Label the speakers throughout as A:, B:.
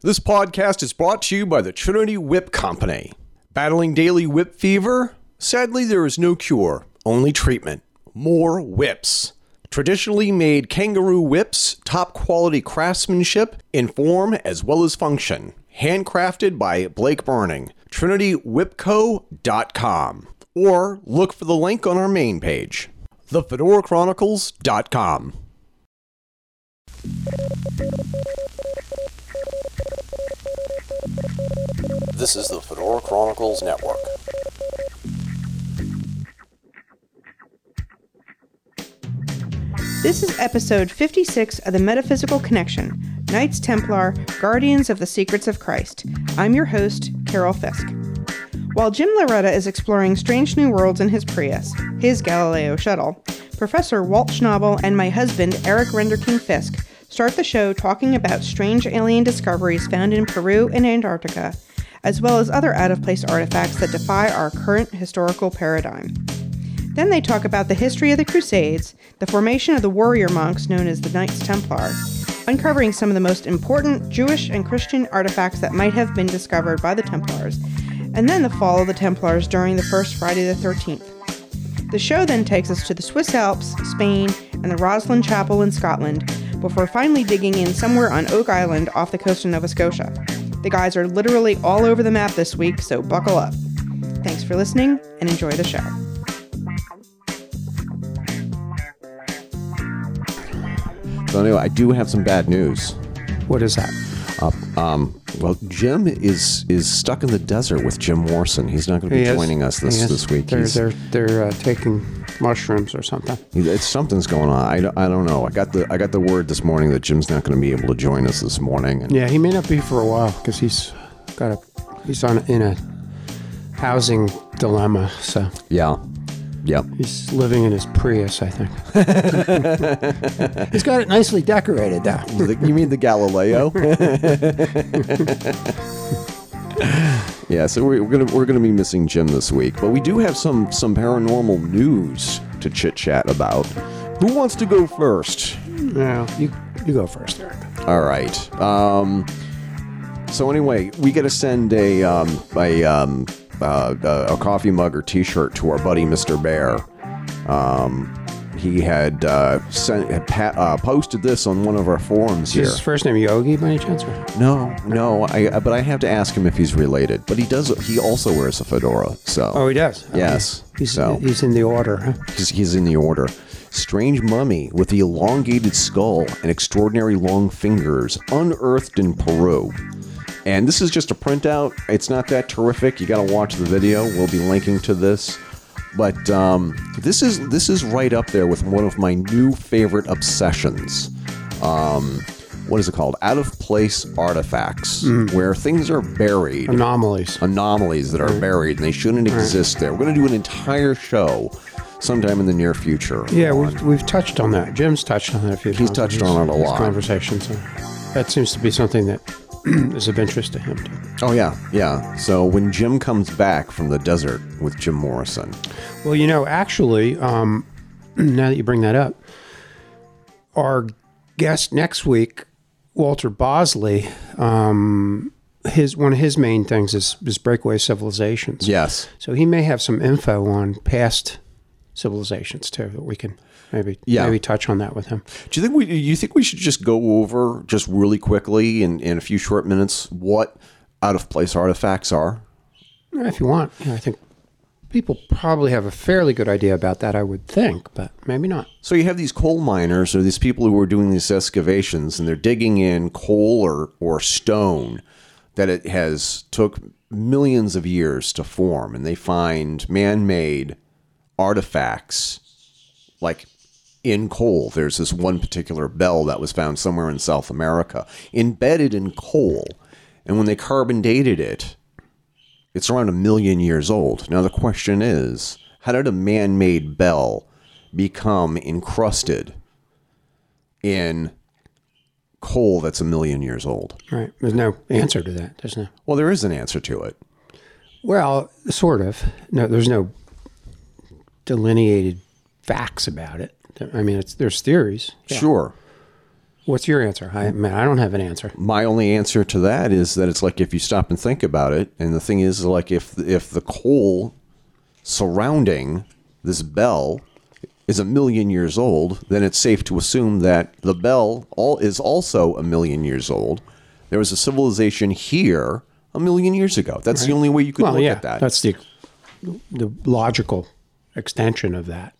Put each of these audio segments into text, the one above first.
A: This podcast is brought to you by the Trinity Whip Company. Battling daily whip fever? Sadly, there is no cure, only treatment. More whips. Traditionally made kangaroo whips, top quality craftsmanship in form as well as function. Handcrafted by Blake Burning. TrinityWhipCo.com. Or look for the link on our main page, thefedorachronicles.com. This is the Fedora Chronicles Network.
B: This is episode 56 of The Metaphysical Connection Knights Templar, Guardians of the Secrets of Christ. I'm your host, Carol Fisk. While Jim Loretta is exploring strange new worlds in his Prius, his Galileo shuttle, Professor Walt Schnabel and my husband, Eric Renderking Fisk, start the show talking about strange alien discoveries found in Peru and Antarctica, as well as other out of place artifacts that defy our current historical paradigm. Then they talk about the history of the Crusades, the formation of the warrior monks known as the Knights Templar, uncovering some of the most important Jewish and Christian artifacts that might have been discovered by the Templars, and then the fall of the Templars during the first Friday the 13th. The show then takes us to the Swiss Alps, Spain, and the Roslin Chapel in Scotland, before finally digging in somewhere on Oak Island off the coast of Nova Scotia. The guys are literally all over the map this week, so buckle up. Thanks for listening and enjoy the show.
A: So anyway, I do have some bad news.
C: What is that?
A: Um, well, Jim is is stuck in the desert with Jim Morrison. He's not going to be joining us this,
C: Yes.
A: this week.
C: They're
A: He's-
C: they're, they're uh, taking mushrooms or something.
A: he- it's, something's going on. I, don't- I don't know. I got the I got the word this morning that Jim's not going to be able to join us this morning. And
C: Yeah, he may not be for a while because he's got a he's on in a housing dilemma. So
A: yeah, yep.
C: he's living in his Prius, I think. he's got it nicely decorated though.
A: The- you mean the Galileo? yeah, so we're, we're gonna we're gonna be missing Jim this week, but we do have some some paranormal news to chit chat about. Who wants to go first?
C: Yeah, you you go first, Eric.
A: All right. Um, so anyway, we got to send a um, a, um, uh, a coffee mug or T-shirt to our buddy Mr. Bear. Um, he had uh, sent had pa- uh, posted this on one of our forums
C: Is
A: here.
C: his first name Yogi by any chance? Or?
A: No, no. I I- but I have to ask him if he's related. But he does. He also wears a fedora. So
C: Oh, he does.
A: Yes.
C: Okay. He's
A: So-
C: he's in the order. Huh?
A: he's, he's in the order. Strange mummy with the elongated skull and extraordinary long fingers, unearthed in Peru. And this is just a printout. It's not that terrific. You got to watch the video. We'll be linking to this. But um, this is this is right up there with one of my new favorite obsessions. Um, what is it called? Out of place artifacts, where things are buried
C: Anomalies.
A: anomalies that are buried and they shouldn't exist there. We're going to do an entire show sometime in the near future.
C: Yeah,
A: on-
C: we've, we've touched on that. Jim's touched on that a few times.
A: He's touched on it a
C: His
A: lot.
C: Conversations. so That seems to be something that is of interest to him. Too.
A: oh yeah, yeah. So when Jim comes back from the desert with Jim Morrison,
C: Well, you know, actually, um, now that you bring that up, our guest next week, Walter Bosley, um, his one of his main things is, is breakaway civilizations.
A: yes,
C: So he may have some info on past civilizations too that we can maybe
A: Yeah.
C: maybe touch on that with him.
A: do you think we you think we should just go over just really quickly in in a few short minutes what out of place artifacts are?
C: Yeah, If you want, yeah, I think people probably have a fairly good idea about that. I would think, but maybe not.
A: So you have these coal miners or these people who are doing these excavations and they're digging in coal or, or stone that it has took millions of years to form and they find man-made artifacts like in coal there's this one particular bell that was found somewhere in South America embedded in coal and when they carbon dated it it's around a million years old. Now, the question is how did a man made bell become encrusted in coal that's a million years old?
C: Right? There's no answer to that. There's no.
A: Well, there is an answer to it.
C: Well, sort of. No, there's no delineated facts about it. I mean, it's there's theories.
A: Sure.
C: What's your answer? I man, I don't have an answer.
A: my only answer to that is that it's like if you stop and think about it, and the thing is, like if if the coal surrounding this bell is a million years old, then it's safe to assume that the bell all is also a million years old. There was a civilization here a million years ago. That's the only way you could
C: Well,
A: look
C: yeah,
A: at that.
C: that's the the logical extension of that.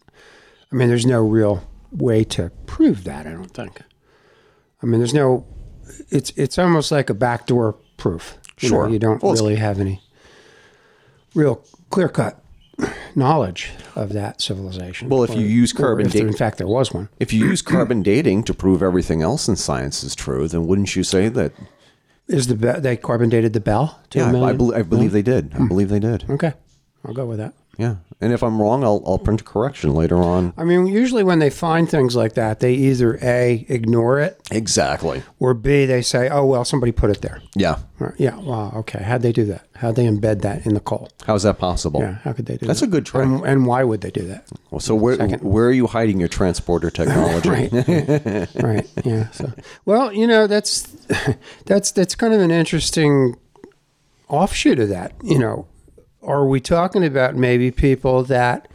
C: I mean, there's no real way to prove that. I don't think. I mean, there's no. It's it's almost like a backdoor proof. You know,
A: Sure.
C: you don't
A: Well, it's-
C: really have any real clear cut knowledge of that civilization.
A: Well, if you
C: Or-
A: use
C: or
A: carbon
C: if there-
A: date-
C: in fact, there was one.
A: if you use carbon dating to prove everything else in science is true, then wouldn't you say that?
C: Is the be- they carbon dated the bell? To a
A: Yeah, I, I,
C: million? Hmm.
A: bel I believe they did. I believe they did.
C: Okay, I'll go with that.
A: Yeah, and if I'm wrong, I'll, I'll print a correction later on.
C: I mean, usually when they find things like that, they either a ignore it
A: Exactly.
C: or B, they say, oh, well, somebody put it there.
A: Yeah.
C: Or, yeah, wow, okay. How'd they do that? How'd they embed that in the coal?
A: How's that possible?
C: Yeah, how could they do
A: That's
C: that?
A: a good trick.
C: And, and why would they do that?
A: Well, so where where are you hiding your transporter technology?
C: Right. right, right. Yeah. So, well, you know, that's that's that's kind of an interesting offshoot of that. You know, are we talking about maybe people that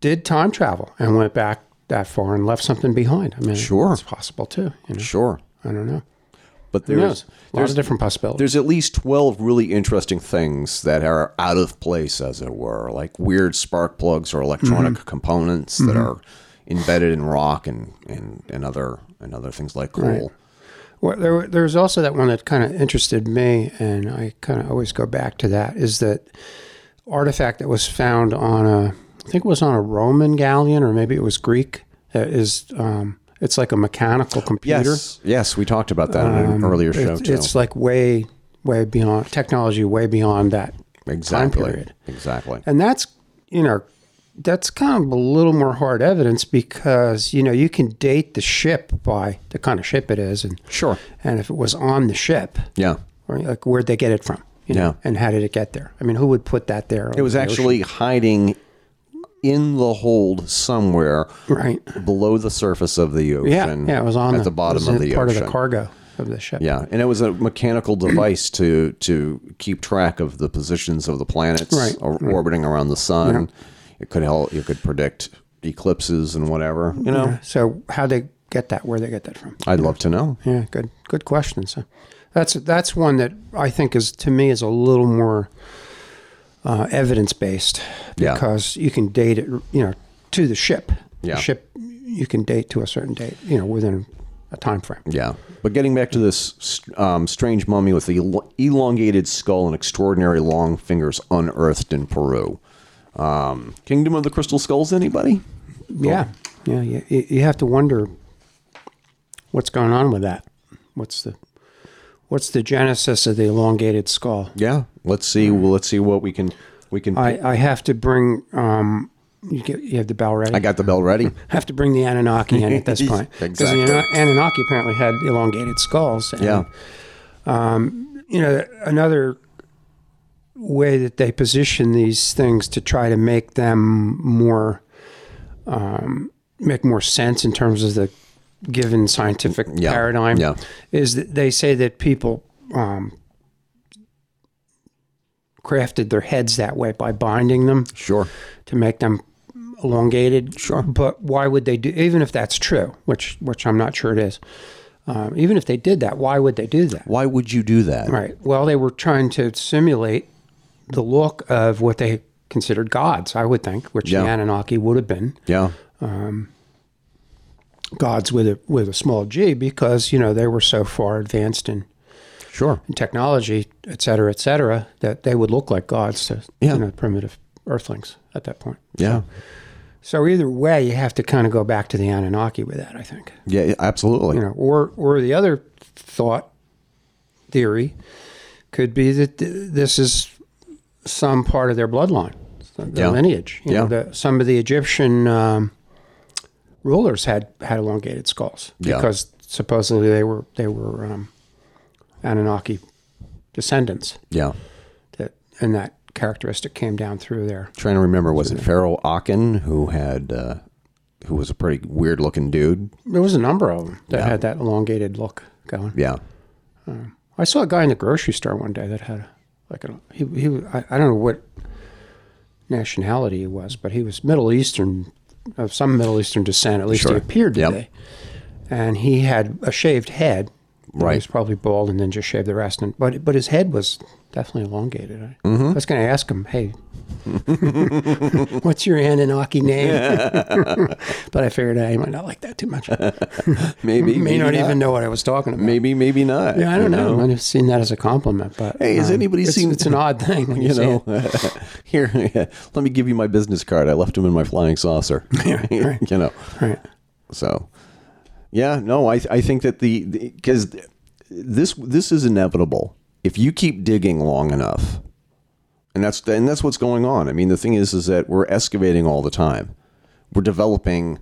C: did time travel and went back that far and left something behind? I mean,
A: Sure.
C: it's possible too. You know,
A: Sure.
C: I don't know.
A: But
C: Who knows?
A: there's
C: A lot of different possibilities.
A: there's at least 12 really interesting things that are out of place as it were, like weird spark plugs or electronic
C: Mm-hmm.
A: components that are embedded in rock and and, and other and other things like coal.
C: Well, there, there was also that one that kind of interested me, and I kind of always go back to that. Is that artifact that was found on a, I think it was on a Roman galleon, or maybe it was Greek. That is, um, it's like a mechanical computer.
A: Yes. Yes, we talked about that in an earlier show
C: Um, It's,
A: too.
C: it's like way, way beyond technology, way beyond that.
A: exactly.
C: period.
A: Exactly.
C: And that's, you know, that's kind of a little more hard evidence because you know you can date the ship by the kind of ship it is, and
A: Sure.
C: and if it was on the ship,
A: Yeah.
C: or like where'd they get it from? You know,
A: Yeah.
C: and how did it get there? I mean, who would put that there?
A: It was actually hiding in the hold somewhere
C: right.
A: below the surface of the
C: Yeah,
A: ocean.
C: yeah, it was on
A: at the,
C: it
A: bottom
C: was
A: of
C: in
A: the
C: part
A: ocean.
C: of the cargo of the ship.
A: yeah, and it was a mechanical device to to keep track of the positions of the planets
C: Right,
A: or, orbiting around the sun. It could help. It could predict eclipses and whatever. You know,
C: So how they get that? Where they get that from?
A: I'd love to know.
C: Yeah, good, good question. So that's that's one that I think is to me is a little more uh, evidence based
A: Yeah.
C: because you can date it, you know, to the ship.
A: Yeah.
C: The ship you can date to a certain date, you know, within a time frame.
A: Yeah, but getting back to this um, strange mummy with the el- elongated skull and extraordinary long fingers unearthed in Peru. Um, Kingdom of the Crystal Skulls. Anybody?
C: Yeah, yeah, yeah. You, you have to wonder what's going on with that. What's the what's the genesis of the elongated skull?
A: Yeah. Let's see. Well, let's see what we can. We can.
C: I, I have to bring um you get you have the bell ready.
A: I got the bell ready.
C: have to bring the Anunnaki in at this point because
A: Exactly.
C: the Anun- Anunnaki apparently had elongated skulls. And,
A: Yeah.
C: you know another way that they position these things to try to make them more um, make more sense in terms of the given scientific
A: Yeah,
C: paradigm
A: yeah.
C: is that they say that people um, crafted their heads that way by binding them
A: Sure.
C: to make them elongated. Sure. But why would they do? Even if that's true, which which I'm not sure it is. Um, even if they did that, why would they do that?
A: Why would you do that?
C: Right. Well, they were trying to simulate the look of what they considered gods, I would think, which
A: Yeah.
C: the Anunnaki would have been
A: Yeah.
C: gods with a with a small g, because you know they were so far advanced in,
A: Sure.
C: in technology, et cetera, et cetera, that they would look like gods to
A: Yeah.
C: you know, primitive Earthlings at that point.
A: Yeah.
C: So either way, you have to kind of go back to the Anunnaki with that, I think.
A: Yeah. Absolutely.
C: you know, or or the other thought theory could be that th- this is some part of their bloodline, their
A: Yeah.
C: lineage. You know,
A: Yeah.
C: the, some of the Egyptian um, rulers had had elongated skulls
A: Yeah.
C: because supposedly they were they were um, Anunnaki descendants
A: Yeah.
C: that and that characteristic came down through there.
A: Trying to remember, was it Pharaoh Aachen who had uh, who was a pretty weird looking dude.
C: There was a number of them that had that elongated look going.
A: Yeah.
C: I saw a guy in the grocery store one day that had a, like a he he I, I don't know what nationality he was, but he was Middle Eastern of some Middle Eastern descent. At least
A: Sure.
C: he appeared to
A: Yep.
C: be, and he had a shaved head. He
A: Right.
C: was probably bald and then just shaved the rest. And but but his head was definitely elongated. I,
A: Mm-hmm.
C: I was going to ask him, hey. What's your Anunnaki name? but I figured I might not like that too much.
A: Maybe.
C: May
A: maybe
C: not even know what I was talking about.
A: Maybe, maybe not.
C: Yeah, I don't know. I've just seen that as a compliment, but um,
A: Hey, has anybody
C: it's,
A: seen-
C: It's an odd thing when you,
A: You
C: see
A: know,
C: it.
A: here, let me give you my business card. I left them in my flying saucer.
C: right.
A: you know,
C: Right.
A: So, yeah, no, I I think that the because this this is inevitable. If you keep digging long enough, and that's and that's what's going on. I mean, the thing is, is that we're excavating all the time. We're developing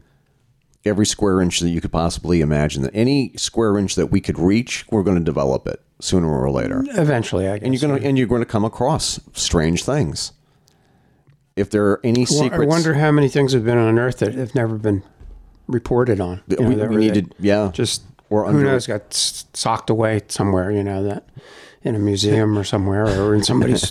A: every square inch that you could possibly imagine. That any square inch that we could reach, we're going to develop it sooner or later.
C: Eventually, I guess.
A: And you're going to and you're going to come across strange things. If there are any
C: Well,
A: secrets,
C: I wonder how many things have been unearthed that have never been reported on. you know,
A: we,
C: that
A: we
C: were-
A: need
C: that
A: to yeah
C: just
A: or
C: who
A: under-
C: knows got s- socked away somewhere. You know that in a museum or somewhere or in somebody's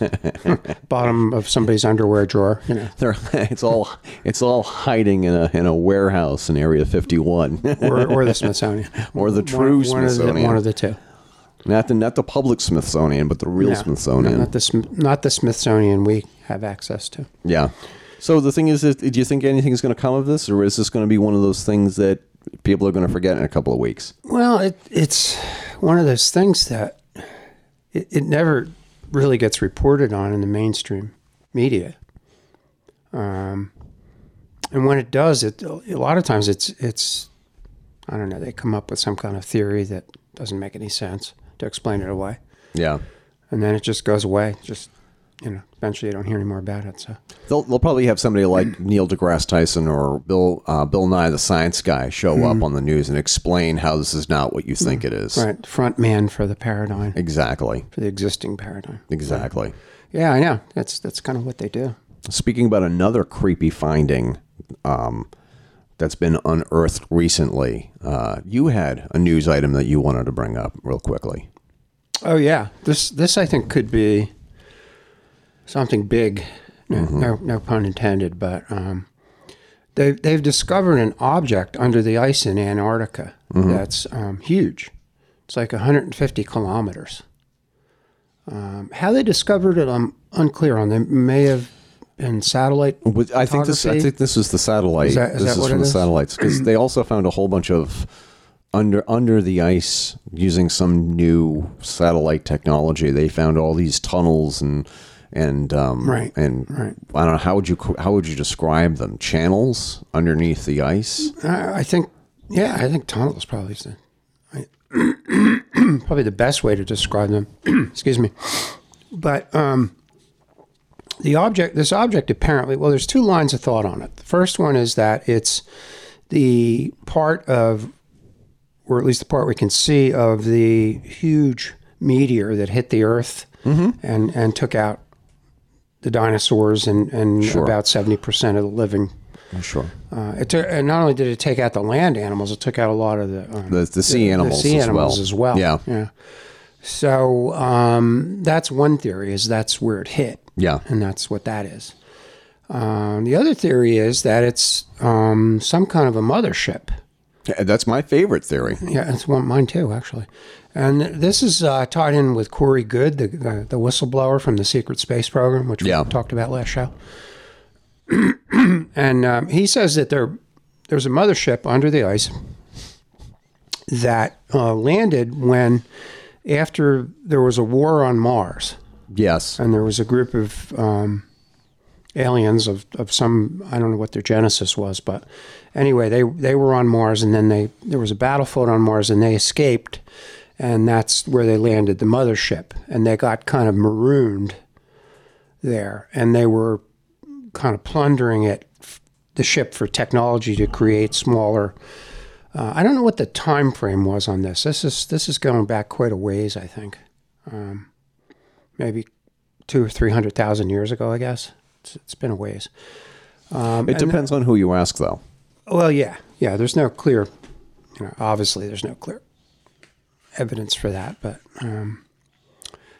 C: bottom of somebody's underwear drawer. You know,
A: They're, it's all it's all hiding in a in a warehouse in Area 51,
C: or, or the Smithsonian,
A: or the true
C: one, one
A: Smithsonian,
C: Of the, one of the two.
A: not the not the public Smithsonian, but the real
C: No,
A: Smithsonian.
C: not the Sm- not the Smithsonian we have access to.
A: yeah. So the thing is, that, do you think anything's going to come of this, or is this going to be one of those things that people are going to forget in a couple of weeks?
C: Well, it, it's one of those things that it, it never really gets reported on in the mainstream media. Um, and when it does, it a lot of times it's it's I don't know. They come up with some kind of theory that doesn't make any sense to explain it away,
A: Yeah,
C: and then it just goes away. Just you know, eventually you don't hear any more about it. So
A: they'll they'll probably have somebody like Neil deGrasse Tyson or Bill uh, Bill Nye the Science Guy show up on the news and explain how this is not what you think it is.
C: Mm-hmm. right, front man for the paradigm,
A: Exactly.
C: for the existing paradigm.
A: Exactly.
C: Yeah, I know. That's that's kind of what they do.
A: Speaking about another creepy finding um, that's been unearthed recently, uh, you had a news item that you wanted to bring up real quickly.
C: Oh yeah, this this I think could be something big. No, no, no pun intended, but um, they they've discovered an object under the ice in Antarctica that's um, huge. It's like 150 kilometers. Um, how they discovered it, I'm unclear on. They may have been satellite.
A: With- I think this. I
C: Photography?
A: think this is the satellite.
C: Is that-
A: this
C: is that
A: is
C: what
A: from
C: it
A: the
C: is?
A: satellites because they also found a whole bunch of under under the ice using some new satellite technology. They found all these tunnels and and um,
C: Right,
A: and
C: right.
A: I don't know how would you co- how would you describe them channels underneath the ice.
C: I, I think, yeah, I think tunnels probably is the, I- probably the best way to describe them. Excuse me, but um, the object, this object, apparently, well, there's two lines of thought on it. The first one is that it's the part of, or at least the part we can see of the huge meteor that hit the Earth and and took out. The dinosaurs and, and about seventy percent of the living
A: Sure.
C: uh, it took, and not only did it take out the land animals, it took out a lot of the um,
A: The, the sea animals
C: sea
A: as
C: animals
A: well.
C: as well.
A: Yeah.
C: yeah. So um, that's one theory is that's where it hit,
A: Yeah.
C: and that's what that is. Um, the other theory is that it's um, some kind of a mothership.
A: Yeah, That's my favorite theory.
C: Yeah, it's one mine too, actually. And this is uh, tied in with Corey Good, the, the the whistleblower from the Secret Space Program, which
A: Yeah.
C: we talked about last show. and um, he says that there there's a mothership under the ice that uh, landed when after there was a war on Mars
A: Yes.
C: and there was a group of um, aliens of, of some I don't know what their genesis was, but anyway, they they were on Mars, and then they there was a battlefield on Mars, and they escaped, and that's where they landed the mothership, and they got kind of marooned there, and they were kind of plundering it f- the ship for technology to create smaller. Uh, I don't know what the time frame was on this. This is this is going back quite a ways, I think. Um, maybe two or three hundred thousand years ago, I guess. It's, it's been a ways.
A: it depends on who you ask, though.
C: Well, yeah, yeah. There's no clear, you know, obviously, there's no clear evidence for that, but um,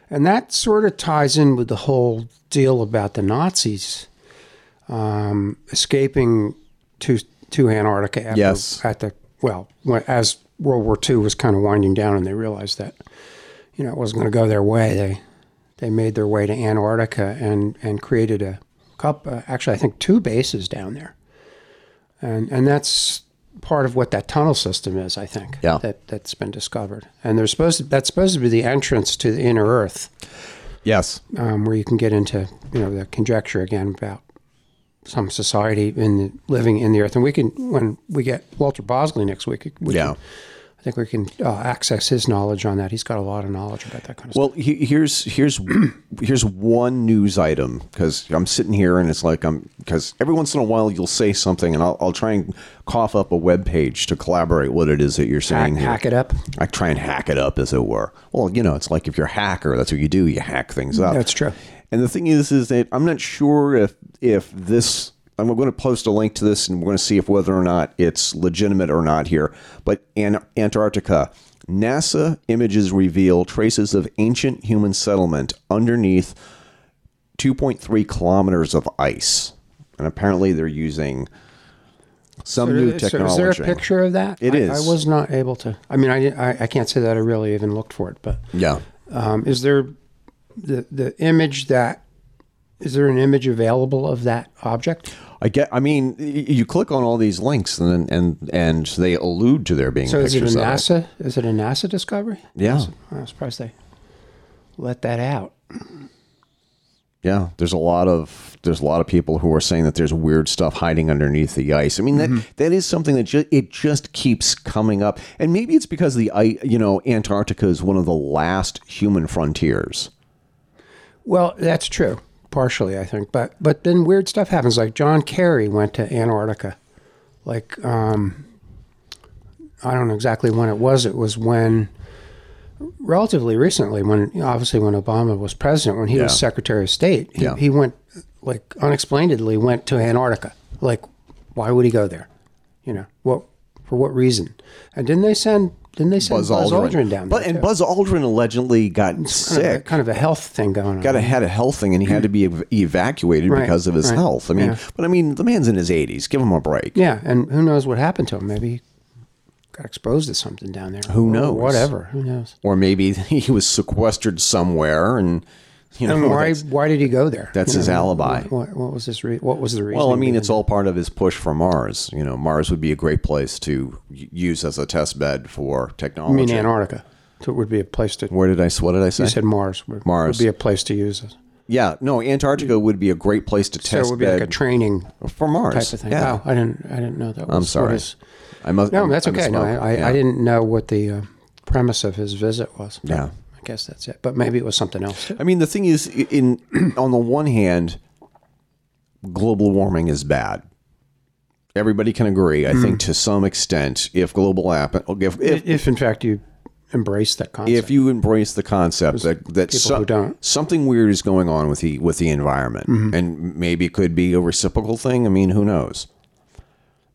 C: and that sort of ties in with the whole deal about the Nazis um, escaping to to Antarctica. After,
A: Yes.
C: At the well, when, as World War II was kind of winding down, and they realized that you know it wasn't going to go their way, they they made their way to Antarctica and and created a cup. Uh, actually, I think two bases down there and and that's part of what that tunnel system is. I think.
A: Yeah.
C: That that's been discovered, and there's supposed to, that's supposed to be the entrance to the inner Earth,
A: Yes.
C: um, where you can get into you know the conjecture again about some society in the, living in the Earth, and we can when we get Walter Bosley next week. We
A: Yeah.
C: Can, I think we can uh, access his knowledge on that. He's got a lot of knowledge about that kind of
A: Well, he- here's here's here's one news item because I'm sitting here and it's like I'm because every once in a while you'll say something and I'll, I'll try and cough up a web page to collaborate what it is that you're
C: stuff.
A: saying.
C: Hack,
A: here.
C: hack it up.
A: I try and hack it up, as it were. Well, you know, it's like if you're a hacker, that's what you do. You hack things up.
C: That's true.
A: And the thing is, is that I'm not sure if if this. I'm going to post a link to this, and we're going to see if whether or not it's legitimate or not here. But An- Antarctica, NASA images reveal traces of ancient human settlement underneath 2.3 kilometers of ice, and apparently they're using some new
C: So
A: technology.
C: is there a picture of that?
A: It
C: I,
A: is.
C: I was not able to. I mean, I, didn't- I I can't say that I really even looked for it, but
A: Yeah.
C: Um, is there the the image that is there an image available of that object?
A: I get. I mean, y- you click on all these links, and and and they allude to there being
C: So is
A: pictures
C: it a
A: of it.
C: NASA? Is it a NASA discovery?
A: Yeah,
C: I'm surprised they let that out.
A: yeah. There's a lot of there's a lot of people who are saying that there's weird stuff hiding underneath the ice. I mean, that
C: Mm-hmm.
A: that is something that ju- it just keeps coming up, and maybe it's because the ice. You know, Antarctica is one of the last human frontiers.
C: Well, that's true, partially I think, but but then weird stuff happens. Like John Kerry went to Antarctica, like um, I don't know exactly when it was. It was when relatively recently, when obviously when Obama was president, when he was
A: Yeah.
C: Secretary of State, he,
A: Yeah.
C: he went like unexplainedly went to Antarctica. Like, why would he go there? You know what? For what reason? And didn't they send? Didn't they send Buzz, Aldrin. down
A: but
C: there?
A: and
C: too?
A: Buzz Aldrin allegedly got
C: kind of, a,
A: sick.
C: kind of a health thing going on.
A: Got a, had a health thing and he had to be ev- evacuated
C: Right,
A: because of his
C: right,
A: health. I mean,
C: yeah.
A: but I mean, the man's in his 80s. Give him a break.
C: Yeah, and who knows what happened to him? Maybe he got exposed to something down there.
A: Who
C: Or
A: knows?
C: Whatever. Who knows?
A: or maybe he was sequestered somewhere and you know
C: And why?
A: that's-
C: Why did he go there?
A: that's his alibi.
C: What, what was his? Re- what was the reason?
A: well i mean it's all part of his push for mars you know mars would be a great place to y- use as a test bed for
C: I mean
A: technology
C: Antarctica. So it would be a place to.
A: where did i s- what did i say
C: You said Mars. Would,
A: Mars.
C: would be a place to use it.
A: yeah no antarctica would be a great place to
C: So
A: test
C: it would be
A: bed
C: like a training
A: for mars
C: type of thing.
A: yeah
C: Oh, I didn't. I didn't know that. Was,
A: i'm
C: what
A: sorry
C: his-
A: i must
C: no,
A: I-
C: that's
A: I
C: okay. No,
A: misspoke.
C: I, I,
A: yeah.
C: I didn't know what the uh, premise of his visit was. but
A: Yeah.
C: I guess that's it. But maybe it was something else. too.
A: I mean, the thing is, i- in on the one hand, global warming is bad. Everybody can agree, I
C: Hmm.
A: think, to some extent, if global app, if if,
C: If in fact you embrace that concept.
A: if you embrace the concept that that so-
C: who don't. Mm-hmm.
A: something weird is going on with the with the environment, and maybe it could be a reciprocal thing. I mean, who knows?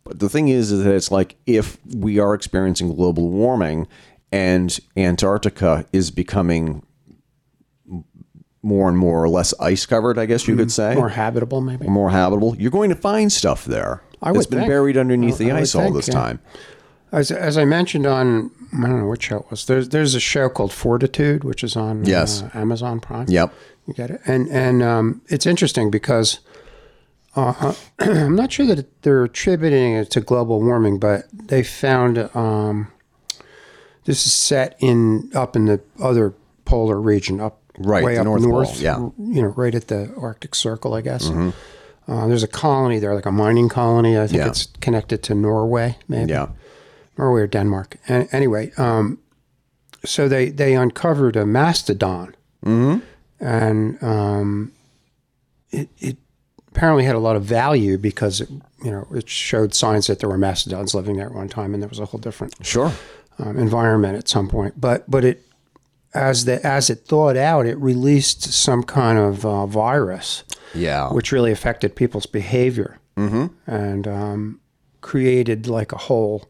A: But the thing is, is that it's like if we are experiencing global warming, and Antarctica is becoming more and more or less ice covered, I guess you could say,
C: Mm-hmm. more habitable, maybe.
A: more habitable. You're going to find stuff there.
C: I
A: that's
C: would
A: been
C: think.
A: buried underneath
C: I-
A: the
C: I would
A: ice all
C: think,
A: this
C: yeah.
A: time.
C: As, as I mentioned on, I don't know what show it was. There's there's a show called Fortitude, which is on
A: Yes.
C: uh, Amazon Prime.
A: Yep.
C: you get it. And and um, it's interesting because uh, I'm not sure that they're attributing it to global warming, but they found um, this is set in up in the other polar region, up
A: Right,
C: way
A: the
C: up
A: North
C: north,
A: Pole, yeah.
C: you know, right at the Arctic Circle, I guess. Uh, there's a colony there, like a mining colony. I think
A: Mm-hmm. Yeah.
C: it's connected to Norway, maybe.
A: Yeah.
C: Norway or Denmark. And anyway, um, so they they uncovered a mastodon, mm-hmm. and um, it it apparently had a lot of value because it you know it showed signs that there were mastodons living there at one time, and there was a whole different
A: Sure.
C: um, environment at some point. But but it as the as it thawed out, it released some kind of uh, virus
A: Yeah.
C: which really affected people's behavior. Mm-hmm. And um, created like a whole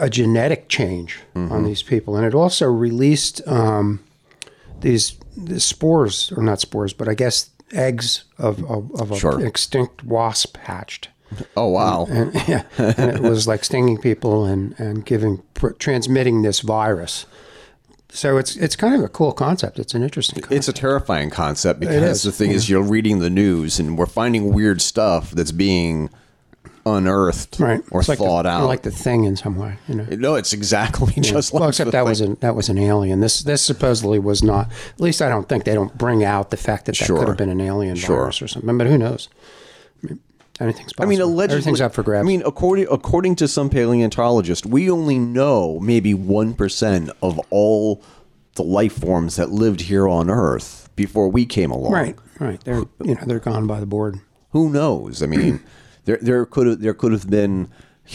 C: a genetic change on
A: Mm-hmm.
C: these people, and it also released um, these, these spores, or not spores, but I guess eggs of of, of a
A: Sure.
C: an extinct wasp hatched,
A: Oh wow.
C: and, yeah, and it was like stinging people and and giving pr- transmitting this virus. So it's it's kind of a cool concept. It's an interesting. Concept.
A: It's a terrifying concept because
C: is,
A: the thing is, you're reading the news and we're finding weird stuff that's being unearthed
C: right
A: or
C: It's like the-
A: thawed out.
C: like the thing in some way you know
A: no, it's exactly just like
C: well, except
A: the
C: that
A: thing.
C: was an that was an alien. This this supposedly was not. At least I don't think they don't bring out the fact that that
A: Sure.
C: could have been an alien
A: Sure.
C: virus or something. But who knows? I mean, anything's
A: I
C: possible.
A: mean, allegedly,
C: everything's up for grabs.
A: I mean, according according to some paleontologists, we only know maybe one percent of all the life forms that lived here on Earth before we came along.
C: right, right. They're you know they're gone by the board.
A: Who knows? I mean, there there could have there could have been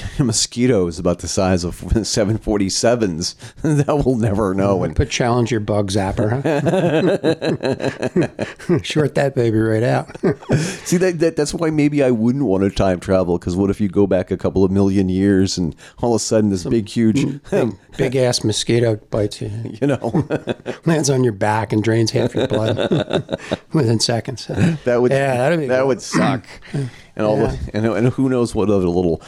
A: mosquitoes about the size of 747s that we'll never know. And
C: Put challenge your bug zapper. Huh? Short that baby right out.
A: see that, that that's why maybe I wouldn't want to time travel because what if you go back a couple of million years and all of a sudden this big huge
C: Big ass mosquito bites you.
A: you know
C: lands on your back and drains half your blood within seconds.
A: That would
C: yeah, that'd be
A: that
C: cool.
A: would suck. and all the, and, and who knows what other little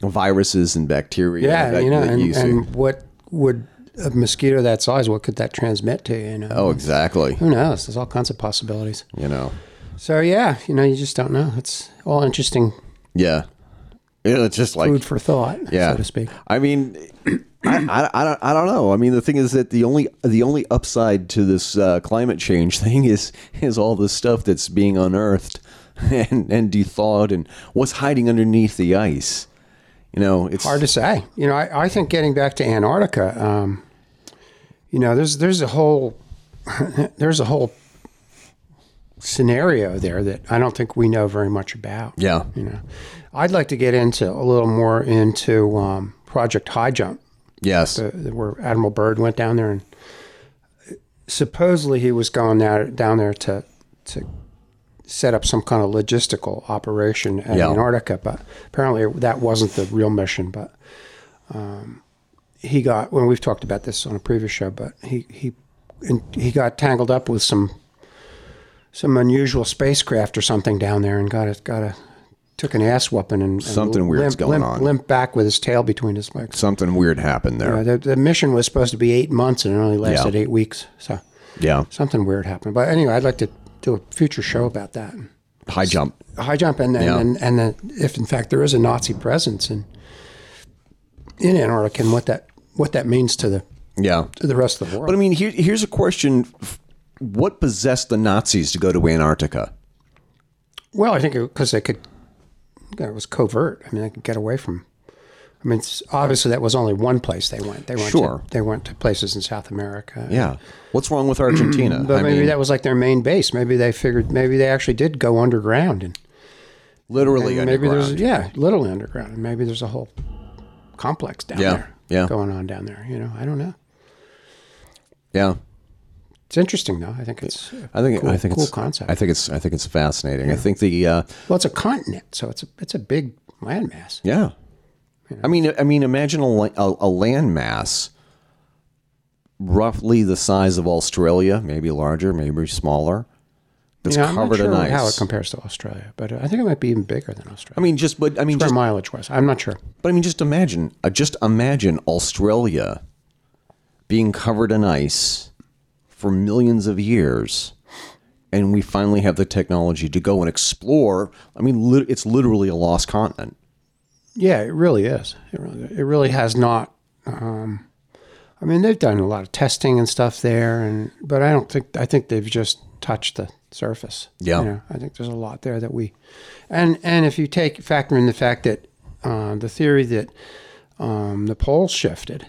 A: viruses and bacteria
C: yeah,
A: that,
C: you know,
A: that
C: and,
A: use it.
C: and what would a mosquito that size? What could that transmit to you? You know,
A: Oh, exactly.
C: who knows? There's all kinds of possibilities.
A: You know.
C: So yeah, you know, you just don't know. It's all interesting
A: Yeah. Yeah, It's just like
C: food for thought,
A: yeah.
C: so to speak.
A: I mean, I, I, I don't I don't know. I mean, the thing is that the only the only upside to this uh, climate change thing is is all the stuff that's being unearthed and and thawed and what's hiding underneath the ice. You know, it's
C: Hard to say. You know, I, I think getting back to Antarctica, um, you know, there's there's a whole there's a whole scenario there that I don't think we know very much about.
A: Yeah.
C: you know, I'd like to get into a little more into um, Project High Jump,
A: Yes.
C: uh, where Admiral Byrd went down there, and supposedly he was going down down there to to set up some kind of logistical operation at
A: Yeah.
C: Antarctica, but apparently that wasn't the real mission. But um, he got well, we've talked about this on a previous show, but he he and he got tangled up with some some unusual spacecraft or something down there, and got a got a took an ass whooping and, and
A: Something weird's
C: limp,
A: going
C: limp,
A: on.
C: Limped back with his tail between his legs.
A: Something weird happened there.
C: Uh, the, the mission was supposed to be eight months and it only lasted
A: Yeah.
C: eight weeks. So
A: yeah.
C: something weird happened. But anyway, I'd like to do a future show about that.
A: High jump.
C: High jump and then,
A: Yeah.
C: and, and then if in fact there is a Nazi presence in in Antarctica and what that what that means to the
A: Yeah.
C: to the rest of the world.
A: But I mean, here, here's a question: What possessed the Nazis to go to Antarctica?
C: well, I think because they could it was covert. I mean, they could get away from. I mean, it's, obviously that was only one place they went. They went
A: Sure.
C: to, they went to places in South America.
A: Yeah. What's wrong with Argentina?
C: But
A: I
C: maybe
A: mean,
C: that was like their main base. Maybe they figured maybe they actually did go underground and
A: literally
C: And maybe
A: underground.
C: there's yeah, literally underground, and maybe there's a whole complex down
A: Yeah,
C: there,
A: yeah.
C: going on down there. You know, I don't know.
A: yeah.
C: It's interesting though. I think it's
A: I think
C: cool,
A: I think
C: cool
A: it's
C: concept.
A: I think it's I think it's fascinating. I think the uh,
C: well, it's a continent, so it's a it's a big landmass.
A: yeah. I mean, I mean, imagine a, la- a, a landmass roughly the size of Australia, maybe larger, maybe smaller. That's
C: You know,
A: covered
C: I'm
A: in
C: not sure
A: ice.
C: how it compares to Australia, but uh, I think it might be even bigger than Australia.
A: I mean, just but I mean,
C: Square
A: just
C: mileage wise, I'm not sure.
A: But I mean, just imagine, uh, just imagine Australia being covered in ice for millions of years, and we finally have the technology to go and explore. I mean, lit- it's literally a lost continent.
C: Yeah, it really is. It really, it really has not. Um, I mean, they've done a lot of testing and stuff there, and but I don't think I think they've just touched the surface.
A: Yeah.
C: you know, I think there's a lot there that we, and and if you take factor in the fact that uh, the theory that um, the poles shifted,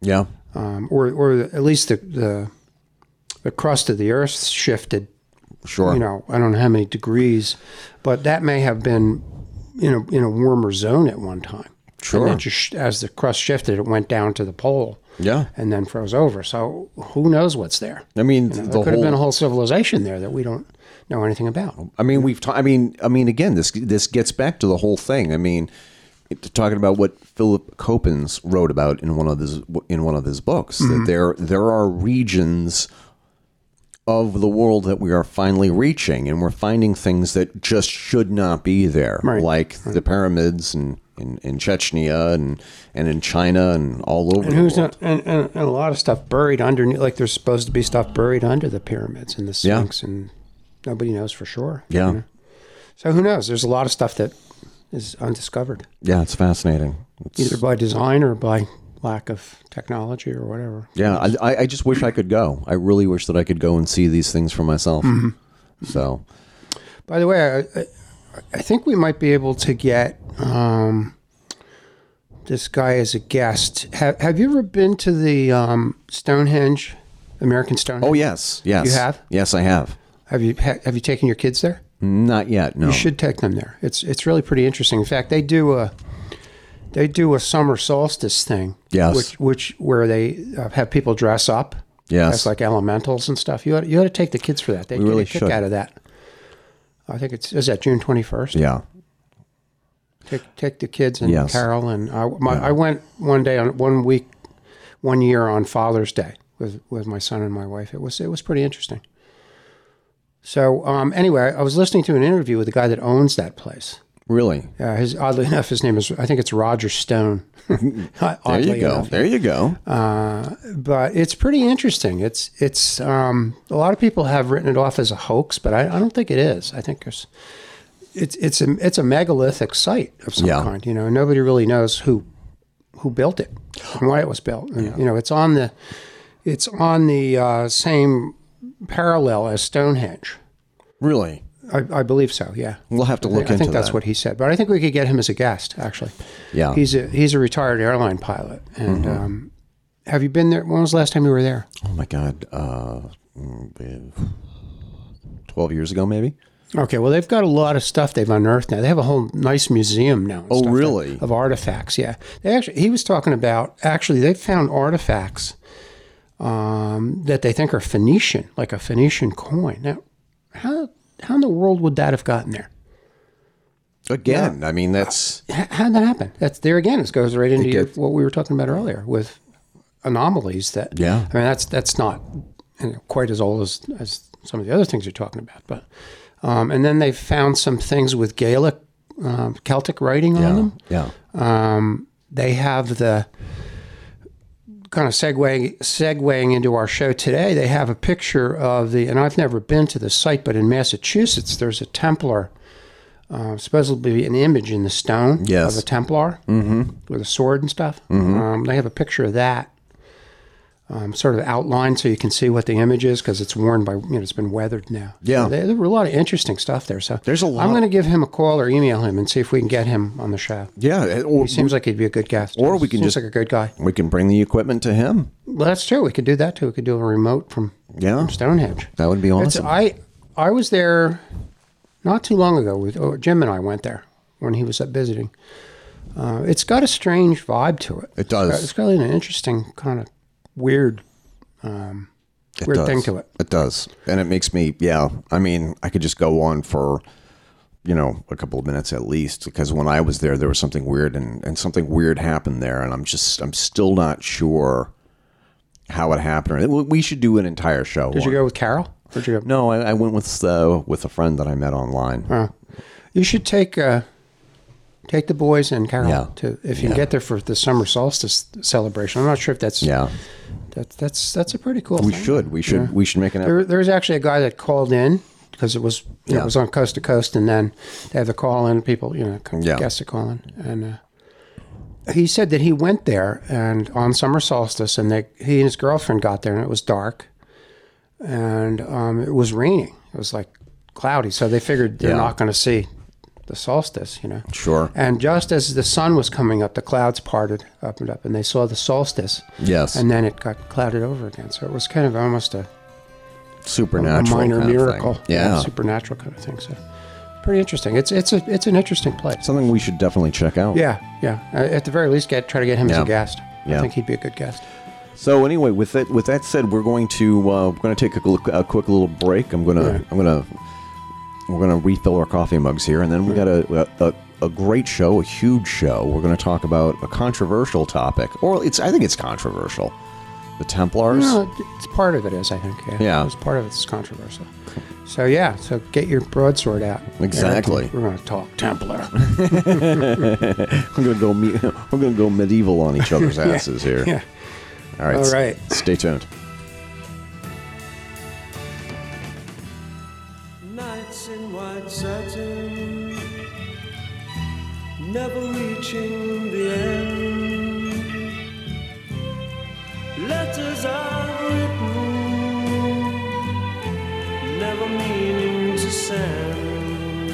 A: Yeah,
C: um, or or at least the, the the crust of the Earth shifted
A: sure.
C: you know, I don't know how many degrees, but that may have been, you know, in a warmer zone at one time.
A: Sure.
C: And then just as the crust shifted, it went down to the pole
A: yeah,
C: and then froze over. So who knows what's there?
A: I mean
C: There
A: the
C: could have
A: whole. Oh,
C: been a whole civilization there that we don't know anything about.
A: I mean, we've. Ta- I mean, I mean, again, this this gets back to the whole thing. I mean, talking about what Philip Copens wrote about in one of his in one of his books
C: Mm-hmm.
A: that there there are regions of the world that we are finally reaching and we're finding things that just should not be there
C: Right.
A: like the pyramids and in, in Chechnya and, and in China and all over
C: And
A: the
C: who's
A: world.
C: not, and, and, and a lot of stuff buried underneath, like there's supposed to be stuff buried under the pyramids and the
A: Yeah.
C: Sphinx, and nobody knows for sure. you
A: Yeah.
C: know? So who knows? There's a lot of stuff that is undiscovered,
A: Yeah, it's fascinating. It's-
C: either by design or by lack of technology or whatever.
A: yeah, I- I, I just wish I could go. I really wish that I could go and see these things for myself.
C: Mm-hmm.
A: So,
C: By the way, I, I, I think we might be able to get um, this guy as a guest. Have, have you ever been to the um, Stonehenge, American Stonehenge?
A: oh yes, yes,
C: You have?
A: Yes, I have.
C: Have you ha, have you taken your kids there?
A: Not yet. No.
C: You should take them there. It's it's really pretty interesting. In fact, they do a they do a summer solstice thing.
A: Yes.
C: Which which where they uh, have people dress up.
A: Yes.
C: As like elementals and stuff. You ought, you ought to take the kids for that. They get
A: really
C: a kick
A: should.
C: out of that. I think it's is that June twenty first.
A: Yeah.
C: Take take the kids and
A: Yes.
C: Carol and I. My, I went one day on one week, one year on Father's Day with with my son and my wife. It was it was pretty interesting. So um, anyway, I was listening to an interview with the guy that owns that place.
A: Really.
C: Uh, his oddly enough, his name is I think it's Roger Stone.
A: There
C: oddly
A: you go.
C: enough.
A: There you go.
C: Uh, but it's pretty interesting. It's it's um, a lot of people have written it off as a hoax, but I, I don't think it is. I think there's it's it's a it's a megalithic site of some
A: Yeah.
C: kind. You know, nobody really knows who who built it and why it was built. And, You know, it's on the it's on the uh, same parallel as Stonehenge.
A: really.
C: I, I believe so. Yeah.
A: We'll have to
C: I
A: look
C: think, I think
A: into
C: that's
A: that.
C: what he said. But I think we could get him as a guest. Actually,
A: Yeah. Mm-hmm.
C: he's a he's a retired airline pilot. And um, have you been there? When was the last time you were there?
A: oh my God. Uh, mm, eh, Twelve years ago, maybe.
C: Okay, well, they've got a lot of stuff they've unearthed now. They have a whole nice museum now. and
A: Oh,
C: stuff
A: really?
C: Of, of artifacts, yeah. They actually, he was talking about actually they found artifacts um, that they think are Phoenician, like a Phoenician coin. Now, how how in the world would that have gotten there?
A: Again, I mean that's
C: H- How did that happen? That's there again. This goes right into your,
A: gets-
C: what we were talking about earlier with anomalies. That
A: Yeah.
C: I mean that's that's not you know, quite as old as as some of the other things you're talking about. But um, and then they found some things with Gaelic, um, Celtic writing on
A: yeah,
C: them
A: yeah.
C: um, they have the kind of segueing segueing into our show today. They have a picture of the, and I've never been to the site, but in Massachusetts, there's a Templar, uh, supposedly an image in the stone
A: Yes. Mm-hmm.
C: of a Templar with a sword and stuff. Um, they have a picture of that. Um, sort of outlined so you can see what the image is because it's worn by you know it's been weathered now.
A: Yeah.
C: So there, there were a lot of interesting stuff there. So
A: There's a lot.
C: I'm going to give him a call or email him and see if we can get him on the show.
A: Yeah, eh, or
C: He seems like he'd be a good guest.
A: Or we can
C: seems
A: just-
C: like a good guy.
A: we can bring the equipment to him.
C: Well, that's true. We could do that too. We could do a remote from,
A: Yeah,
C: from Stonehenge.
A: that would be
C: It's,
A: awesome.
C: I I was there not too long ago. With oh, Jim and I went there when he was up visiting. Uh, it's got a strange vibe to it.
A: It does.
C: It's got, it's got an interesting kind of weird. um,
A: It
C: weird
A: does.
C: thing to it.
A: It does, and it makes me. Yeah, I mean, I could just go on for you know a couple of minutes at least because when I was there, there was something weird, and and something weird happened there, and I'm just I'm still not sure how it happened. Or- We should do an entire show.
C: Did you
A: on-
C: go with Carol? Where'd you go?
A: No, I, I went with uh, with a friend that I met online.
C: You should take uh, take the boys and Carol
A: Yeah.
C: to if you
A: Yeah.
C: can get there for the summer solstice celebration. I'm not sure if that's
A: yeah,
C: that's that's that's a pretty cool.
A: we
C: thing.
A: should we should we should make an effort.
C: There, there was actually a guy that called in because it was
A: Yeah.
C: it was on coast to coast, and then they have the call in people, you know, c-
A: Yeah.
C: guests to call in, and uh, he said that he went there and on summer solstice, and they he and his girlfriend got there, and it was dark, and um, it was raining. It was like cloudy, so they figured they're
A: Yeah.
C: not going to see the solstice, you know.
A: Sure.
C: And just as the sun was coming up, the clouds parted up and up, and they saw the solstice.
A: Yes.
C: And then it got clouded over again. So it was kind of almost a a
A: supernatural
C: minor
A: kind of thing.
C: miracle,
A: Yeah.
C: supernatural kind of thing. So, pretty interesting. It's it's a it's an interesting place.
A: Something we should definitely check out.
C: Yeah, yeah. Uh, At the very least, get try to get him as
A: Yeah.
C: a guest.
A: Yeah.
C: I think he'd be a good guest.
A: So anyway, with that with that said, we're going to uh, we're going to take a, look, a quick little break. I'm gonna
C: Yeah.
A: I'm gonna we're gonna refill our coffee mugs here, and then we got a, a, a a great show, a huge show. We're going to talk about a controversial topic, or it's I think it's controversial. The Templars.
C: No, it's part of it is, I think. Yeah.
A: Yeah.
C: It's part of it's controversial. So yeah, so get your broadsword out.
A: Exactly.
C: We're going to talk Templar.
A: We're going to go me- we're going to go medieval on each other's asses here.
C: yeah.
A: All right.
C: All
A: s-
C: right.
A: Stay tuned.
D: Nights in white satin, never reaching the end. Letters I've written, never meaning to send.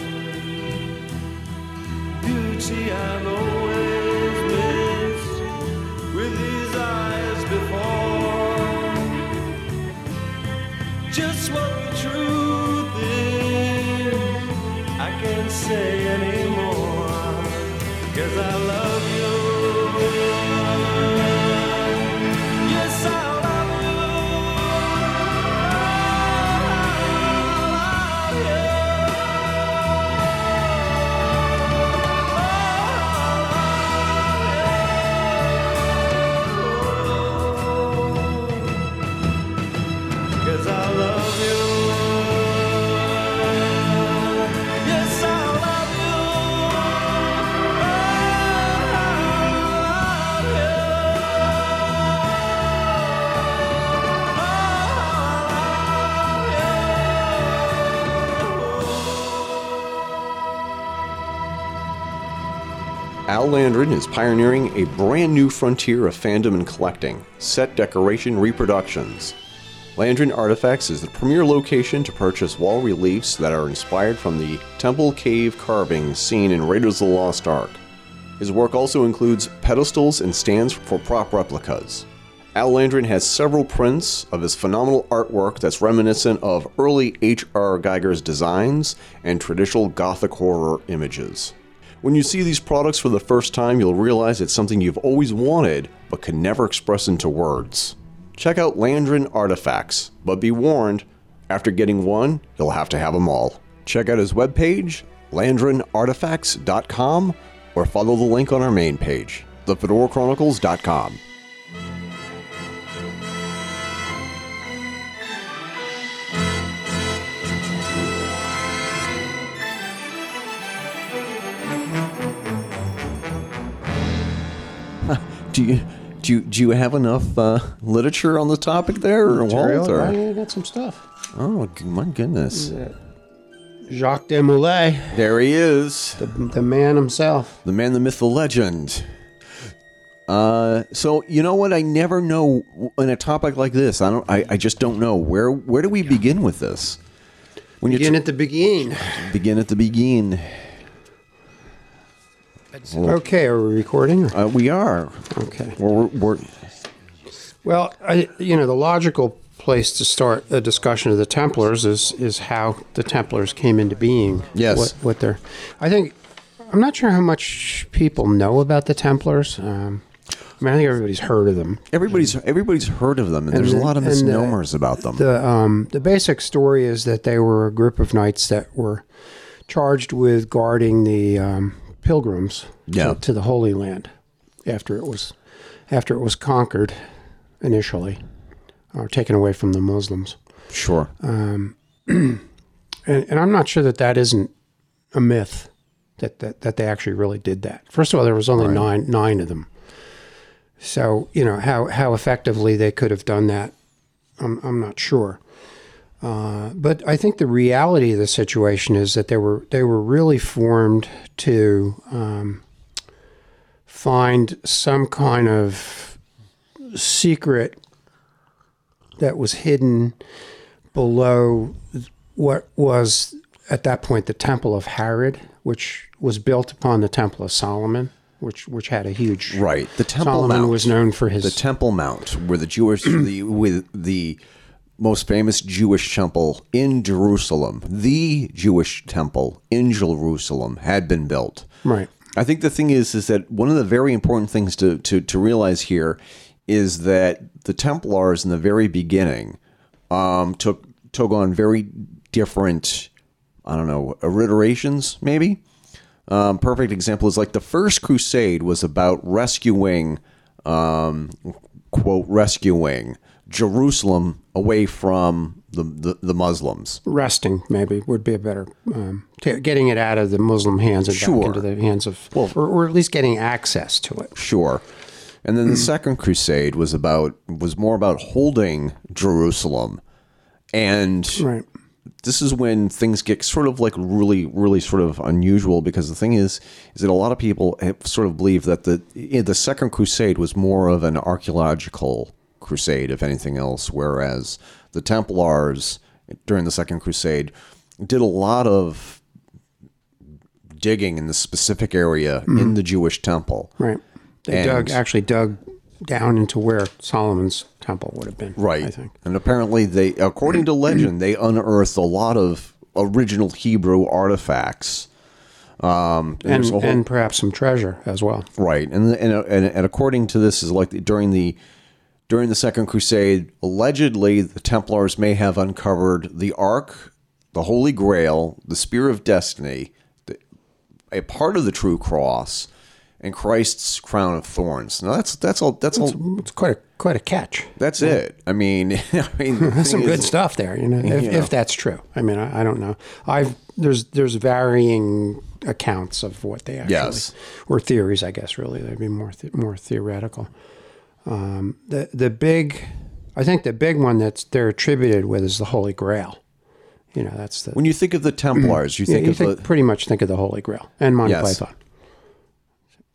D: Beauty I've always missed with these eyes before just what the truth is. I can't say anymore, cause I love you. Yes, I love you. I love you. Cause I love you. Yes, I love you. I love you.
A: Al Landrin is pioneering a brand new frontier of fandom and collecting set decoration reproductions. Landrin Artifacts is the premier location to purchase wall reliefs that are inspired from the Temple Cave carvings seen in Raiders of the Lost Ark. His work also includes pedestals and stands for prop replicas. Al Landrin has several prints of his phenomenal artwork that's reminiscent of early H.R. Geiger's designs and traditional Gothic horror images. When you see these products for the first time, you'll realize it's something you've always wanted but can never express into words. Check out Landrin Artifacts, but be warned, after getting one, you'll have to have them all. Check out his webpage, landrinartifacts.com, or follow the link on our main page, thefedorachronicles.com. Do you do you, do you have enough uh, literature on the topic there, or Walter?
C: Material? Yeah, I got some stuff.
A: Oh my goodness!
C: Jacques de Molay,
A: There he is.
C: the, the man himself.
A: The man, the myth, the legend. Uh, so you know what? I never know in a topic like this. I don't. I, I just don't know where. Where do we begin with this? When you
C: Begin
A: begin,
C: at the beginning.
A: begin at the begin,
C: Okay, are we recording?
A: uh, we are.
C: Okay.
A: We're, we're,
C: Well, I, you know, the logical place to start a discussion of the Templars is is how the Templars came into being.
A: Yes.
C: What, what they're, I think, I'm not sure how much people know about the Templars. Um, I mean, I think everybody's heard of them.
A: everybody's everybody's heard of them, and, there's a lot of
C: and, uh,
A: misnomers about them.
C: The um, the basic story is that they were a group of knights that were charged with guarding the um, pilgrims
A: Yeah.
C: to, to the Holy Land after it was after it was conquered initially or taken away from the Muslims.
A: sure.
C: And, and I'm not sure that that isn't a myth that, that that they actually really did that. First of all, there was only nine nine of them. So you know how how effectively they could have done that, I'm I'm not sure. Uh, but I think the reality of the situation is that they were they were really formed to um, find some kind of secret that was hidden below what was at that point the Temple of Herod, which was built upon the Temple of Solomon, which which had a huge
A: Right. The Temple
C: Solomon
A: Mount.
C: was known for his
A: the Temple Mount, where the Jewish, the, with the most famous Jewish temple in Jerusalem, the Jewish temple in Jerusalem had been built.
C: right.
A: I think the thing is, is that one of the very important things to to, to realize here is that the Templars in the very beginning um, took took on very different, I don't know, iterations maybe Um, perfect example is like the first crusade was about rescuing, um, quote, rescuing Jerusalem away from the, the, the Muslims.
C: Resting maybe would be a better um, t- getting it out of the Muslim hands and
A: Sure.
C: back into the hands of, or, or at least getting access to it.
A: Sure. And then the second crusade was about was more about holding Jerusalem. And
C: Right.
A: this is when things get sort of like really really sort of unusual because the thing is is that a lot of people have sort of believe that the eh, the second crusade was more of an archaeological crusade if anything else whereas the templars during the second crusade did a lot of digging in the specific area in the Jewish temple
C: Right. They
A: And-
C: dug actually dug down into where Solomon's temple would have been.
A: Right.
C: I think.
A: And apparently they according to legend, they unearthed a lot of original Hebrew artifacts. Um and,
C: And
A: there's a whole-
C: and perhaps some treasure as well.
A: right. And, and and and according to this is like during the during the Second Crusade, allegedly the Templars may have uncovered the Ark, the Holy Grail, the Spear of Destiny, the, a part of the True Cross, and Christ's crown of thorns. Now that's that's all that's all
C: It's quite a quite a catch.
A: that's it. I mean, I mean, the
C: That's
A: thing
C: some
A: is-
C: good stuff there, you know. If,
A: Yeah.
C: if that's true, I mean, I, I don't know. I've there's there's varying accounts of what they actually
A: Yes.
C: or theories, I guess. Really, they'd be more th- more theoretical. Um, the the big, I think the big one that's they're attributed with is the Holy Grail. You know, that's the
A: When you think of the Templars, you
C: Mm. yeah,
A: think
C: you
A: of
C: think,
A: the
C: pretty much think of the Holy Grail and Monty
A: Yes.
C: Python.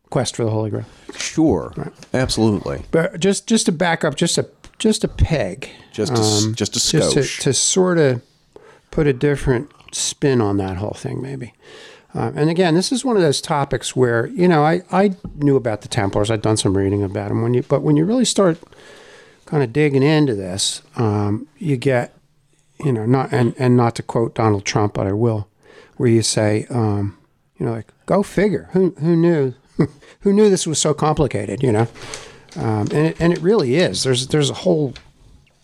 C: Quest for the Holy Grail.
A: sure, absolutely,
C: But just just to back up, just a just a peg, Um,
A: just a, s- just a
C: just to,
A: skosh.
C: to sort of put a different spin on that whole thing, maybe. Um, and again, this is one of those topics where you know I, I knew about the Templars. I'd done some reading about them. When you but when you really start kind of digging into this, um, you get you know not and
A: Mm-hmm.
C: and not to quote Donald Trump, but I will, where you say um, you know like go figure who who knew who knew this was so complicated you know um, and it, and it really is. There's there's a whole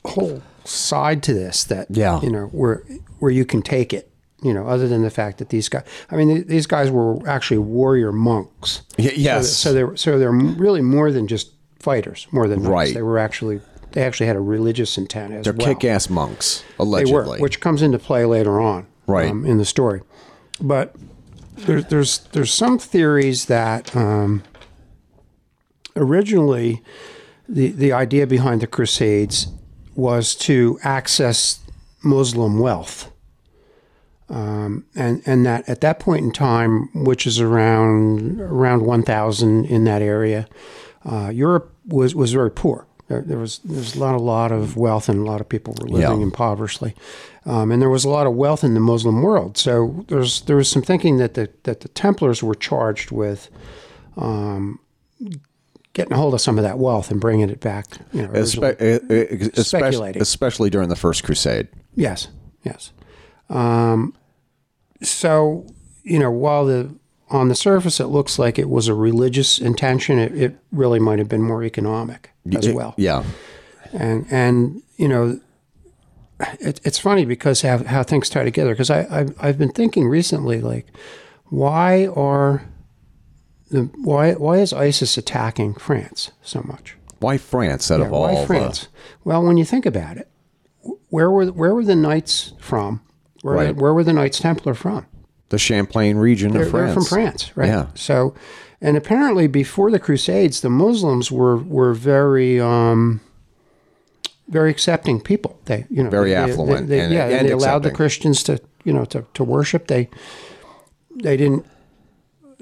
C: whole side to this that
A: Yeah.
C: you know where where you can take it. You know, other than the fact that these guys, I mean, th- these guys were actually warrior monks.
A: Y- yes.
C: So, th- so they're so they're m- really more than just fighters, more than monks.
A: Right.
C: They were actually they actually had a religious intent as
A: They're
C: well.
A: kick-ass monks,
C: They
A: allegedly.
C: were, which comes into play later on,
A: Right.
C: um, in the story. But there, there's there's some theories that um, originally the the idea behind the Crusades was to access Muslim wealth, um, and and that at that point in time, which is around around 1,000 in that area, uh, Europe was was very poor. There, there was there's not a lot of wealth, and a lot of people were living
A: Yeah.
C: impoverishly, um, and there was a lot of wealth in the Muslim world. So there's there was some thinking that the that the Templars were charged with. Um, Getting a hold of some of that wealth and bringing it back, you know, originally.
A: Espe- eh, eh, ex- especially,
C: Speculating.
A: especially during the First Crusade.
C: Yes, yes. Um, so you know, while the on the surface it looks like it was a religious intention, it, it really might have been more economic as well.
A: Yeah,
C: And and you know, it, it's funny because how how things tie together. Because I I've, I've been thinking recently, like, why are the why why is ISIS attacking France so much?
A: why France out of
C: Yeah,
A: all
C: why
A: the-
C: France? Well, when you think about it, wh- where were where were the knights from? Where,
A: Right.
C: where were the Knights Templar from?
A: the Champlain region
C: They're,
A: of
C: they're
A: France?
C: from France, right?
A: Yeah.
C: So, and apparently before the Crusades, the Muslims were were very um, very accepting people. They you know
A: Very
C: they- they-
A: affluent
C: they-
A: and-
C: yeah,
A: and
C: they allowed the
A: accepting.
C: Christians to you know to, to worship. They they didn't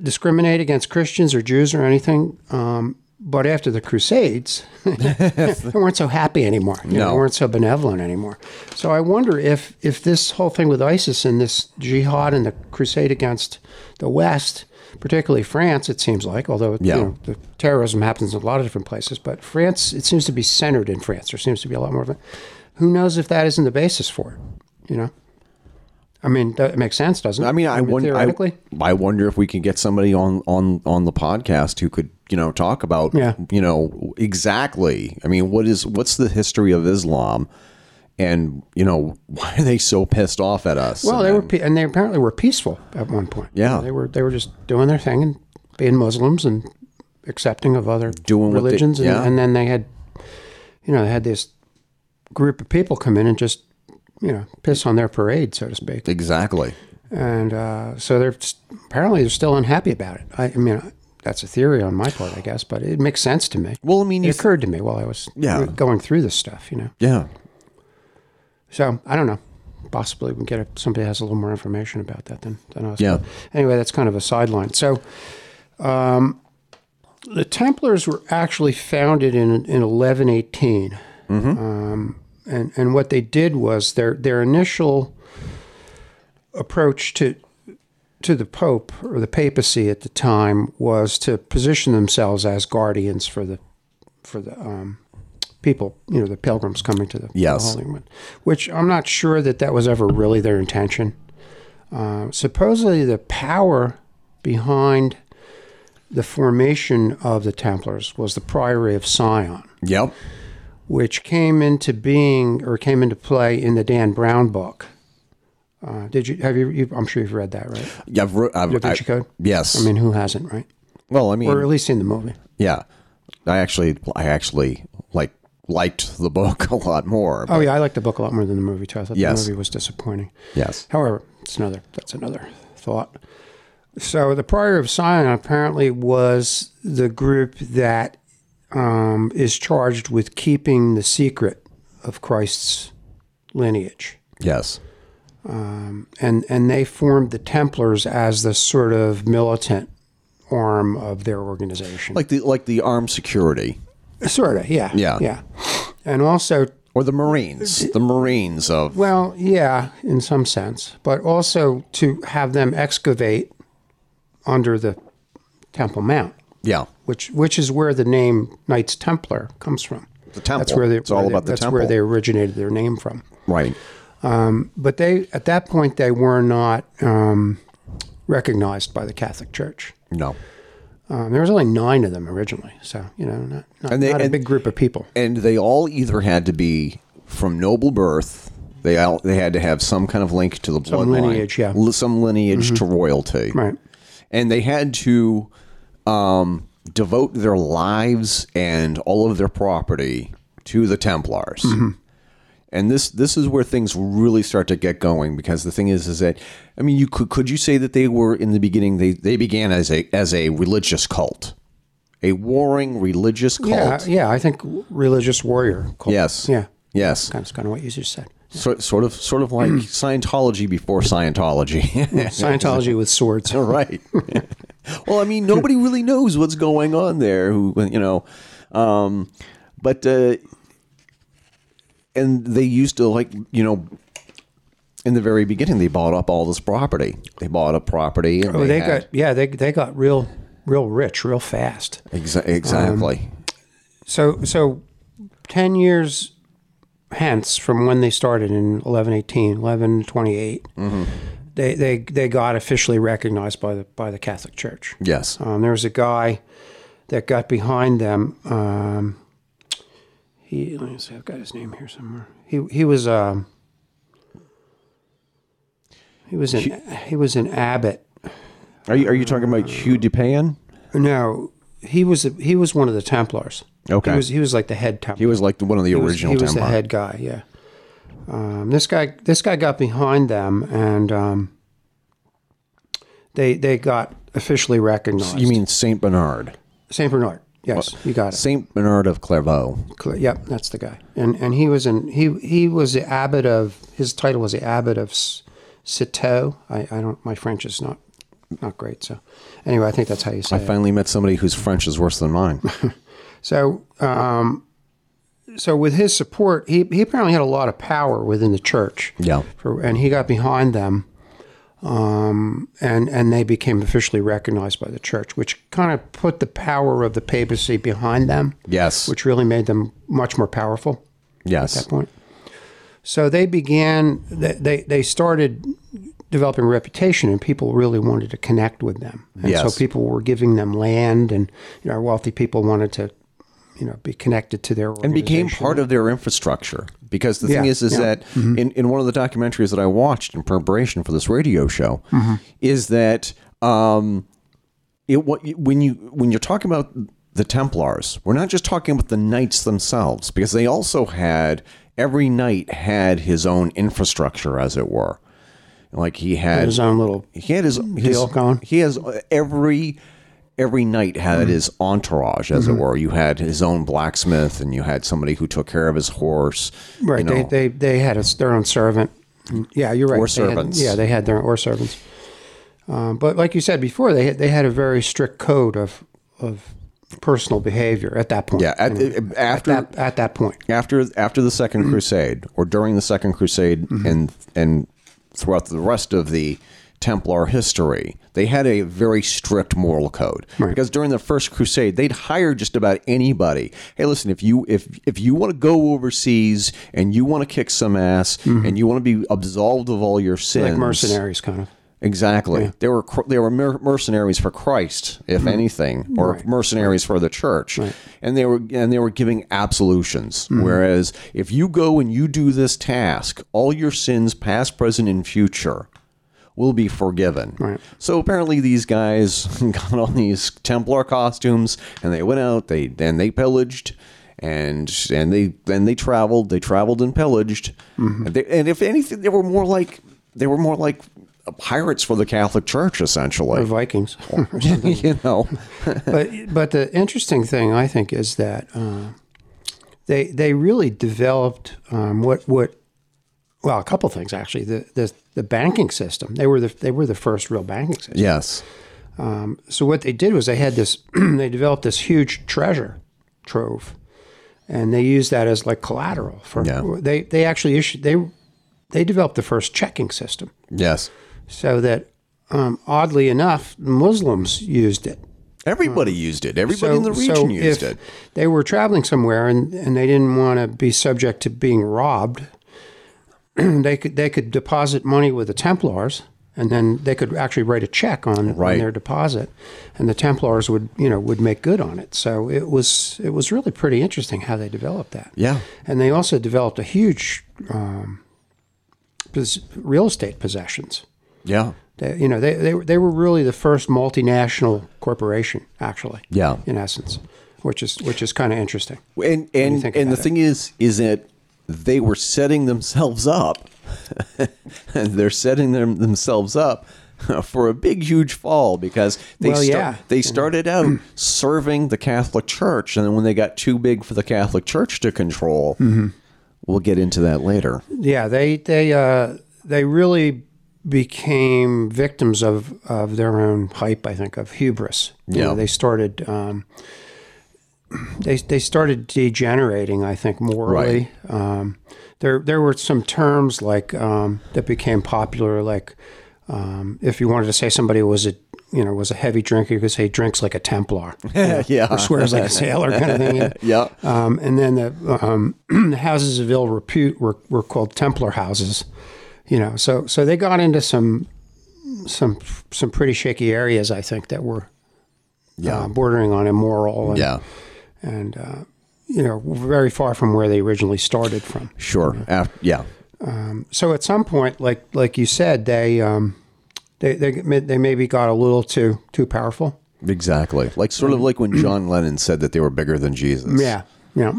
C: discriminate against Christians or Jews or anything. Um, but after the Crusades, they weren't so happy anymore. You know,
A: No.
C: they weren't so benevolent anymore. So I wonder if if this whole thing with ISIS and this jihad and the crusade against the West, particularly France, it seems like, although
A: Yeah.
C: you know, the terrorism happens in a lot of different places, but France, it seems to be centered in France. There seems to be a lot more of it. Who knows if that isn't the basis for it? You know, I mean, that makes sense, doesn't it?
A: I mean, I wonder. I,
C: theoretically.
A: I wonder if we can get somebody on on on the podcast who could you know talk about
C: Yeah.
A: you know exactly. I mean, what is what's the history of Islam And you know why are they so pissed off at us?
C: Well,
A: And
C: they were,
A: then-
C: pe- and they apparently were peaceful at one point.
A: Yeah.
C: they were. They were just doing their thing and being Muslims and accepting of other
A: Doing what they-
C: religions. and,
A: yeah.
C: and then they had, you know, they had this group of people come in and just, you know, piss on their parade, so to speak.
A: exactly.
C: And uh, so they're s- apparently they're still unhappy about it. I, I mean, that's a theory on my part, I guess, but it makes sense to me.
A: Well, I mean,
C: it
A: you
C: occurred to me while I was
A: Yeah.
C: going through this stuff, you know.
A: yeah,
C: So I don't know. Possibly we can get a, somebody has a little more information about that than, than us.
A: Yeah.
C: But anyway, that's kind of a sideline. So um, the Templars were actually founded in, in 1118. Um, and, and what they did was their, their initial approach to to the Pope or the papacy at the time was to position themselves as guardians for the for the um, people, you know, the pilgrims coming to the,
A: Yes.
C: the Holy Land, which I'm not sure that that was ever really their intention. Uh, supposedly, the power behind the formation of the Templars was the Priory of Sion,
A: yep,
C: which came into being or came into play in the Dan Brown book. Uh, did you have you, you? I'm sure you've read that, right?
A: yeah. I've, re- I've,
C: Da
A: I-
C: Vinci Code.
A: Yes.
C: I mean, who hasn't, right?
A: well, I mean,
C: Or at least seen the movie.
A: yeah. I actually, I actually like liked the book a lot more.
C: Oh yeah, I like the book a lot more than the movie too. I thought
A: Yes.
C: the movie was disappointing.
A: Yes.
C: However, it's another that's another thought. So the Prior of Sion apparently was the group that um, is charged with keeping the secret of Christ's lineage,
A: Yes.
C: and and they formed the Templars as the sort of militant arm of their organization.
A: Like the like the armed security
C: sort of, yeah,
A: Yeah.
C: yeah, and also
A: or the Marines, the Marines of
C: Uh, Well, yeah, in some sense, but also to have them excavate under the Temple Mount,
A: yeah.
C: which which is where the name Knights Templar comes from.
A: The temple.
C: That's where they,
A: it's all
C: where they-
A: about the
C: that's
A: temple.
C: where they originated their name from.
A: right.
C: But they at that point they were not um, recognized by the Catholic Church.
A: No.
C: Um, there was only nine of them originally, so you know, not not,
A: And they-
C: not a
A: and-
C: big group of people.
A: and they all either had to be from noble birth. They all they had to have some kind of link to the bloodline,
C: lineage, yeah. Mm-hmm.
A: Li- some lineage to royalty,
C: Right.
A: And they had to um, devote their lives and all of their property to the Templars.
C: Mm-hmm.
A: And this this is where things really start to get going because the thing is is that I mean you could could you say that they were in the beginning they, they began as a as a religious cult, a warring religious cult.
C: Yeah, yeah. I think religious warrior. Cult.
A: Yes.
C: Yeah.
A: Yes.
C: That's kind of what you just said.
A: So, sort of, sort of like Scientology before Scientology.
C: Scientology with swords.
A: right. well, I mean, nobody really knows what's going on there. Who you know, um, but uh, and they used to like you know. In the very beginning, they bought up all this property. They bought up property. And
C: Oh, they,
A: had-
C: got yeah, they they got real real rich real fast.
A: Exa- exactly.
C: um, So so ten years hence from when they started in 1118, 1128, they they they got officially recognized by the by the Catholic Church.
A: yes.
C: Um, there was a guy that got behind them. Um, he let me see, I've got his name here somewhere. He he was um, he was an he was an abbot.
A: Are you are you talking about Hugh DePan?
C: No, he was he was one of the Templars.
A: Okay.
C: he was he was like the head Templar.
A: He was like the, one of the
C: He was-
A: original
C: He was the
A: Templar.
C: head guy. Yeah. Um, this guy this guy got behind them and um, they they got officially recognized.
A: You mean Saint Bernard?
C: Saint Bernard? Yes, you got it.
A: Saint Bernard of Clairvaux.
C: Cl- Yep, that's the guy. And and he was in he he was the abbot of his title was the abbot of S- Citeaux. I, I don't my French is not not great. So anyway, I think that's how you say
A: I
C: it.
A: finally met somebody whose French is worse than mine.
C: So, um, so with his support, he, he apparently had a lot of power within the church.
A: Yeah.
C: For, and he got behind them, um, and and they became officially recognized by the church, which kind of put the power of the papacy behind them,
A: Yes.
C: which really made them much more powerful
A: yes.
C: point. So they began. They they, they started developing a reputation, and people really wanted to connect with them. And
A: Yes.
C: so people were giving them land, and you know, our wealthy people wanted to, you know, be connected to their
A: And became part of their infrastructure. Because the thing
C: Yeah,
A: is, is
C: yeah. Mm-hmm.
A: that in, in one of the documentaries that I watched in preparation for this radio show,
C: Mm-hmm.
A: is that um, it what when you when you're talking about the Templars, we're not just talking about the knights themselves because they also had every knight had his own infrastructure, as it were. Like he had
C: His own little
A: he had his, his
C: Deal going.
A: he has uh, every every knight
C: Mm.
A: had his entourage as
C: Mm-hmm.
A: it were you had his own blacksmith and you had somebody who took care of his horse
C: right.
A: you know.
C: They they they had a, their own servant. Yeah, you're right.
A: Or
C: They had-
A: servants.
C: yeah, they had their or servants. Um, but like you said before, they had- they had a very strict code of of personal behavior at that point.
A: yeah at,
C: you know.
A: after
C: Mm. at that at that point.
A: after after the second
C: Mm-hmm.
A: crusade or during the second crusade and and throughout the rest of the templar history they had a very strict moral code because during the first crusade they'd hire just about anybody hey listen if you if if you want to go overseas and you want to kick some ass and you want to be absolved of all your sins
C: Mm-hmm. Like mercenaries, kind of.
A: Exactly. They were cr- they were mer- mercenaries for Christ, if anything, or mercenaries for the church, and they were and they were giving absolutions. Whereas if you go and you do this task, all your sins, past, present, and future, will be forgiven.
C: Right.
A: So apparently these guys got on these Templar costumes and they went out. They and they pillaged. And and they then they traveled. They traveled and pillaged.
C: Mm-hmm.
A: And, they, and if anything, they were more like they were more like pirates for the Catholic Church,
C: Or
A: essentially.
C: Vikings.
A: you know,
C: but but the interesting thing I think is that uh, they they really developed um, what what well a couple things actually the, the the banking system they were the they were the first real banking system.
A: yes,
C: So what they did was they had this they developed this huge treasure trove, and they used that as like collateral for
A: Yeah.
C: they they actually issued they they developed the first checking system
A: yes.
C: so that um, oddly enough Muslims used it.
A: Everybody used it. Everybody in the region used
C: if
A: it.
C: They were traveling somewhere and, and they didn't want to be subject to being robbed. they could they could deposit money with the Templars and then they could actually write a check on, on
A: Right.
C: their deposit and the Templars would you know would make good on it. So it was it was really pretty interesting how they developed that.
A: Yeah.
C: And they also developed a huge um, pos- real estate possessions.
A: Yeah,
C: They, you know, they, they, were- they were really the first multinational corporation, actually.
A: Yeah.
C: In essence, which is which is kind of interesting.
A: and and and
C: think
A: the
C: about it.
A: thing is, is that they were setting themselves up, and they're setting them themselves up for a big, huge fall because they
C: Well,
A: sta-
C: yeah.
A: they started out serving the Catholic Church, and then when they got too big for the Catholic Church to control,
C: Mm-hmm.
A: we'll get into that later.
C: Yeah, they they uh, they really became victims of of their own hype. I think of hubris. You
A: Yeah.
C: know, they started. Um, they, they started degenerating, I think, morally. Um, there there were some terms like um, that became popular, like um, if you wanted to say somebody was a you know was a heavy drinker, you could say drinks like a Templar,
A: Yeah,
C: or swears like a sailor, kind of thing. you know?
A: yeah,
C: Um, and then the um, the houses of ill repute were, were called Templar houses, you know. So so they got into some some some pretty shaky areas, I think, that were
A: Yeah.
C: uh, bordering on immoral and
A: yeah.
C: and uh, you know very far from where they originally started from.
A: Sure. Af- yeah.
C: So at some point, like like you said, they um, they they they maybe got a little too too powerful.
A: Exactly. Like sort of like when John Lennon said that they were bigger than Jesus.
C: Mm-hmm. Yeah, yeah,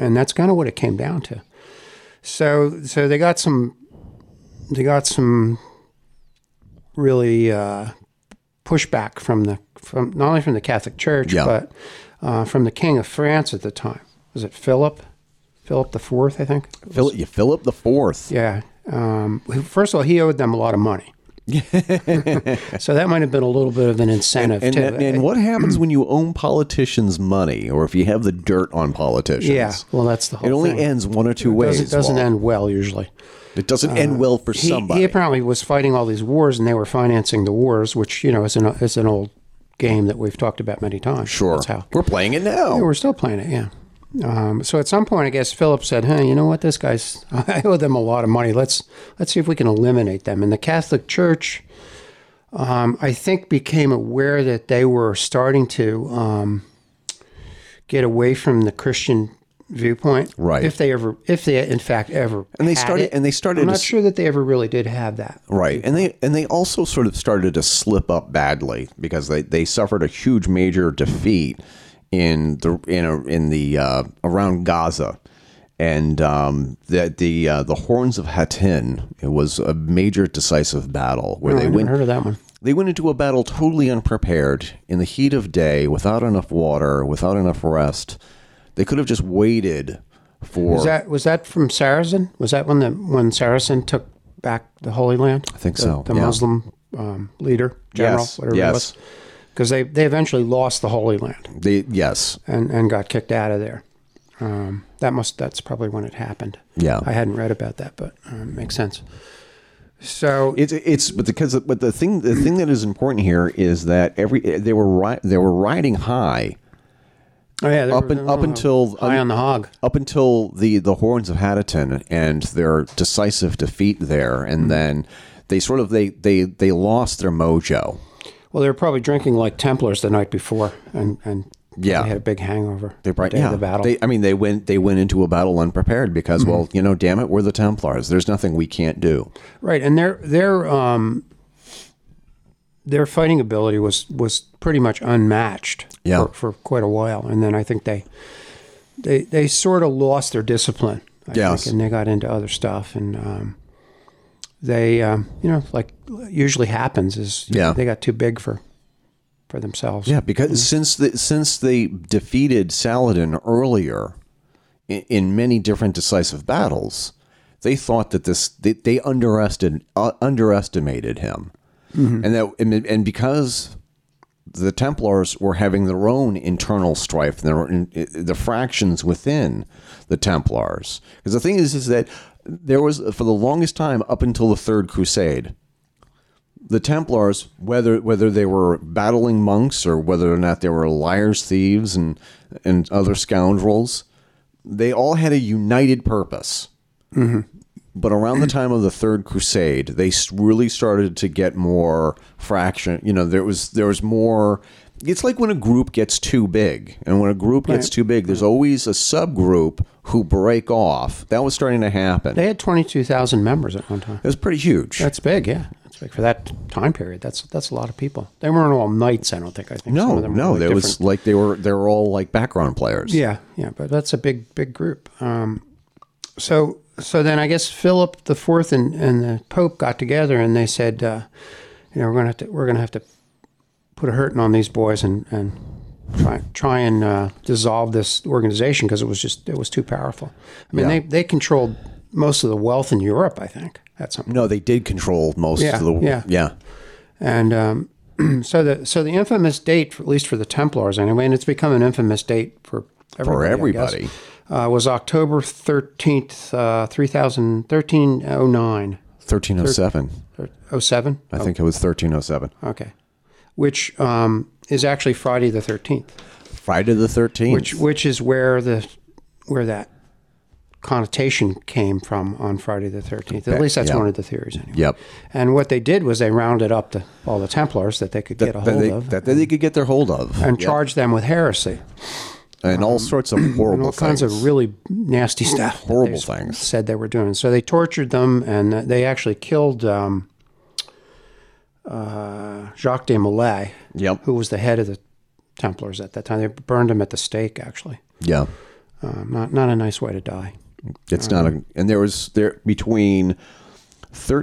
C: and that's kind of what it came down to. So, so they got some, they got some really uh, pushback from the from not only from the Catholic Church
A: Yeah.
C: but uh, from the King of France at the time. Was it Philip? Philip the Fourth, I think.
A: Philip, you Philip the Fourth.
C: Yeah. Um, first of all, he owed them a lot of money. so that might have been a little bit of an incentive uh,
A: And,
C: too.
A: and, and what happens when you own politicians' money, or if you have the dirt on politicians?
C: yeah, well, that's the whole.
A: it only
C: thing.
A: ends one or two
C: It
A: ways.
C: doesn't, doesn't
A: Walt.
C: end well usually.
A: It doesn't end well for
C: he,
A: somebody.
C: He apparently was fighting all these wars, and they were financing the wars, which you know is an is an old game that we've talked about many times.
A: sure,
C: that's how
A: we're playing it now.
C: Yeah, Oh, we're still playing it. Yeah. Um, so at some point, I guess Philip said, "Hey, you know what? This guy's I owe them a lot of money. Let's let's see if we can eliminate them." And the Catholic Church, um, I think, became aware that they were starting to um, get away from the Christian viewpoint,
A: Right.
C: If they ever, if they in fact ever,
A: And they
C: had
A: started-
C: it.
A: and they started
C: I'm
A: to
C: not
A: s-
C: sure that they ever really did have that.
A: Right. And they and they also sort of started to slip up badly because they, they suffered a huge major defeat in the in a, in the uh, around Gaza. And um, that the uh, the horns of Hattin it was a major decisive battle where
C: Oh, I
A: they
C: never
A: went
C: heard of that one.
A: they went into a battle totally unprepared, in the heat of day, without enough water, without enough rest. They could have just waited for.
C: Was that was that from Saracen? Was that when the when Saracen took back the Holy Land? I
A: think
C: the,
A: so,
C: The
A: yeah.
C: Muslim um, leader, general,
A: Yes,
C: whatever
A: yes.
C: it was, because they they eventually lost the Holy Land
A: They, yes,
C: and and got kicked out of there. Um, that must that's probably when it happened.
A: Yeah.
C: I hadn't read about that, but um, makes sense. So
A: It's it's but because but the thing the thing that is important here is that every they were ri- they were riding high
C: oh yeah, they
A: up
C: were-
A: and- up until-
C: high on the hog.
A: up until the the horns of Hattin and their decisive defeat there,
C: Hmm.
A: and then they sort of they they they lost their mojo.
C: Well, they were probably drinking like Templars the night before, and and
A: Yeah.
C: they had a big hangover.
A: They
C: the
A: brought
C: day
A: yeah.
C: of the battle. Mm-hmm.
A: They, I mean, they went they went into a battle unprepared because well, you know, damn it, we're the Templars. There's nothing we can't do.
C: Right, and their their um their fighting ability was was pretty much unmatched
A: Yeah.
C: for, for quite a while, and then I think they they they sort of lost their discipline. I
A: Yes.
C: think, and they got into other stuff, and um, they um, you know like usually happens is
A: Yeah.
C: they got too big for for themselves.
A: Yeah, because since the, since they defeated Saladin earlier in, in many different decisive battles, they thought that this they, they underestimated uh, underestimated him, and that and, and because the Templars were having their own internal strife, their in, the fractions within the Templars. Because the thing is, is that there was for the longest time up until the Third Crusade the Templars, whether whether they were battling monks or whether or not they were liars, thieves, and and other scoundrels, they all had a united purpose.
C: Mm-hmm.
A: But around the time of the Third Crusade, they s- really started to get more fraction. You know, there was there was more. It's like when a group gets too big, and when a group gets too big, there's always a subgroup who break off. That was starting to happen.
C: they
A: It
C: had twenty two thousand members at one time.
A: was pretty huge.
C: That's big, yeah. That's big for that time period. That's that's a lot of people. They weren't all knights, I don't think. I think some
A: No,
C: of them were,
A: no,
C: like,
A: there
C: different-
A: was like they were they were all like background players.
C: Yeah, yeah, but that's a big, big group. Um, so, so then I guess Philip the Fourth and, and the Pope got together and they said, uh, you know, we're gonna have to we're gonna have to put a hurting on these boys and and try try and uh, dissolve this organization because it was just it was too powerful. I mean,
A: Yeah.
C: they they controlled most of the wealth in Europe, I think, at some
A: No, they did control most
C: Yeah,
A: of the
C: yeah.
A: yeah.
C: And um, so the so the infamous date, for, at least for the Templars anyway, and it's become an infamous date for everybody, I guess,
A: everybody.
C: uh, was October thirteenth, uh, 3000 oh, 1309,
A: 1307.
C: or 07?
A: I think it was 1307.
C: oh, Okay, which um, is actually Friday the thirteenth,
A: Friday the 13th.
C: which which is where the where that connotation came from on Friday the thirteenth. At
A: Okay,
C: least that's
A: yeah.
C: one of the theories. Anyway.
A: yep.
C: And what they did was they rounded up the, all the Templars that they could get a
A: that,
C: hold
A: they,
C: of.
A: that they could get their hold of.
C: and
A: Yep.
C: charge them with heresy
A: and all sorts of horrible
C: and all kinds
A: things.
C: of really nasty stuff. that they
A: Horrible
C: s-
A: things.
C: Said they were doing. So they tortured them and they actually killed um, uh, Jacques de Molay,
A: Yep.
C: who was the head of the Templars at that time. They burned him at the stake, actually.
A: yeah.
C: Um, not, not a nice way to die.
A: It's not
C: Um,
A: a and there was there between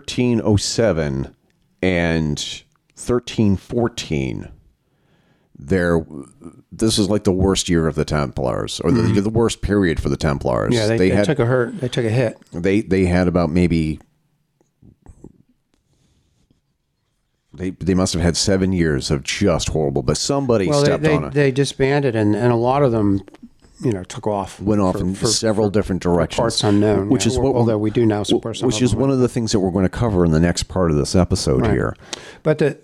A: 1307 and 1314 there this is like the worst year of the Templars or the, the worst period for the Templars.
C: Mm-hmm. Yeah, they, they
A: had
C: took a hurt. They took a hit.
A: they they had about maybe they they must have had seven years of just horrible, but somebody
C: Well, they,
A: stepped
C: they,
A: on it,
C: they disbanded and, and a lot of them, you know, took off.
A: went off
C: for-
A: in
C: for
A: several different directions,
C: parts unknown.
A: which
C: yeah.
A: is what we're-
C: although we do now,
A: wh-
C: support some
A: which
C: of
A: is
C: them.
A: one of the things that we're going to cover in the next part of this episode
C: Right.
A: here.
C: But the,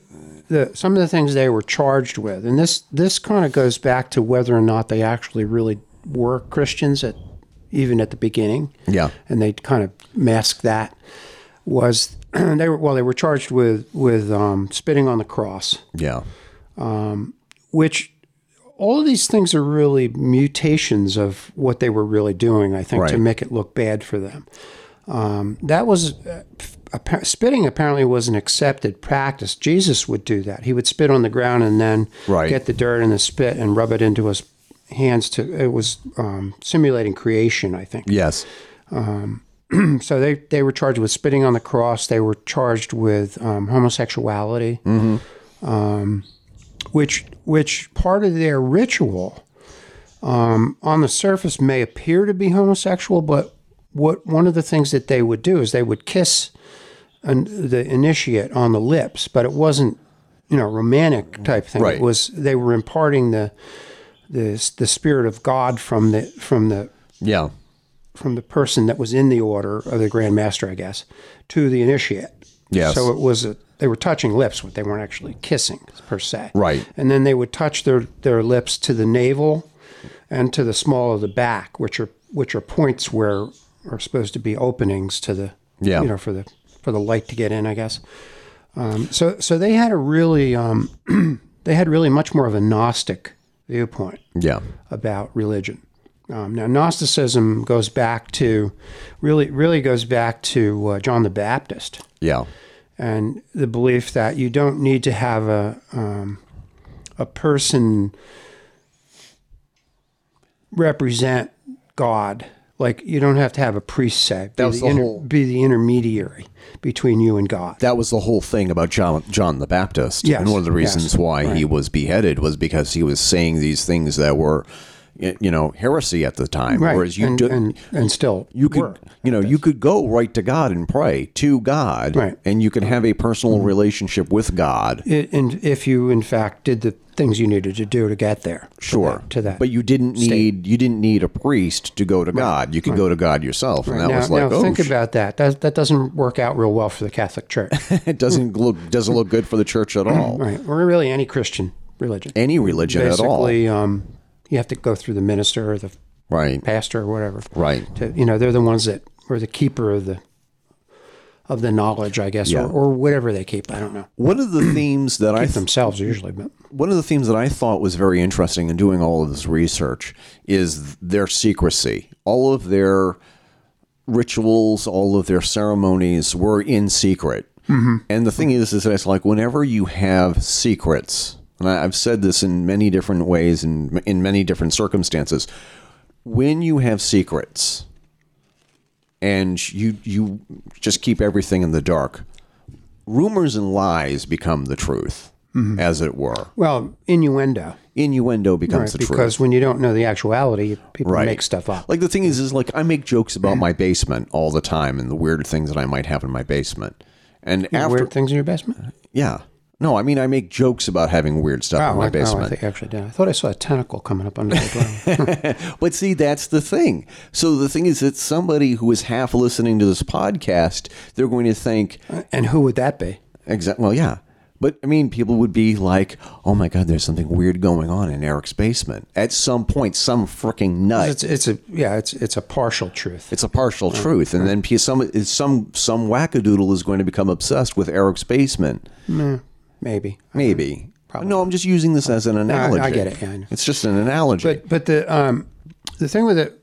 C: the some of the things they were charged with, and this this kind of goes back to whether or not they actually really were Christians at even at the beginning.
A: Yeah.
C: and they kind of masked that was they were well they were charged with with um, spitting on the cross,
A: Yeah,
C: which all of these things are really mutations of what they were really doing, I think, to
A: Right.
C: make it look bad for them. Um, that was uh, appa- spitting. Apparently, was an accepted practice. Jesus would do that. He would spit on the ground and then
A: Right.
C: get the dirt and the spit and rub it into his hands. To it was um, simulating creation, I think.
A: Yes.
C: So they they were charged with spitting on the cross. They were charged with um, homosexuality, um, which which part of their ritual um, on the surface may appear to be homosexual, but what one of the things that they would do is they would kiss an, the initiate on the lips, but it wasn't you know romantic type thing.
A: Right.
C: It was they were imparting the the the spirit of God from the from the
A: Yeah.
C: from the person that was in the order of the Grand Master, I guess, to the initiate.
A: Yes.
C: So it was a, they were touching lips, but they weren't actually kissing per se.
A: Right.
C: And then they would touch their their lips to the navel and to the small of the back, which are which are points where are supposed to be openings to the
A: Yeah.
C: you know for the for the light to get in, I guess. Um, so so they had a really um, they had really much more of a Gnostic viewpoint
A: Yeah.
C: about religion. Um, now, Gnosticism goes back to really, really goes back to uh, John the Baptist
A: Yeah.
C: and the belief that you don't need to have a um, a person represent God. Like you don't have to have a priest say. Be
A: That was
C: the
A: the
C: inter-
A: whole-
C: be the intermediary between you and God.
A: That was the whole thing about John, John the Baptist.
C: Yes,
A: and one of the
C: yes,
A: reasons why he was beheaded was because he was saying these things that were, y- you know, heresy at the time.
C: right.
A: Whereas you
C: and,
A: do,
C: and and still
A: you could
C: were.
A: you know you could go right to God and pray to God,
C: Right. Mm-hmm.
A: and you can have a personal relationship with God.
C: it, and if you in fact did the things you needed to do to get there to
A: Sure,
C: that- to that
A: but you didn't
C: state.
A: need you didn't need a priest to go to God. You could go to God yourself, and that
C: now,
A: was like,
C: now
A: oh,
C: think
A: sh-
C: about that. that that doesn't work out real well for the catholic church
A: it doesn't look doesn't look good for the church at all.
C: right or really any christian religion
A: Any religion
C: basically um you have to go through the minister or the
A: at all, right?
C: pastor or whatever
A: Right.
C: to you know they're the ones that are the keeper of the of the knowledge i guess
A: Yeah.
C: or, or whatever they keep i don't know
A: One of the themes that I th-
C: themselves usually but
A: one of the themes that I thought was very interesting in doing all of this research is their secrecy. All of their rituals, all of their ceremonies were in secret. And the thing is, is that it's like whenever you have secrets, and I, I've said this in many different ways and in many different circumstances, when you have secrets and you you just keep everything in the dark, rumors and lies become the truth, as it were
C: well innuendo
A: innuendo
C: right?
A: becomes the
C: because
A: truth.
C: when you don't know the actuality people
A: Right.
C: make stuff up
A: Like the thing is, is like I make jokes about my basement all the time and the weird things that I might have in my basement. And after, Oh,
C: weird things in your basement
A: yeah, no, I mean I make jokes about having weird stuff in my
C: Oh, I-
A: basement.
C: I think I actually did. I thought I saw a tentacle coming up under the dwelling.
A: But see, that's the thing. So the thing is that somebody who is half listening to this podcast, they're going to think,
C: and who would that be?
A: Exactly. Well, yeah. But I mean, people would be like, "Oh my God, there's something weird going on in Eric's basement." At some point, some freaking nut.
C: It's it's a yeah, it's it's a partial truth.
A: It's a partial truth, and then pe- some some some wackadoodle is going to become obsessed with Eric's basement.
C: Maybe.
A: Maybe. No, I'm just using this as an
C: I- I
A: analogy.
C: get it, yeah, I know.
A: It's just an analogy.
C: But but the um the thing with it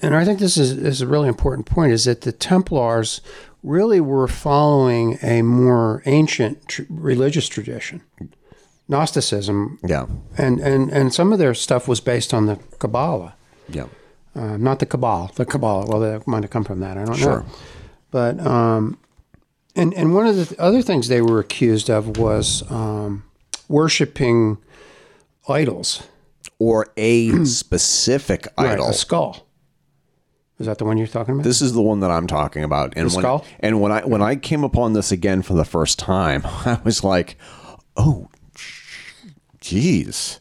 C: and I think this is, is a really important point is that the Templars really were following a more ancient tr- religious tradition. Gnosticism
A: yeah,
C: and, and and some of their stuff was based on the Kabbalah.
A: yeah,
C: Um, not the Cabal, the Kabbalah. Well, that might have come from that. I don't
A: Sure.
C: know. But um, and and one of the other things they were accused of was um, worshiping idols,
A: or a specific idol.
C: a skull. Is that the one you're talking about?
A: This is the one that I'm talking about. And when,
C: skull?
A: And when I when I came upon this again for the first time, I was like, "Oh, jeez."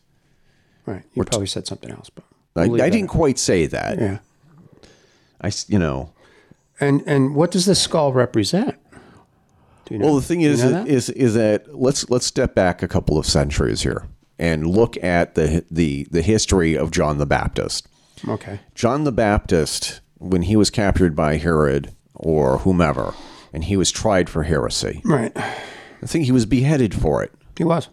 C: right. You probably said something else, but
A: I,
C: we'll leave
A: I
C: that
A: didn't quite say that.
C: out. Yeah.
A: I s- you know.
C: And and what does the skull represent? Do you know?
A: Well, the thing is,
C: know that?
A: is is that let's let's step back a couple of centuries here and look at the the the history of John the Baptist.
C: okay.
A: John the Baptist, when he was captured by Herod or whomever, and he was tried for heresy.
C: Right.
A: I think he was beheaded for it.
C: He was.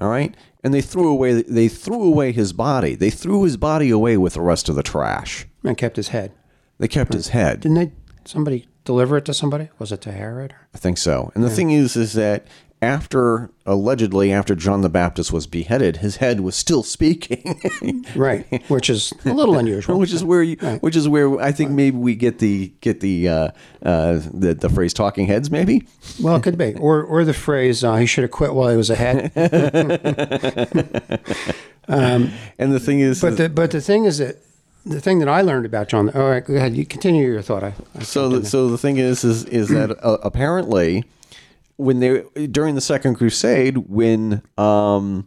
A: All right, and they threw away they threw away his body. They threw his body away with the rest of the trash.
C: and kept his head.
A: They kept his head.
C: Didn't they? Somebody deliver it to somebody? Was it to Herod? Or?
A: I think so. And the thing is, is that after allegedly after John the Baptist was beheaded, his head was still speaking.
C: Right, which is a little unusual.
A: which is where you, which is where I think maybe we get the get the uh, uh, the, the phrase "talking heads." Maybe
C: Well, it could be, or or the phrase uh, "he should have quit while he was ahead."
A: And the thing is,
C: But the but the thing is that the thing that I learned about John. All right, go ahead. You continue your thought. I, I
A: so the, so the thing is is is that uh, apparently when they during the second crusade when um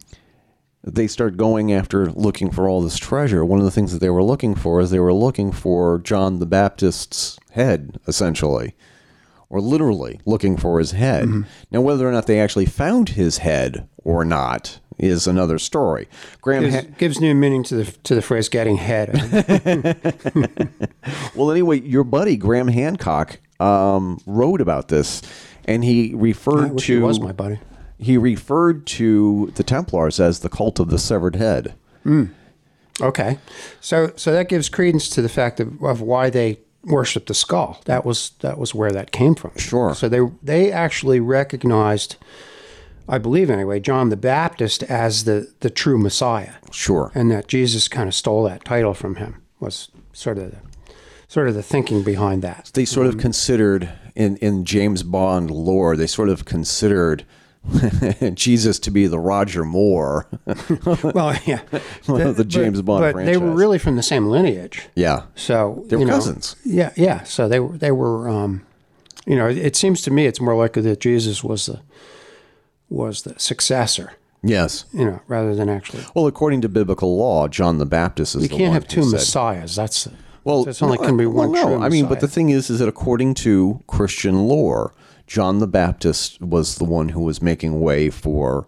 A: they start going after looking for all this treasure one of the things that they were looking for is they were looking for John the Baptist's head essentially or literally looking for his head now whether or not they actually found his head or not is another story Graham
C: gives,
A: Ha-
C: gives new meaning to the to the phrase "getting head."
A: Well, anyway, your buddy Graham Hancock um, wrote about this, and he referred
C: I wish
A: to
C: he was my buddy.
A: he referred to the Templars as the cult of the severed head.
C: Okay, so so that gives credence to the fact of, of why they worshipped the skull. That was that was where that came from.
A: Sure.
C: So they they actually recognized, I believe anyway, John the Baptist as the the true Messiah,
A: Sure.
C: and that Jesus kind of stole that title from him was sort of the, sort of the thinking behind that.
A: they sort of considered in in James Bond lore, they sort of considered Jesus to be the Roger Moore.
C: Well, yeah,
A: One of the James Bond
C: but they were
A: franchise.
C: really from the same lineage.
A: yeah.
C: So
A: They were
C: you know,
A: cousins.
C: Yeah, yeah. So they were they were. Um, you know, it, it seems to me it's more likely that Jesus was the was the successor.
A: Yes.
C: You know, rather than actually.
A: Well, according to biblical law, John the Baptist is
C: You
A: the
C: can't
A: one
C: have
A: who
C: two
A: said-
C: messiahs. That's
A: Well, uh,
C: so it's only can be one
A: well,
C: true
A: I mean, but
C: Messiah.
A: the thing is, is that according to Christian lore, John the Baptist was the one who was making way for,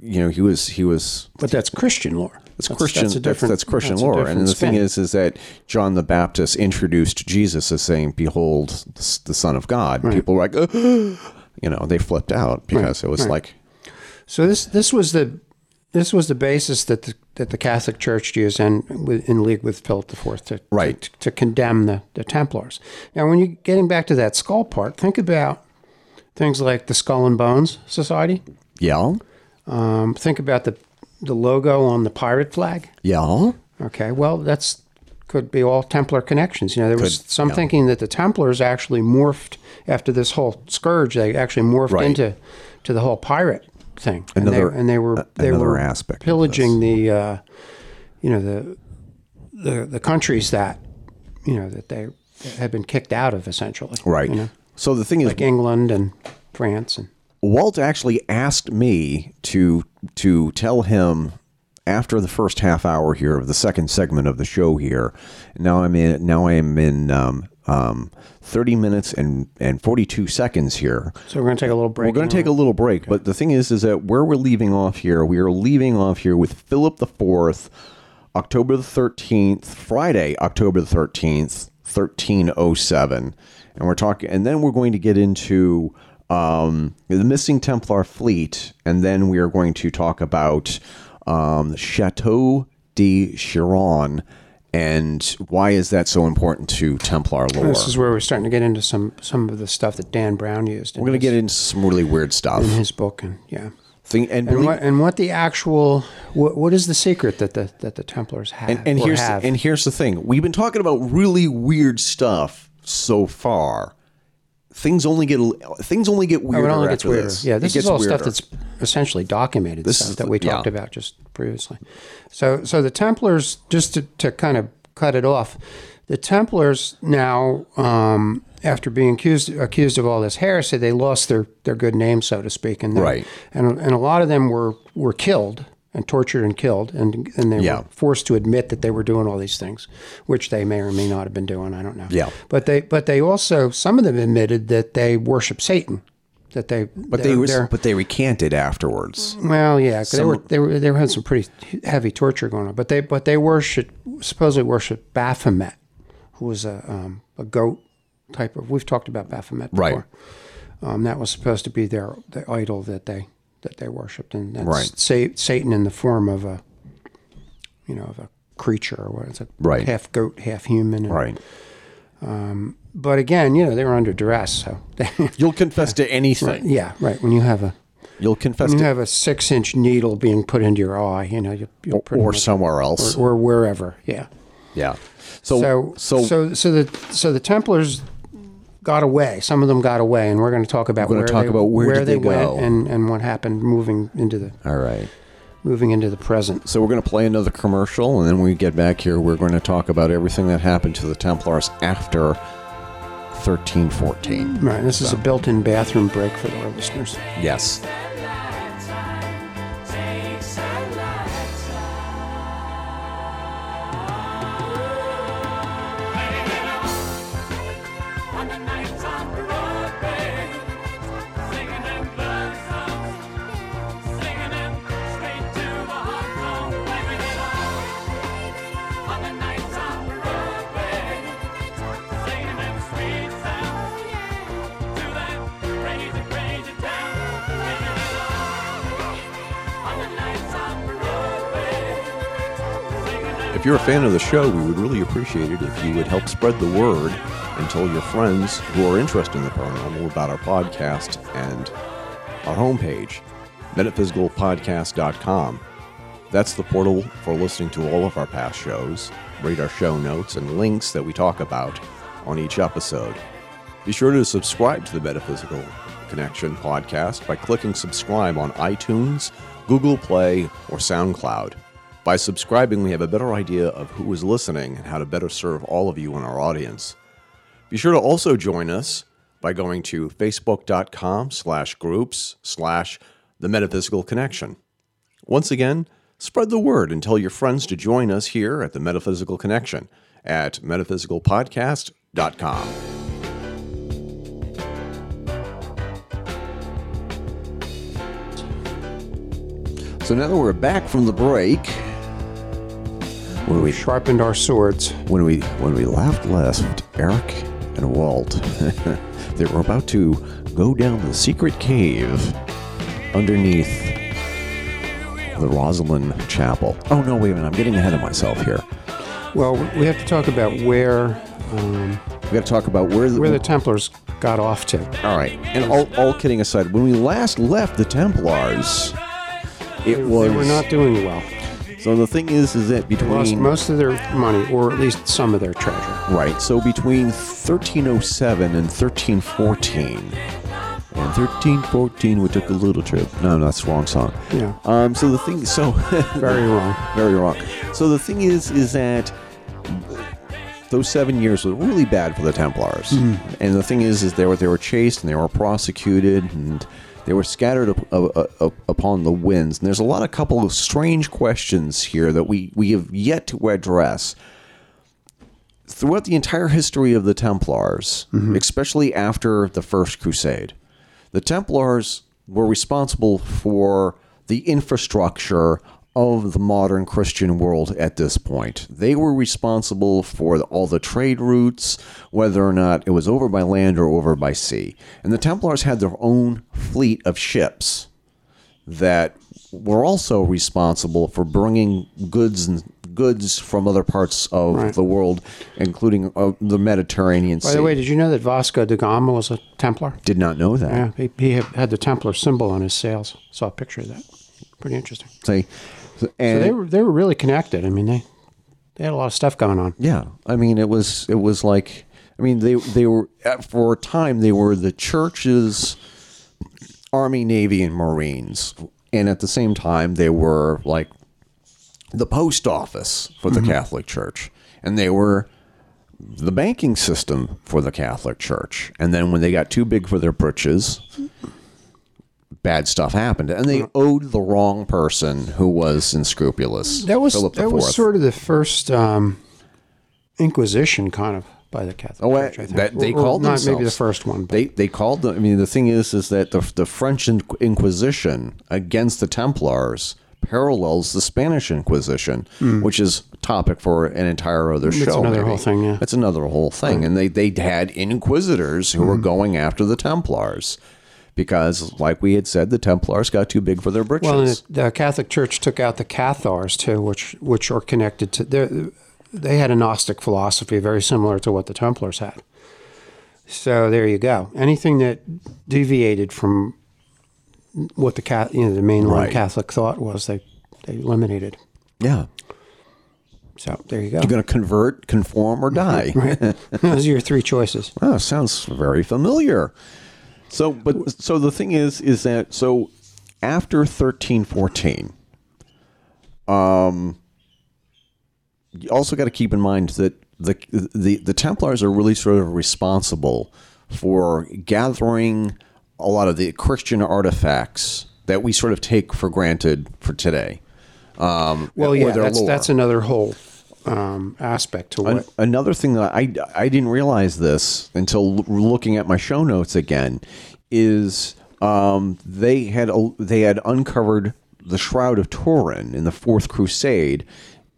A: you know, he was he was
C: but that's Christian lore.
A: it's Christian that's, that's Christian
C: that's a
A: lore,
C: different
A: and the
C: spin.
A: thing is, is that John the Baptist introduced Jesus as saying, "Behold, the S- the Son of God." People were like, "Ugh," you know, they flipped out because it was like,
C: So this this was the this was the basis that the, that the Catholic Church used and wi- in league with Philip IV to
A: Right.
C: to, to condemn the, the Templars. Now, when you're getting back to that skull part, think about things like the Skull and Bones Society.
A: "Yeah,
C: Um, think about the the logo on the pirate flag.
A: yeah,
C: Okay, well that's could be all Templar connections. You know, there was
A: Could,
C: some
A: yeah.
C: thinking that the Templars actually morphed after this whole scourge. They actually morphed
A: Right.
C: into to the whole pirate thing. And
A: Another-
C: they, and they were they
A: another
C: were
A: aspect of
C: pillaging the uh, you know the the the countries that you know that they had been kicked out of essentially.
A: right."
C: You know,
A: So the thing is,
C: like England and France and
A: Walt actually asked me to to tell him after the first half hour here of the second segment of the show here. Now I'm in. Now I am in um, um, thirty minutes and and forty two seconds here.
C: so we're going to take a little break.
A: We're going to take a little break, but the thing is, is that where we're leaving off here, we are leaving off here with Philip the Fourth, October the thirteenth, Friday, October the thirteenth, thirteen oh seven, and we're talking, and then we're going to get into um, the missing Templar fleet, and then we are going to talk about um, Chateau de Chiron. And why is that so important to Templar lore?
C: This is where we're starting to get into some some of the stuff that Dan Brown used.
A: We're going to get into some really weird stuff.
C: in his book, and yeah,
A: Thing, and,
C: Mm-hmm. and
A: believe-
C: what and what the actual what, what is the secret that the that the Templars have
A: and, and
C: or
A: here's
C: have?
A: and here's the thing we've been talking about really weird stuff so far things only get a- things only get
C: Oh,
A: weirder
C: it only gets
A: after
C: weirder.
A: this
C: Yeah,
A: It
C: this
A: gets
C: is all
A: weirder.
C: stuff that's essentially documented stuff
A: is
C: that
A: the-
C: we talked
A: yeah.
C: about just previously. So so the Templars, just to, to kind of cut it off, the Templars now um, after being accused accused of all this heresy, they lost their their good name, so to speak, and they-
A: Right.
C: and and a lot of them were were killed. And tortured and killed, and and they
A: Yeah.
C: were forced to admit that they were doing all these things, which they may or may not have been doing. I don't know.
A: Yeah.
C: But they but they also some of them admitted that they worship Satan, that they
A: but they
C: were
A: res- but they recanted afterwards
C: well yeah 'cause they were they were they were having some pretty heavy torture going on. But they but they worship supposedly worship Baphomet, who was a um, a goat type of. We've talked about Baphomet
A: Right.
C: before. Um, that was supposed to be their the idol that they that they worshipped, and that's
A: Right.
C: sa- Satan in the form of a, you know, of a creature or what? It's a
A: Right.
C: half goat, half human. and-
A: Right.
C: But again, you know, they were under duress, so
A: You'll confess to anything.
C: yeah, Mm-hmm. right. When you have a
A: You'll confess
C: when
A: to
C: you have a six inch needle being put into your eye, you know, you'll, you'll pretty
A: or
C: much-
A: somewhere else.
C: or, or wherever. Yeah.
A: yeah.
C: So so so so the so the Templars got away. Some of them got away, and we're going to talk about
A: gonna
C: where
A: talk
C: they,
A: about where did they go.
C: went and and what happened moving into the
A: all right.
C: moving into the present.
A: So we're going to play another commercial, and then when we get back here, we're going to talk about everything that happened to the Templars after 1314.
C: Right. This is a built-in bathroom break for our listeners.
A: Yes. If you're a fan of the show, we would really appreciate it if you would help spread the word and tell your friends who are interested in the paranormal about our podcast and our homepage, metaphysicalpodcast.com. That's the portal for listening to all of our past shows, read our show notes, and links that we talk about on each episode. Be sure to subscribe to the Metaphysical Connection podcast by clicking subscribe on iTunes, Google Play, or SoundCloud. By subscribing, we have a better idea of who is listening and how to better serve all of you in our audience. Be sure to also join us by going to facebook.com slash groups slash the metaphysical connection. Once again, spread the word and tell your friends to join us here at the Metaphysical Connection at metaphysicalpodcast.com. So now that we're back from the break, when we
C: Sharpened our swords.
A: when we when we left left Eric and Walt they were about to go down the secret cave underneath the Rosalind Chapel. Oh no, wait a minute, I'm getting ahead of myself here.
C: Well, we have to talk about where um,
A: We got to talk about where the,
C: where the Templars got off to.
A: all right. And all, all kidding aside, when we last left the Templars, it was
C: They were not doing well.
A: so. The thing is, is that
C: Lost
A: between
C: most of their money, or at least some of their treasure.
A: Right. So between 1307 and 1314. And 1314, we took a little trip. No, no, that's the wrong song.
C: Yeah.
A: Um. So the thing. So
C: Very wrong.
A: very wrong. So the thing is, is that those seven years were really bad for the Templars. And the thing is, is they were they were chased and they were prosecuted and they were scattered up, up, up, upon the winds. And there's a lot of couple of strange questions here that we we have yet to address. Throughout the entire history of the Templars, especially after the First Crusade, the Templars were responsible for the infrastructure of the modern Christian world at this point. They were responsible for all the trade routes, whether or not it was over by land or over by sea. And the Templars had their own fleet of ships that were also responsible for bringing goods and goods from other parts of the world, including uh, the Mediterranean Sea.
C: By the way, did you know that Vasco da Gama was a Templar?
A: did not know that.
C: Yeah, he, he had the Templar symbol on his sails. Saw a picture of that. Pretty interesting.
A: See, so- and
C: So they were they were really connected. I mean, they they had a lot of stuff going on.
A: Yeah, I mean, it was it was like, I mean, they they were at- for a time they were the church's army, navy, and marines, and at the same time they were like the post office for
C: Mm-hmm.
A: the Catholic Church, and they were the banking system for the Catholic Church. And then when they got too big for their britches. Bad stuff happened, and
C: Mm.
A: they owed the wrong person who was unscrupulous.
C: That was
A: Philip the
C: that was
A: Fourth.
C: sort of the first um, Inquisition, kind of by the Catholic
A: Oh,
C: Church. I
A: I-
C: think.
A: that they
C: Or- or
A: called
C: not
A: themselves
C: maybe the first one. But
A: They they called them. I mean, the thing is, is that the the French In- Inquisition against the Templars parallels the Spanish Inquisition, which is a topic for an entire other show.
C: Hmm. another
A: maybe.
C: whole thing, yeah.
A: that's
C: Hmm.
A: another whole thing. And they they had inquisitors who were going after the Templars because, like we had said, the Templars got too big for their britches.
C: Well, and it, the Catholic Church took out the Cathars too, which which are connected to they they had a Gnostic philosophy very similar to what the Templars had. So there you go. Anything that deviated from what the Cath- you know the mainline
A: Right.
C: Catholic thought was, they they eliminated.
A: yeah,
C: So there you go.
A: you're going to convert, conform, or die.
C: Those are your three choices.
A: Oh, sounds very familiar. So, but so the thing is, is that so after thirteen fourteen, um, you also got to keep in mind that the the the Templars are really sort of responsible for gathering a lot of the Christian artifacts that we sort of take for granted for today. Um,
C: Well,
A: or
C: yeah,
A: their
C: that's
A: lore.
C: that's another whole um, aspect to
A: An-
C: what.
A: another thing that I, I didn't realize this until l- looking at my show notes again is um, they had a, they had uncovered the Shroud of Turin in the Fourth Crusade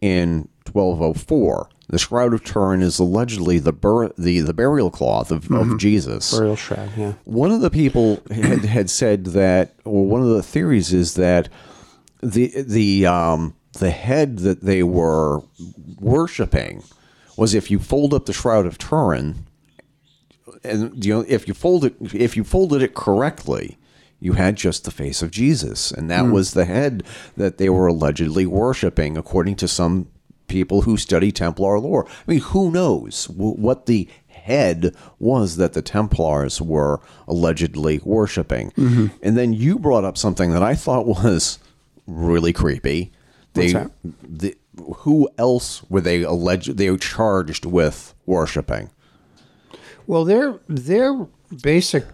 A: in 1204. The Shroud of Turin is allegedly the bur- the, the burial cloth of, of Jesus.
C: Mm-hmm. Burial shroud, yeah.
A: One of the people had, had said that, or one of the theories is that the the um, the head that they were worshiping was if you fold up the shroud of Turin, and you know if you fold it if you folded it correctly, you had just the face of Jesus, and
C: Hmm.
A: that was the head that they were allegedly worshiping, according to some people who study Templar lore. I mean, who knows wh- what the head was that the Templars were allegedly worshiping?
C: Mm-hmm.
A: And then you brought up something that I thought was really creepy. They,
C: What's
A: the, who else were they alleged? They were charged with worshiping.
C: Well, their their basic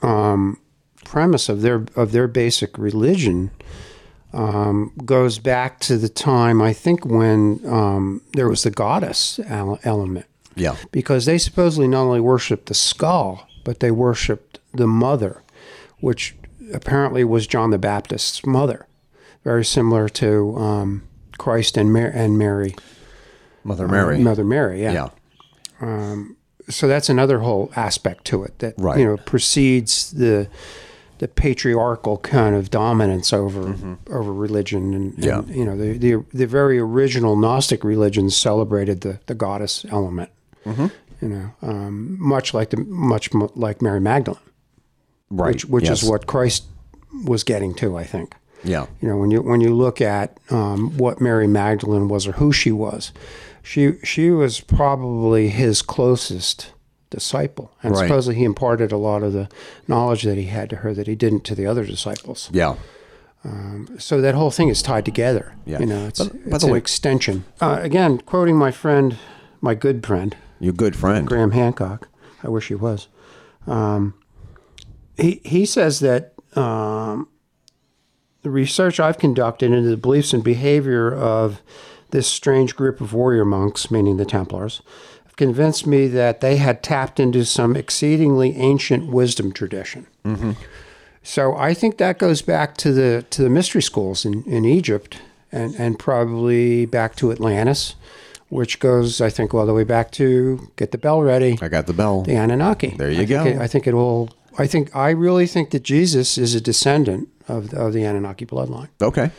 C: um, premise of their of their basic religion um, goes back to the time I think when um, there was the goddess ele- element,
A: Yeah.
C: because they supposedly not only worshipped the skull but they worshipped the mother, which apparently was John the Baptist's mother, very similar to um, Christ and Mar- and Mary,
A: Mother Mary.
C: Uh, Mother Mary,
A: Yeah.
C: so that's another whole aspect to it that
A: Right.
C: you know precedes the the patriarchal kind of dominance over over religion and, and,
A: Mm-hmm. Yeah.
C: you know the, the the very original Gnostic religions celebrated the the goddess element
A: Mm-hmm.
C: you know um, much like the much mo- like Mary Magdalene
A: Right.
C: which, which is
A: yes.
C: what Christ was getting to I think
A: Yeah.
C: you know when you when you look at um, what Mary Magdalene was or who she was, she she was probably his closest disciple, and
A: Right.
C: supposedly he imparted a lot of the knowledge that he had to her that he didn't to the other disciples.
A: Yeah.
C: So that whole thing is tied together.
A: Yeah.
C: you know, it's,
A: But- by
C: it's
A: the
C: an
A: way-
C: extension. Uh, again, quoting my friend, my good friend,
A: Your good friend.
C: Graham Hancock. I wish he was. Um, he he says that um, the research I've conducted into the beliefs and behavior of this strange group of warrior monks, meaning the Templars, have convinced me that they had tapped into some exceedingly ancient wisdom tradition. So I think that goes back to the to the mystery schools in, in Egypt and, and probably back to Atlantis, which goes, I think, all the way back to get the bell ready,
A: I got the bell.
C: the Anunnaki.
A: There you
C: I think
A: go.
C: it- I think it all I think I really think that Jesus is a descendant of, of the Anunnaki bloodline.
A: Okay.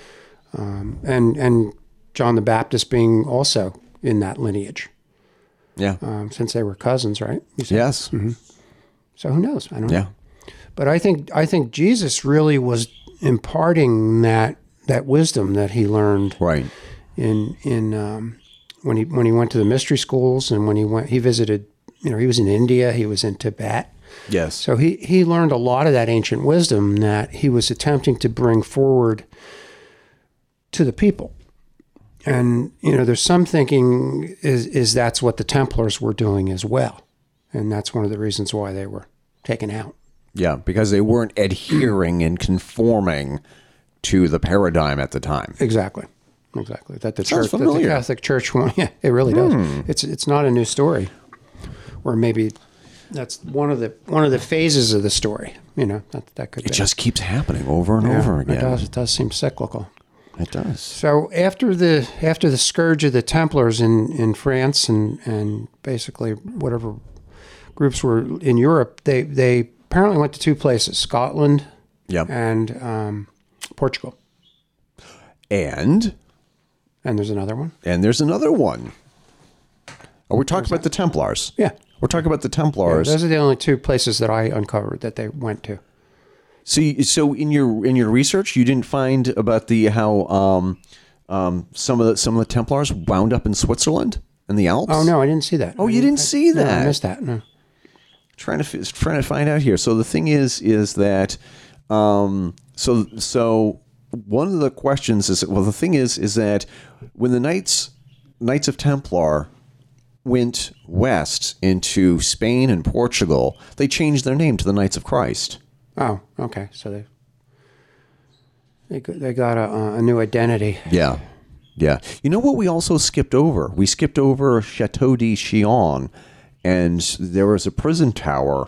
C: And and John the Baptist being also in that lineage.
A: Yeah.
C: Um, since they were cousins, right? You said.
A: yes.
C: So who knows? I don't know.
A: Yeah.
C: But I think I think Jesus really was imparting that that wisdom that he learned
A: Right.
C: in in um, when he when he went to the mystery schools and when he went he visited you know he was in India he was in Tibet
A: Yes.
C: so he he learned a lot of that ancient wisdom that he was attempting to bring forward to the people and you know there's some thinking is is that's what the Templars were doing as well and that's one of the reasons why they were taken out.
A: yeah. Because they weren't adhering and conforming to the paradigm at the time.
C: Exactly. Exactly. That the
A: Sounds
C: church, that the
A: familiar. Hmm.
C: Catholic Church, one, yeah, it really does. It's it's not a new story, or maybe that's one of the one of the phases of the story. You know, that that could
A: It
C: be.
A: just keeps happening over and
C: Yeah,
A: over
C: it
A: again.
C: does. It does seem cyclical.
A: It does.
C: So after the after the scourge of the Templars in, in France and, and basically whatever groups were in Europe, they they apparently went to two places: Scotland
A: Yep.
C: and um, Portugal.
A: And
C: And there's another one.
A: and there's another one. Are we talking about the Templars?
C: Yeah,
A: We're talking about the Templars.
C: those are the only two places that I uncovered that they went to.
A: So, you- so in your in your research, you didn't find about the how um, um, some of the some of the Templars wound up in Switzerland and the Alps.
C: Oh no, I didn't see that.
A: Oh,
C: I
A: you didn't
C: I-
A: see
C: no,
A: that.
C: I missed that. No.
A: trying to fi- trying to find out here. So the thing is, is that um, so so one of the questions is well, the thing is, is that when the knights knights of Templar went west into Spain and Portugal, they changed their name to the Knights of Christ.
C: Oh, okay. So they they got, they got a, uh, a new identity.
A: Yeah. Yeah. You know what we also skipped over? We skipped over Chateau de Chillon and there was a prison tower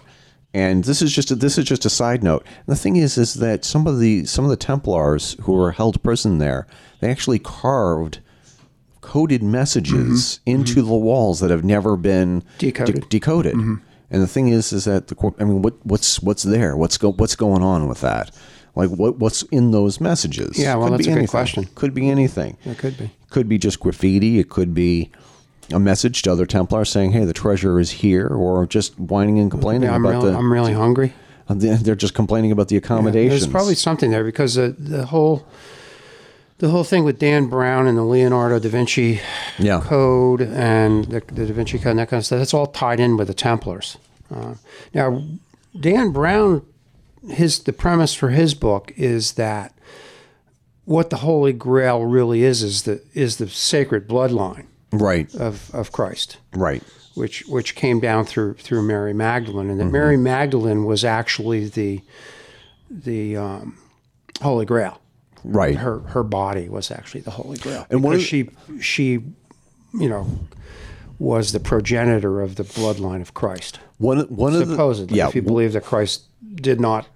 A: and this is just a, this is just a side note. And the thing is is that some of the some of the Templars who were held prison there, they actually carved coded messages into the walls that have never been de-
C: Decoded.
A: decoded. And the thing is, is that the cor- I mean, what what's what's there? What's go what's going on with that? Like what what's in those messages?
C: Yeah, well, that's a good
A: anything.
C: question.
A: Could be anything.
C: It could be.
A: Could be just graffiti. It could be a message to other Templars saying, "Hey, the treasure is here," or just whining and complaining
C: Yeah, I'm,
A: about
C: real,
A: the,
C: I'm really hungry.
A: the- They're just complaining about the accommodations.
C: There's probably something there because the, the whole the whole thing with Dan Brown and the Leonardo da Vinci
A: Yeah.
C: Code and the, the Da Vinci Code and that kind of stuff. That's all tied in with the Templars. Uh, now, Dan Brown, his the premise for his book is that what the Holy Grail really is is the is the sacred bloodline
A: right,
C: of of Christ
A: right,
C: which which came down through through Mary Magdalene, and that
A: Mm-hmm.
C: Mary Magdalene was actually the the um, Holy Grail.
A: right.
C: Her her body was actually the Holy Grail,
A: And
C: and
A: what
C: because
A: is-
C: she she you know was the progenitor of the bloodline of Christ,
A: One one of
C: supposedly.
A: the
C: if you believe that Christ did not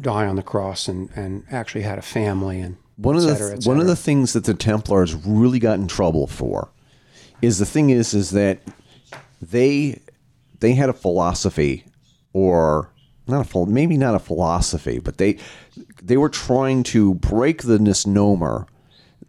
C: die on the cross and and actually had a family and
A: one of
C: et
A: the
C: cetera, et
A: one of
C: cetera.
A: the things that the Templars really got in trouble for is the thing is is that they they had a philosophy or not a phil- maybe not a philosophy but they they were trying to break the misnomer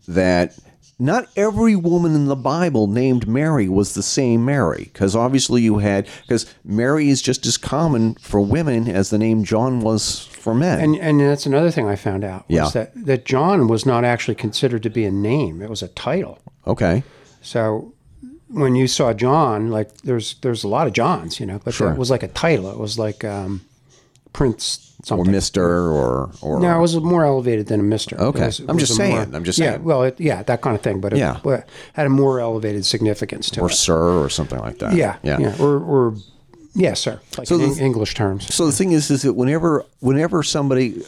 A: that not every woman in the Bible named Mary was the same Mary because obviously you had because Mary is just as common for women as the name John was for men
C: And and that's another thing I found out was
A: Yeah.
C: that that John was not actually considered to be a name; it was a title.
A: okay
C: So when you saw John, like there's there's a lot of Johns, you know, but
A: Sure.
C: that was like a title. It was like um, Prince
A: or
C: something.
A: Mister or or
C: no, it was more elevated than a Mister.
A: Okay.
C: It was- it
A: I'm
C: was
A: just
C: a more-
A: saying, I'm just
C: yeah,
A: saying.
C: Well, it, yeah, that kind of thing, but it
A: Yeah.
C: but it had a more elevated significance to
A: or
C: it.
A: sir or something like that.
C: Yeah,
A: yeah.
C: or or yeah, sir. Like
A: So
C: in
A: the-
C: English terms.
A: So the thing is, is that whenever whenever somebody,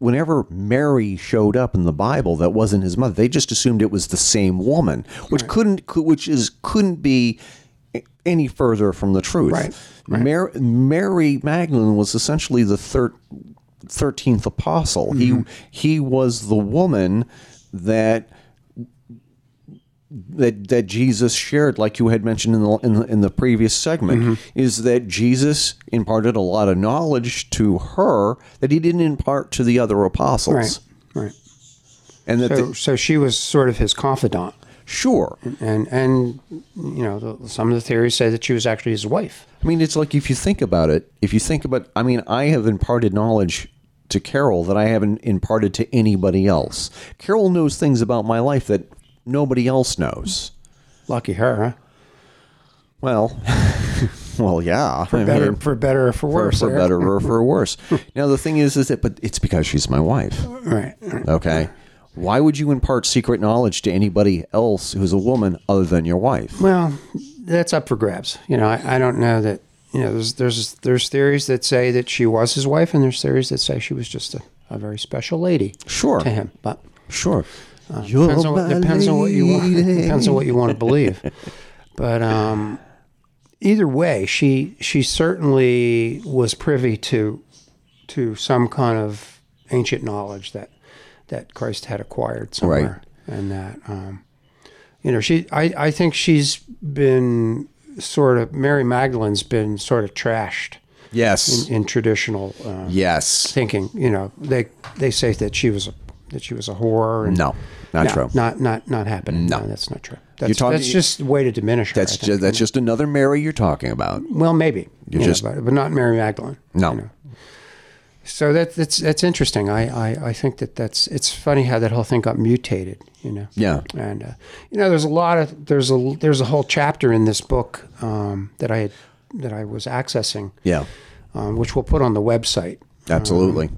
A: whenever Mary showed up in the Bible that wasn't his mother, they just assumed it was the same woman, which couldn't, cou- which is couldn't be a- any further from the truth.
C: Right,
A: Mar- Mary Magdalene was essentially the third. 13th apostle
C: Mm-hmm.
A: he he was the woman that that that Jesus shared, like you had mentioned in the in the, in the previous segment,
C: Mm-hmm.
A: is that Jesus imparted a lot of knowledge to her that he didn't impart to the other apostles,
C: Right. Right.
A: and that
C: So,
A: the,
C: so she was sort of his confidant,
A: sure,
C: and and you know the, some of the theories say that she was actually his wife.
A: I mean, it's like if you think about it, if you think about, I mean, I have imparted knowledge to Carol that I haven't imparted to anybody else. Carol knows things about my life that nobody else knows.
C: Lucky her, huh?
A: Well, well, yeah, I
C: better
A: mean-
C: for better or for
A: for,
C: worse.
A: for
C: there.
A: better or for worse. now the thing is, is that but it's because she's my wife.
C: Right. right.
A: Okay, why would you impart secret knowledge to anybody else who's a woman other than your wife?
C: Well, that's up for grabs. You know, I, I don't know that. You know, there's there's there's theories that say that she was his wife, and there's theories that say she was just a, a very special lady
A: Sure,
C: to him. But
A: sure.
C: Uh, depends, on what, depends on what you want. Depends on what you want to believe. But um, either way, she she certainly was privy to to some kind of ancient knowledge that that Christ had acquired somewhere, and that um, you know she I I think she's been sort of Mary Magdalene's been sort of trashed
A: Yes.
C: in, in traditional uh,
A: yes.
C: thinking. You know, they they say that she was a, that she was a whore. And
A: No, not true.
C: Not not not happening.
A: No.
C: No, that's not true. That's,
A: talking-
C: that's just a way to diminish her.
A: That's
C: I think.
A: just that's just another Mary you're talking about.
C: well, maybe you
A: just-
C: know, but, but not Mary Magdalene.
A: No.
C: you know. So that, that's that's interesting. I, I, I think that that's it's funny how that whole thing got mutated. You know.
A: Yeah.
C: And uh, you know, there's a lot of there's a there's a whole chapter in this book um, that I had that I was accessing,
A: Yeah.
C: um, which we'll put on the website.
A: Absolutely.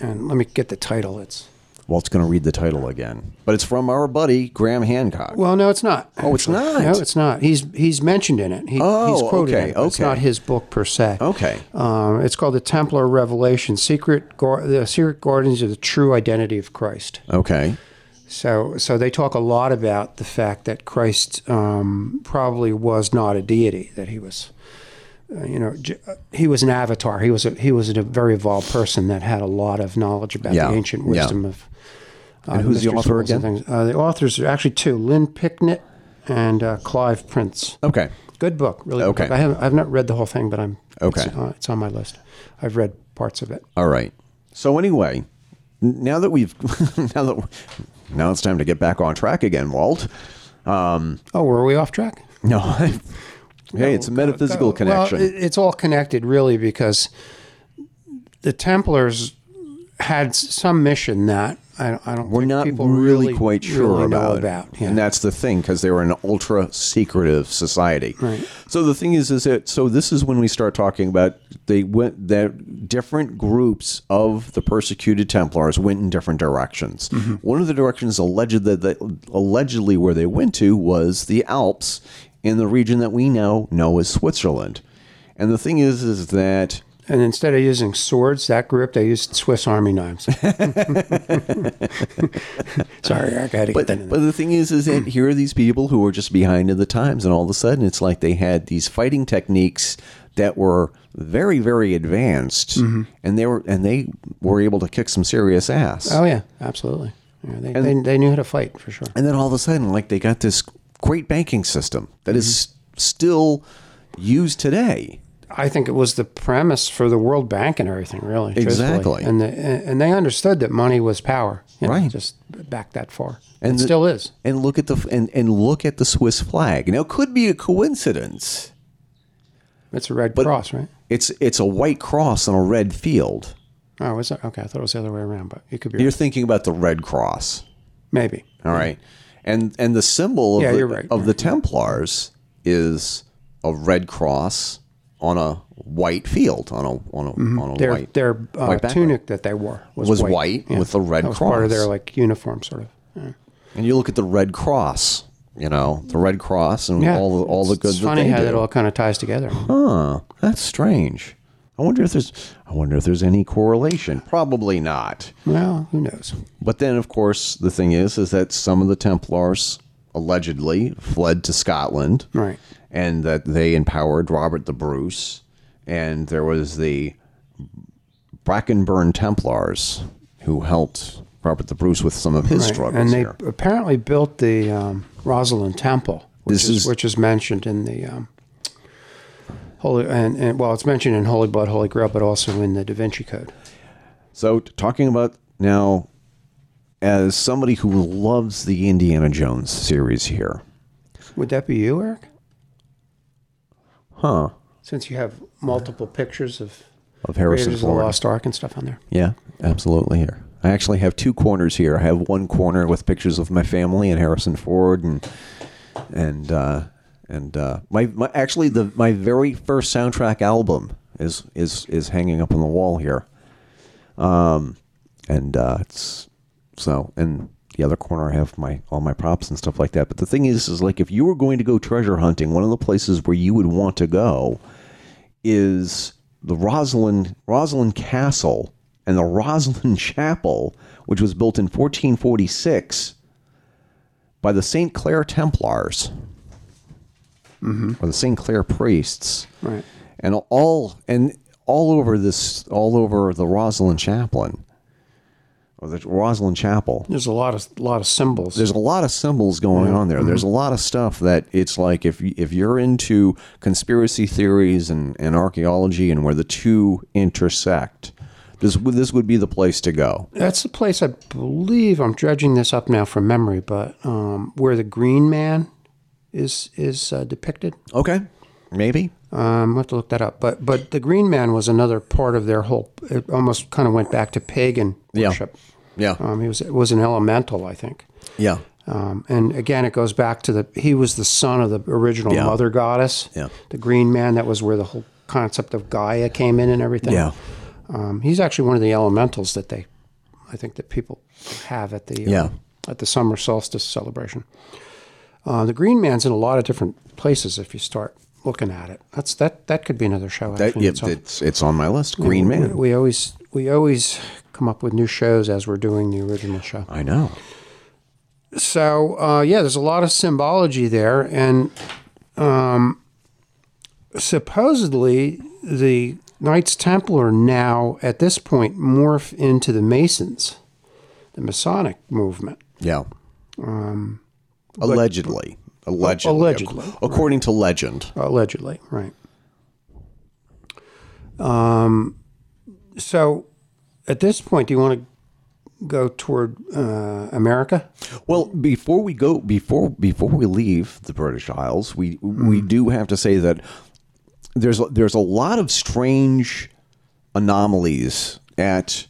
C: And let me get the title. It's
A: Walt's going to read the title again, but it's from our buddy Graham Hancock.
C: well, no, it's not.
A: Oh, it's
C: actually.
A: not?
C: No, it's not. He's he's mentioned in it. He,
A: Oh,
C: he's quoted
A: okay,
C: in it, but It's
A: okay.
C: not his book per se.
A: okay.
C: Um, it's called the Templar Revelation: Secret Gar- the Secret Guardians of the True Identity of Christ.
A: Okay.
C: So, so they talk a lot about the fact that Christ um, probably was not a deity; that he was, uh, you know, j- uh, he was an avatar. He was a, he was a very evolved person that had a lot of knowledge about
A: Yeah,
C: the ancient
A: yeah.
C: wisdom of. Uh,
A: And who's the
C: mysteries,
A: author
C: symbols, and
A: again?
C: things. Uh, the authors are actually two: Lynn Picknett and uh, Clive Prince.
A: Okay.
C: Good book, really. good
A: Okay.
C: book. I haven't. I've not read the whole thing, but I'm.
A: Okay.
C: It's, uh, it's on my list. I've read parts of it.
A: All right. So anyway, n- now that we've now that we're- now it's time to get back on track again, Walt.
C: Oh, were we off track? Uh,
A: No. hey, it's a metaphysical connection.
C: Well, it- it's all connected, really, because the Templars had s- some mission that I, I don't.
A: we're
C: think
A: not
C: people
A: really, quite sure
C: really know
A: about,
C: about. yeah.
A: and that's the thing because they were an ultra secretive society. Right. So the thing is, is that so this is when we start talking about they went that different groups of the persecuted Templars went in different directions.
C: Mm-hmm.
A: One of the directions alleged that they, allegedly where they went to was the Alps in the region that we now know as Switzerland. And the thing is, is that
C: and instead of using swords, that group they used Swiss Army knives. Sorry, I got to get that in. Hmm.
A: But the thing is, is that here are these people who were just behind in the times, and all of a sudden, it's like they had these fighting techniques that were very, very advanced,
C: Mm-hmm.
A: and they were and they were able to kick some serious ass.
C: Oh yeah, absolutely. Yeah, they, they, they knew how to fight for sure.
A: And then all of a sudden, like they got this great banking system that is
C: Mm-hmm.
A: still used today.
C: I think it was the premise for the World Bank and everything, really. truthfully.
A: Exactly.
C: And the, and they understood that money was power. you know,
A: Right.
C: Just back that far.
A: And
C: it
A: the-
C: still is.
A: And look at the f- and, and look at the Swiss flag. Now, it could be a coincidence.
C: It's a red cross, right?
A: It's it's a white cross on a red field.
C: Oh, is that okay? I thought it was the other way around, but it could be
A: You're
C: right.
A: thinking about the Red Cross.
C: maybe.
A: All right. And and the symbol of,
C: Yeah,
A: the,
C: you're right.
A: of the Templars is a red cross on a white field on a on a on a
C: Their
A: white
C: their uh,
A: white background.
C: tunic that they wore was,
A: Was white with a red
C: that was Part of
A: cross.
C: their like uniform, sort of. Yeah,
A: And you look at the Red Cross, you know, the Red Cross and
C: Yeah.
A: all the all the
C: It's-
A: good
C: It's
A: that
C: funny
A: they
C: how
A: do.
C: that all kind of ties together.
A: Huh, that's strange. I wonder if there's I wonder if there's any correlation. Probably not.
C: well, who knows?
A: But then, of course, the thing is, is that some of the Templars allegedly fled to Scotland,
C: Right.
A: And that they empowered Robert the Bruce, and there was the Brackenburn Templars who helped Robert the Bruce with some of his
C: Right.
A: struggles
C: And they
A: here.
C: apparently built the um, Rosalind Temple, which
A: This
C: is,
A: is-
C: which is mentioned in the um, Holy and, and well, it's mentioned in Holy Blood, Holy Grail, but also in the Da Vinci Code.
A: So, t- talking about now, as somebody who loves the Indiana Jones series here,
C: Would that be you, Eric?
A: huh?
C: Since you have multiple pictures of
A: Of Harrison
C: Raiders of the
A: Ford.
C: Lost Ark and stuff on there.
A: Yeah, absolutely. Here, I actually have two corners here. I have one corner with pictures of my family and Harrison Ford, and and uh, and uh, my, my actually the my very first soundtrack album is is is hanging up on the wall here. Um, and uh, it's so and the other corner I have my all my props and stuff like that. But the thing is, is like if you were going to go treasure hunting, one of the places where you would want to go is the Rosalind Rosalind Castle and the Rosalind Chapel, which was built in 1446 by the St. Clair Templars or the St. Clair priests,
C: Right.
A: and all and all over this all over the Rosalind Chaplain or the Roslyn Chapel.
C: There's a lot of lot of symbols.
A: There's a lot of symbols going on there. There's a lot of stuff that it's like if y- if you're into conspiracy theories and, and archaeology and where the two intersect, this would this would be the place to go.
C: That's the place I believe I'm dredging this up now from memory, but um, where the Green Man is is uh, depicted.
A: Okay, maybe.
C: Um, I have to look that up. But but the Green Man was another part of their whole. It almost kind of went back to pagan
A: Yeah.
C: worship.
A: Yeah,
C: Um, he was it was an elemental, I think.
A: yeah,
C: Um, and again, it goes back to the he was the son of the original
A: Yeah.
C: mother goddess,
A: Yeah.
C: the Green Man. That was where the whole concept of Gaia came in and everything.
A: yeah,
C: Um, he's actually one of the elementals that they, I think that people have at the uh,
A: Yeah.
C: at the summer solstice celebration. Uh, the Green Man's in a lot of different places if you start looking at it. That's that that could be another show.
A: that,
C: actually,
A: yeah.
C: itself.
A: It's it's on my list. Green
C: We-
A: Man.
C: We always we always come up with new shows as we're doing the original show.
A: I know.
C: So uh, yeah, there's a lot of symbology there, and um, supposedly the Knights Templar now at this point morph into the Masons, the Masonic movement.
A: Yeah. Um, allegedly. Allegedly.
C: allegedly,
A: ac- According to legend.
C: allegedly, right? Um, so at this point, do you want to go toward uh, America?
A: Well, before we go, before before we leave the British Isles, we we do have to say that there's there's a lot of strange anomalies at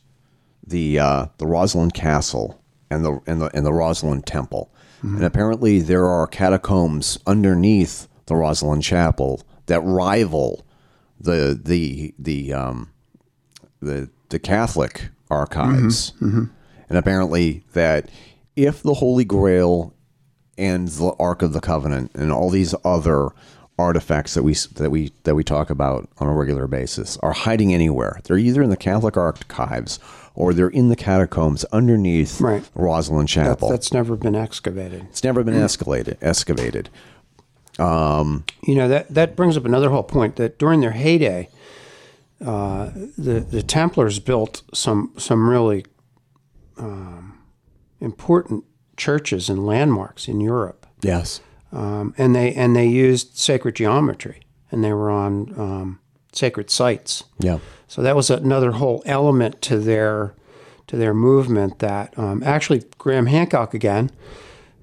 A: the uh, the Rosalind Castle and the and the and the Rosalind Temple, and apparently there are catacombs underneath the Rosalind Chapel that rival the the the um, the the Catholic archives,
C: Mm-hmm.
A: and apparently that if the Holy Grail and the Ark of the Covenant and all these other artifacts that we that we that we talk about on a regular basis are hiding anywhere, they're either in the Catholic archives or they're in the catacombs underneath
C: Right.
A: Rosalind Chapel.
C: That's mm. never been excavated.
A: it's never been escalated, excavated.
C: You know that that brings up another whole point that during their heyday, uh, the the Templars built some some really um, important churches and landmarks in Europe,
A: Yes.
C: um, and they and they used sacred geometry, and they were on um, sacred sites.
A: Yeah.
C: So that was another whole element to their to their movement. That um, actually Graham Hancock again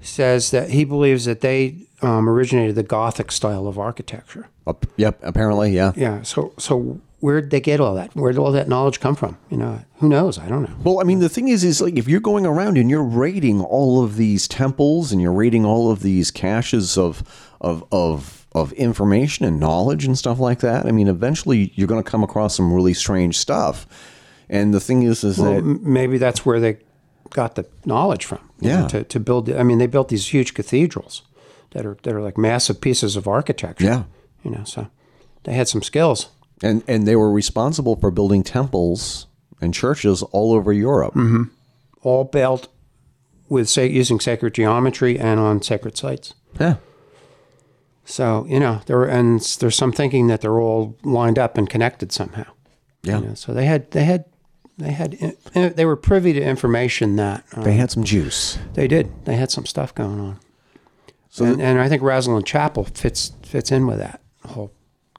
C: says that he believes that they um, originated the Gothic style of architecture.
A: Ap- yep. Apparently, yeah.
C: Yeah. So so where did they get all that? Where did all that knowledge come from? You know, who knows? I don't know.
A: Well, I mean, the thing is, is like if you're going around and you're raiding all of these temples and you're raiding all of these caches of of of of information and knowledge and stuff like that. I mean, eventually you're going to come across some really strange stuff. And the thing is, is that
C: M- Maybe that's where they got the knowledge from. you know,
A: Yeah.
C: to, to build. I mean, they built these huge cathedrals that are that are like massive pieces of architecture.
A: yeah,
C: You know, so they had some skills.
A: and and they were responsible for building temples and churches all over Europe.
C: all built with sa- using sacred geometry and on sacred sites.
A: Yeah,
C: So you know there were, and s- there's some thinking that they're all lined up and connected somehow.
A: yeah.
C: You know, so they had they had they had in- in- they were privy to information that uh,
A: They had some juice.
C: they did they had some stuff going on. So and, and I think Rosalind Chapel fits fits in with that whole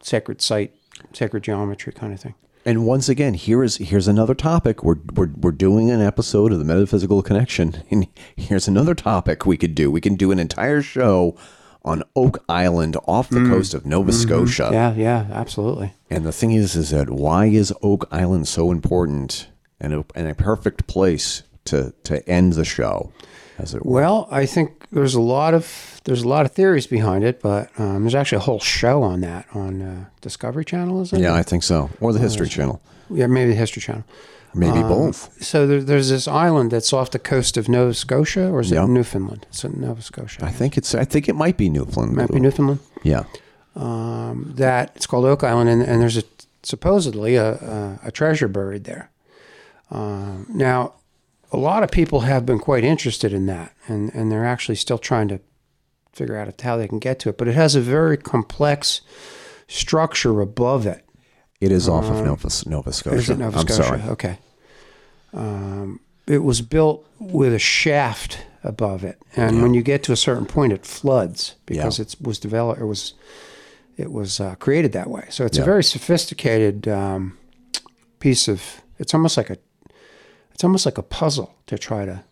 C: sacred site, sacred geometry kind of thing.
A: And once again, here is here's another topic. We're, we're we're doing an episode of the metaphysical connection, and here's another topic we could do. We can do an entire show on Oak Island off the coast of Nova Scotia.
C: Yeah, yeah, absolutely.
A: And the thing is, is that why is Oak Island so important and a, and a perfect place to to end the show, as it were?
C: Well, I think there's a lot of there's a lot of theories behind it, but um, there's actually a whole show on that on uh, Discovery Channel, is it?
A: Yeah, I think so. Or the History Channel,
C: yeah, maybe the History Channel. Um,
A: maybe both.
C: So there, there's this island that's off the coast of Nova Scotia, or is
A: Yeah.
C: it Newfoundland? It's in Nova Scotia.
A: I think it's I think it might be Newfoundland.
C: might be Newfoundland.
A: Yeah.
C: Um, that it's called Oak Island, and, and there's a supposedly a, a, a treasure buried there. Um, now, a lot of people have been quite interested in that, and and they're actually still trying to figure out how they can get to it. But it has a very complex structure above it.
A: It Uh, is off of Nova, Nova Scotia.
C: Is it Nova
A: I'm
C: Scotia?
A: sorry.
C: Okay. Um, it was built with a shaft above it, and when you get to a certain point, it floods because
A: Yeah.
C: it was developed. It was it was uh, created that way. So it's
A: Yeah.
C: a very sophisticated um, piece of. It's almost like a it's almost like a puzzle to try to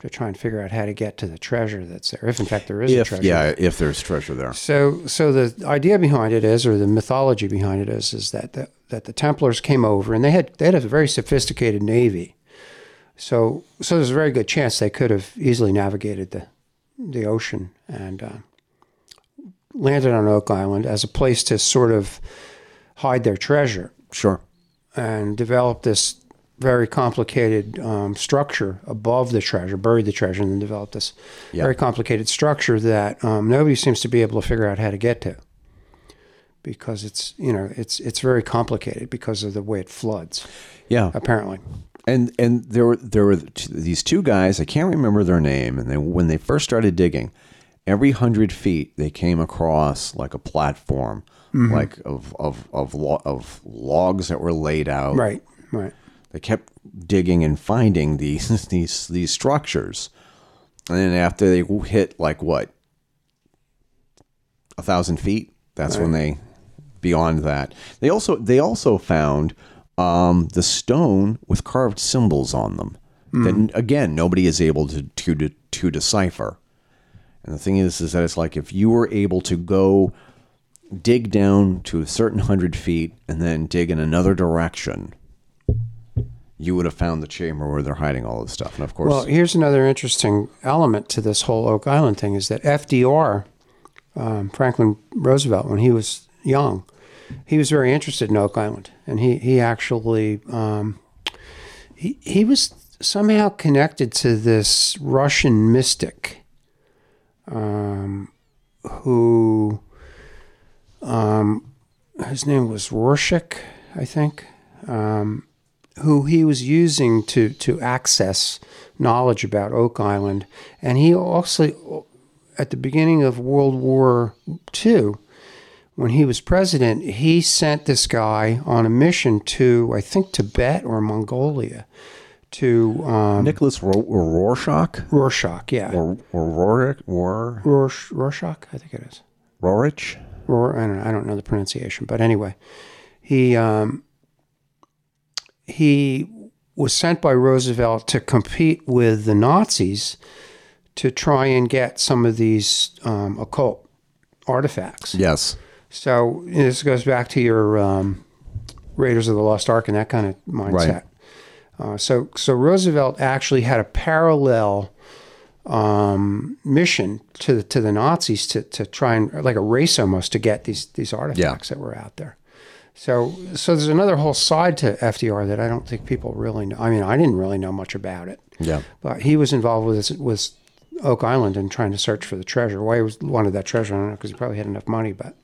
C: to try and figure out how to get to the treasure that's there. If in fact there is a
A: If
C: treasure.
A: yeah, if there's treasure there.
C: So, so the idea behind it is, or the mythology behind it is, is that the, that the Templars came over and they had they had a very sophisticated navy. So, so there's a very good chance they could have easily navigated the the ocean and uh, landed on Oak Island as a place to sort of hide their treasure
A: Sure.
C: and developed this very complicated um, structure above the treasure, buried the treasure, and then developed this
A: Yeah.
C: very complicated structure that um, nobody seems to be able to figure out how to get to because it's you know it's it's very complicated because of the way it floods
A: Yeah.
C: apparently
A: and and there were there were t- these two guys I can't remember their name and they when they first started digging every 100 feet they came across like a platform
C: Mm-hmm.
A: like of of of lo- of logs that were laid out
C: right right
A: they kept digging and finding these these these structures and then after they hit like what a thousand feet that's when they beyond that they also they also found um, the stone with carved symbols on them that again nobody is able to to to, to decipher and the thing is is that it's like if you were able to go dig down to a certain hundred feet and then dig in another direction you would have found the chamber where they're hiding all this stuff. And of course,
C: well here's another interesting element to this whole oak island thing is that fdr um, franklin roosevelt when he was young he was very interested in oak island and he he actually um, he, he was somehow connected to this russian mystic um, who um, his name was Rorschach, I think, um, who he was using to to access knowledge about Oak Island, and he also at the beginning of World War II, when he was president, he sent this guy on a mission to I think Tibet or Mongolia to um,
A: Nicholas Ro- Rorschach
C: Rorschach, yeah,
A: or, or Rorick, Ror,
C: Rorsch, Rorschach, I think it is.
A: Rorich.
C: or I don't know, I don't know the pronunciation, but anyway, he um, he was sent by Roosevelt to compete with the Nazis to try and get some of these um, occult artifacts.
A: Yes.
C: So you know, this goes back to your um, Raiders of the Lost Ark and that kind of mindset. Uh, so so Roosevelt actually had a parallel um, mission to the, to the Nazis to, to try and like a race almost to get these these artifacts that were out there. So so there's another whole side to FDR that I don't think people really know. I mean, I didn't really know much about it.
A: Yeah.
C: But he was involved with this, with Oak Island and trying to search for the treasure. Why he was wanted that treasure? I don't know because he probably had enough money, but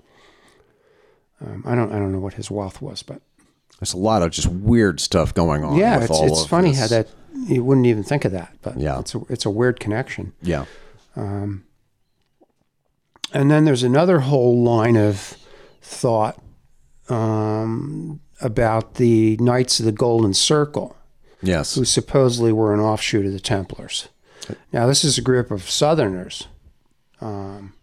C: um, I don't I don't know what his wealth was. But
A: There's a lot of just weird stuff going on. Oh,
C: yeah,
A: with
C: it's,
A: all
C: it's
A: of
C: funny
A: this.
C: how that you wouldn't even think of that. But
A: Yeah.
C: it's a, it's a weird connection.
A: Yeah.
C: And then there's another whole line of thought um, about the Knights of the Golden Circle.
A: Yes.
C: who supposedly were an offshoot of the Templars. Now, this is a group of Southerners um,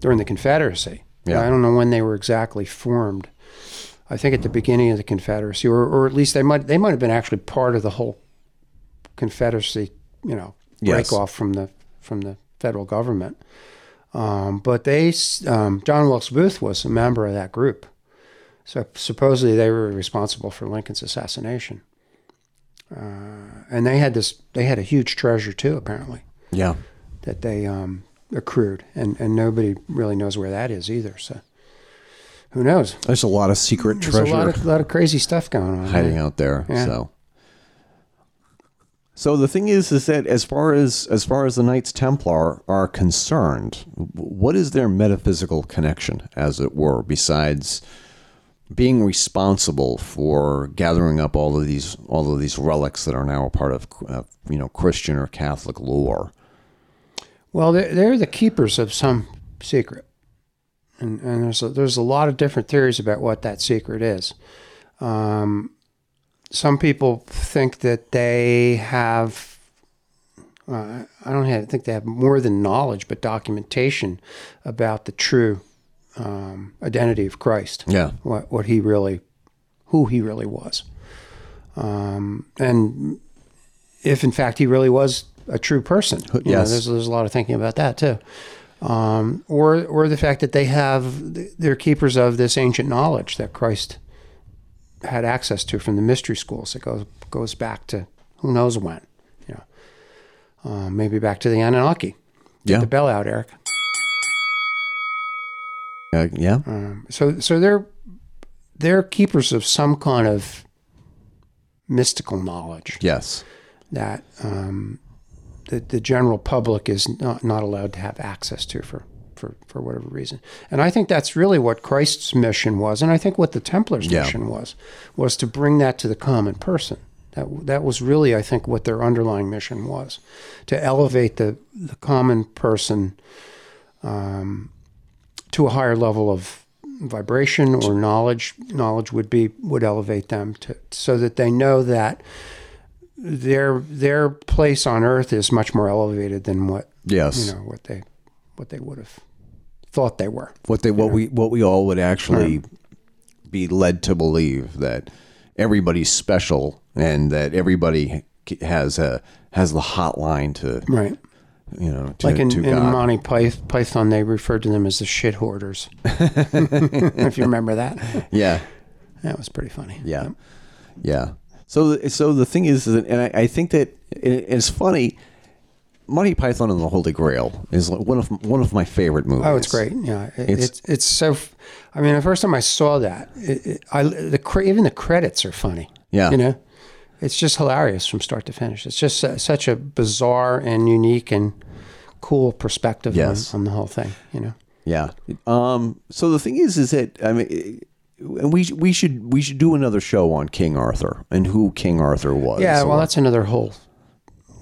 C: during the Confederacy.
A: Yeah.
C: I don't know when they were exactly formed. I think at the beginning of the Confederacy, or, or at least they might they might have been actually part of the whole Confederacy, you know, break
A: Yes.
C: off from the from the federal government. Um, but they, s- um, John Wilkes Booth was a member of that group. So supposedly they were responsible for Lincoln's assassination Uh, and they had this they had a huge treasure too apparently
A: Yeah.
C: that they um, accrued and and nobody really knows where that is either so who knows
A: There's a lot of secret
C: there's a
A: treasure
C: lot of, lot of crazy stuff going on
A: hiding out there.
C: Yeah.
A: So. So the thing is, is that as far as as far as the Knights Templar are concerned, w- what is their metaphysical connection, as it were, besides being responsible for gathering up all of these all of these relics that are now a part of uh, you know Christian or Catholic lore?
C: well they're, they're the keepers of some secret and, and there's a, there's a lot of different theories about what that secret is Um, some people think that they have uh, I don't have, think they have more than knowledge, but documentation about the true um, identity of Christ.
A: Yeah.
C: what what he really, who he really was, um, and if in fact he really was a true person. You know,
A: yes.
C: there's there's a lot of thinking about that too. Um, or, or the fact that they have, they're keepers of this ancient knowledge that Christ had access to from the mystery schools. It goes goes back to who knows when, you know, uh, maybe back to the Anunnaki. Get
A: Yeah.
C: the bell out, Eric.
A: Uh, yeah.
C: So so they're they're keepers of some kind of mystical knowledge
A: Yes.
C: that um, the the general public is not not allowed to have access to for. For, for whatever reason, and I think that's really what Christ's mission was, and I think what the Templars'
A: Yeah.
C: mission was, was to bring that to the common person. That that was really, I think, what their underlying mission was, to elevate the the common person um, to a higher level of vibration or knowledge knowledge would be would elevate them to so that they know that their their place on earth is much more elevated than what
A: Yes.
C: you know what they what they would have thought they were
A: what they what we what we all would actually be led to believe that everybody's special and that everybody c- has a has the hotline to
C: right
A: you know to,
C: like in,
A: to
C: in
A: God.
C: Monty Pyth- Python they referred to them as the shit hoarders if you remember that
A: yeah
C: that was pretty funny
A: yeah yeah so th- so the thing is that- and I, I think that it, it's funny Monty Python and the Holy Grail is like one of one of my favorite movies
C: Oh, it's great. Yeah, it,
A: It's-
C: it's, it's so. f- I mean, the first time I saw that, it, it, I the cre- even the credits are funny.
A: Yeah.
C: you know, it's just hilarious from start to finish. It's just su- such a bizarre and unique and cool perspective
A: Yes.
C: on, on the whole thing. You know,
A: Yeah. Um. So the thing is, is that I mean, it- and we we should we should do another show on King Arthur and who King Arthur was.
C: yeah. Well,
A: or-
C: that's another whole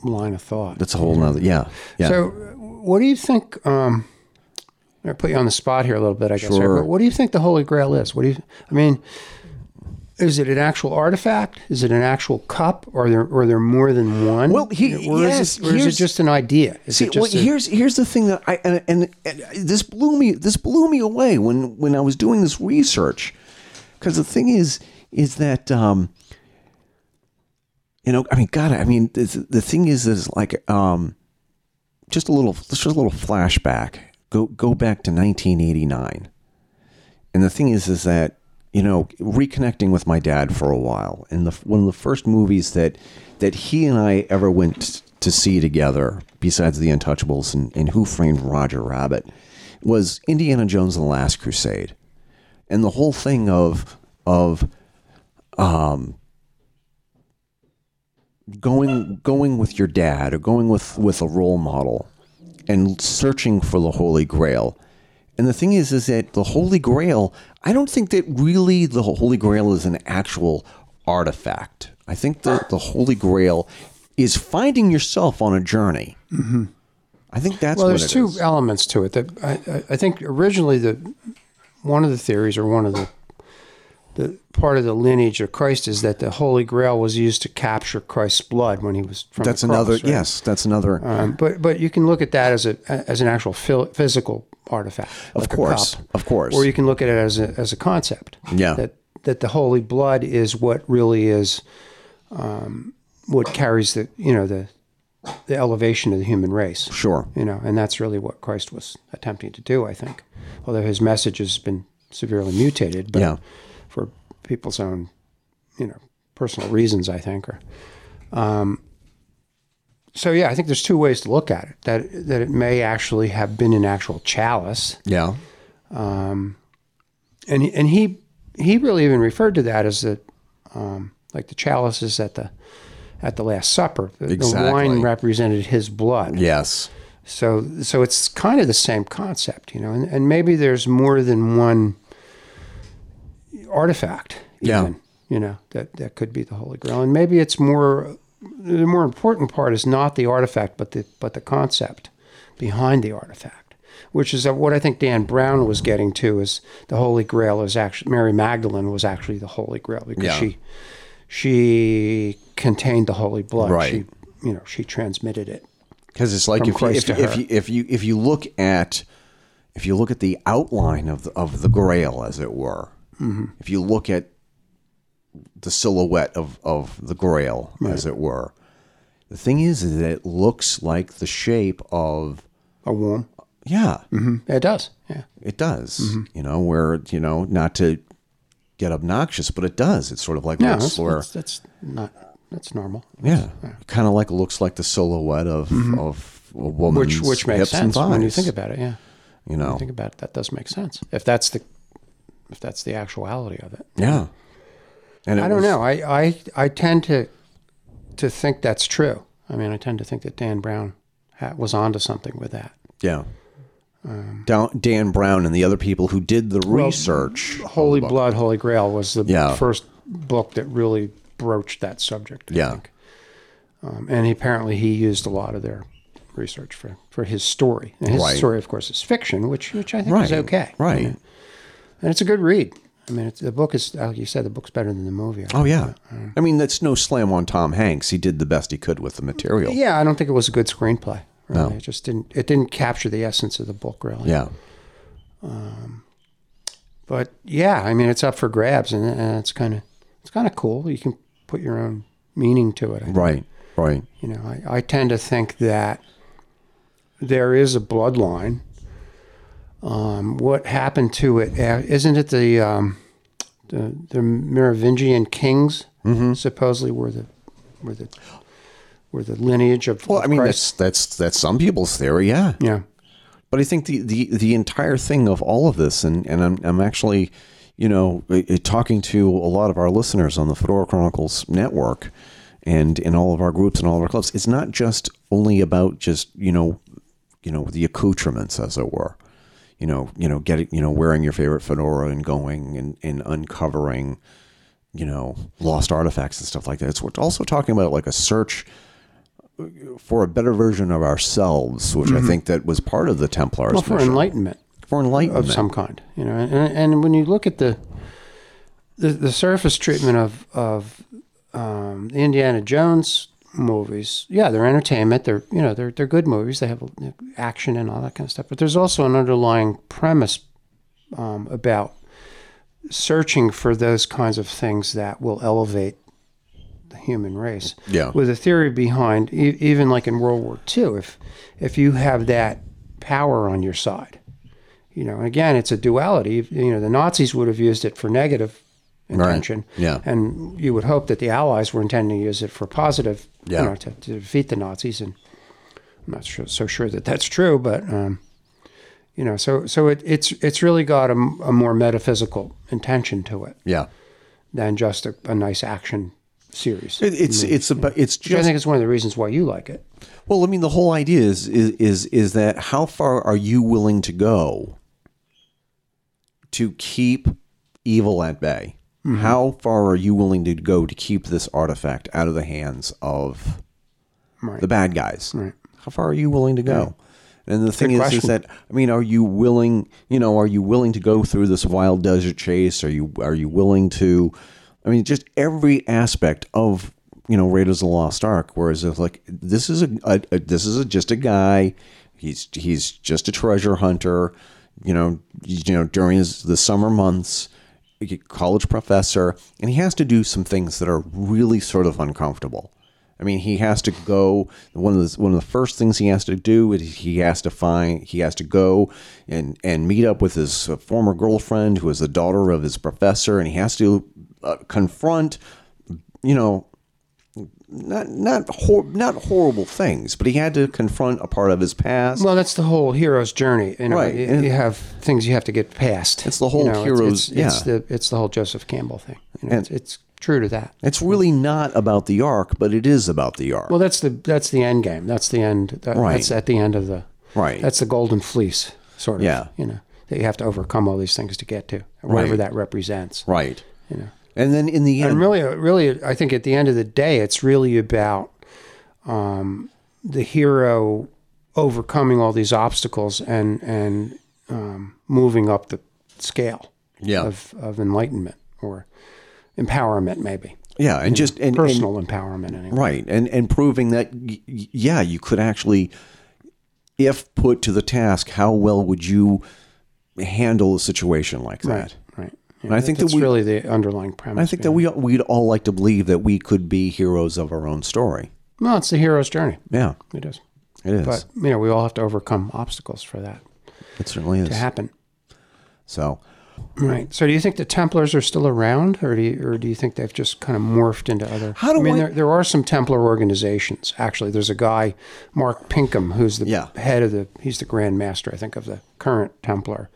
C: line of thought.
A: that's a whole nother. Yeah. Yeah.
C: So, what do you think? Um, I'm gonna put you on the spot here a little bit, I guess. right?
A: Sure.
C: But what do you think the Holy Grail is? What do you? I mean, is it an actual artifact? Is it an actual cup? Or there, or there more than one?
A: Well, he-
C: or
A: yes,
C: is it, or is it
A: here's-
C: just an idea? Is
A: See,
C: it just
A: well,
C: a-
A: here's here's the thing that I and, and, and this blew me this blew me away when when I was doing this research, because the thing is is that um, you know I mean God I mean the, the thing is is like um, just a little just a little flashback go go back to 1989, and the thing is is that you know reconnecting with my dad for a while and the one of the first movies that that he and i ever went to see together besides the untouchables and, and who framed roger rabbit was indiana jones and the last crusade and the whole thing of of um, going going with your dad or going with with a role model and searching for the holy grail and the thing is is that the holy grail i don't think that really the holy grail is an actual artifact i think that the holy grail is finding yourself on a journey mm-hmm. i think that's
C: well,
A: what
C: there's
A: it
C: two
A: is.
C: elements to it. That I, I, I think originally the one of the theories or one of the the part of the lineage of Christ is that the Holy Grail was used to capture Christ's blood when he was from
A: that's
C: the cross,
A: another
C: right?
A: yes that's another
C: Um, but but you can look at that as a as an actual phil- physical artifact,
A: Of
C: like a
A: course,
C: cup.
A: of course.
C: or you can look at it as a as a concept.
A: Yeah.
C: that that the holy blood is what really is, um, what carries the you know the the elevation of the human race.
A: sure
C: You know, and that's really what Christ was attempting to do. I think, although his message has been severely mutated, but
A: Yeah.
C: for people's own you know personal reasons i think or um so yeah i think there's two ways to look at it that that it may actually have been an actual chalice
A: yeah
C: and he- and he he really even referred to that as the um like the chalices at the at the last supper the, the
A: Exactly.
C: wine represented his blood
A: yes
C: so so it's kind of the same concept, you know, and, and maybe there's more than one artifact,
A: Yeah.
C: even, you know, that, that could be the Holy Grail. And maybe it's more the more important part is not the artifact but the but the concept behind the artifact. Which is what I think Dan Brown was getting to is the Holy Grail is actually Mary Magdalene was actually the Holy Grail because
A: Yeah.
C: she she contained the holy blood.
A: Right.
C: She, you know, she transmitted it.
A: because it's like
C: From
A: if you,
C: Christ
A: if,
C: to
A: if
C: her.
A: you if you if you look at if you look at the outline of the, of the Grail, as it were,
C: Mm-hmm.
A: if you look at the silhouette of of the Grail, as it were, the thing is, is that it looks like the shape of
C: A womb.
A: yeah,
C: It does. Yeah.
A: it does.
C: Mm-hmm.
A: You know, where you know not to get obnoxious, but it does. It's sort of like
C: No,
A: looks
C: that's,
A: where
C: that's, that's not that's normal.
A: yeah, kind of like looks like the silhouette of of a woman's
C: Which which makes
A: hips and
C: sense when you
A: thighs, Oh.
C: think about it. Yeah.
A: you
C: When you
A: know
C: think about it, that does make sense. If that's the if that's the actuality of it.
A: Yeah. And it
C: I don't
A: was-
C: know. I, I I tend to to think that's true. I mean, I tend to think that Dan Brown ha was onto something with that.
A: Yeah. Dan, Dan Brown and the other people who did the research.
C: Holy Blood, Holy Grail was the
A: Yeah.
C: first book that really broached that subject. I
A: Yeah.
C: think. Um, and he, apparently he used a lot of their research for, for his story. And his
A: Right.
C: story, of course, is fiction, which which I think
A: Right.
C: is okay.
A: Right.
C: And it's a good read. I mean, it's, the book is, like you said, the book's better than the movie. I
A: Oh yeah. I mean, that's no slam on Tom Hanks. He did the best he could with the material.
C: Yeah, I don't think it was a good screenplay. Really. It just didn't it didn't capture the essence of the book really.
A: Yeah.
C: But yeah, I mean it's up for grabs and, and it's kind of it's kind of cool. You can put your own meaning to it.
A: Right. Right.
C: You know, I, I tend to think that there is a bloodline. Um, what happened to it? a- Isn't it the um, the, the Merovingian kings
A: Mm-hmm.
C: supposedly were the were the were the lineage of
A: Well,
C: of
A: I mean,
C: Christ?
A: that's that's that's some people's theory. Yeah.
C: yeah.
A: But I think the, the, the entire thing of all of this, and, and I'm, I'm actually, you know, i- i- talking to a lot of our listeners on the Fedora Chronicles network and in all of our groups and all of our clubs, it's not just only about just, you know, you know, the accoutrements, as it were. You know, you know, getting, you know, wearing your favorite fedora and going and, and uncovering, you know, lost artifacts and stuff like that. It's we're also talking about like a search for a better version of ourselves, which I think that was part of the Templars
C: Mm-hmm. Well, for
A: mission.
C: enlightenment.
A: for enlightenment.
C: of some kind, you know. And, and when you look at the the, the surface treatment of of um, the Indiana Jones movies, yeah, they're entertainment. They're you know they're they're good movies. They have you know, action and all that kind of stuff. But there's also an underlying premise um, about searching for those kinds of things that will elevate the human race.
A: Yeah.
C: With a theory behind, e- even like in World War II, if if you have that power on your side, you know, and again, it's a duality. You know, the Nazis would have used it for negative intention,
A: Yeah.
C: and you would hope that the Allies were intending to use it for positive,
A: Yeah.
C: you know, to, to defeat the Nazis. And I'm not sure, so sure that that's true, but. Um, you know, so so it, it's it's really got a, m- a more metaphysical intention to it
A: yeah.
C: than just a, a nice action series.
A: It, it's it's about it's
C: Mm-hmm. Which I
A: just
C: think is one of the reasons why you like it.
A: well. I mean, the whole idea is is is, is that how far are you willing to go to keep evil at bay?
C: Mm-hmm.
A: How far are you willing to go to keep this artifact out of the hands of
C: Right.
A: the bad guys?
C: Right.
A: How far are you willing to go? And the thing is, is
C: question.
A: that I mean, are you willing? You know, are you willing to go through this wild desert chase? Are you are you willing to? I mean, just every aspect of you know Raiders of the Lost Ark. Whereas it's like this is a, a, a this is a, just a guy. He's he's just a treasure hunter. You know, you know during his, the summer months, a college professor, and he has to do some things that are really sort of uncomfortable. I mean, he has to go. One of the one of the first things he has to do is he has to find he has to go and and meet up with his uh, former girlfriend, who is the daughter of his professor, and he has to uh, confront, you know, not not hor- not horrible things, but he had to confront a part of his past.
C: Well, that's the whole hero's journey. You know,
A: Right,
C: You,
A: and-
C: you have things you have to get past.
A: It's the whole
C: you know, it's-
A: hero's-
C: It's, it's
A: yeah.
C: the it's the whole Joseph Campbell thing. You know,
A: And-
C: it's, it's true to that.
A: it's really not about the arc, but it is about the arc.
C: Well, that's the that's the end game. That's the end. That,
A: Right.
C: That's at the end of the.
A: Right.
C: That's the golden fleece, sort of.
A: Yeah.
C: You know that you have to overcome all these things to get to whatever
A: Right.
C: that represents.
A: right.
C: You know.
A: And then in the end,
C: And really, uh, really, I think at the end of the day, it's really about um, the hero overcoming all these obstacles and and um, moving up the scale
A: yeah,
C: of, of enlightenment or empowerment, maybe.
A: yeah, and just and, and
C: personal empowerment anyway.
A: right and and proving that y- y- yeah you could actually if put to the task how well would you handle a situation like that
C: Right. Right. Yeah,
A: And I think that
C: that's
A: we-
C: really the underlying premise.
A: i think that we we'd all like to believe that we could be heroes of our own story
C: well, it's the hero's journey.
A: yeah
C: It is.
A: it is
C: But you know, we all have to overcome obstacles for that
A: it certainly
C: to
A: is
C: happen.
A: so
C: Right. So, do you think the Templars are still around, or do you, or do you think they've just kind of morphed into other?
A: How do
C: I mean,
A: I-
C: there, there are some Templar organizations. Actually, there's a guy, Mark Pinkham, who's the
A: Yeah.
C: head of the. He's the Grand Master, I think, of the current Templar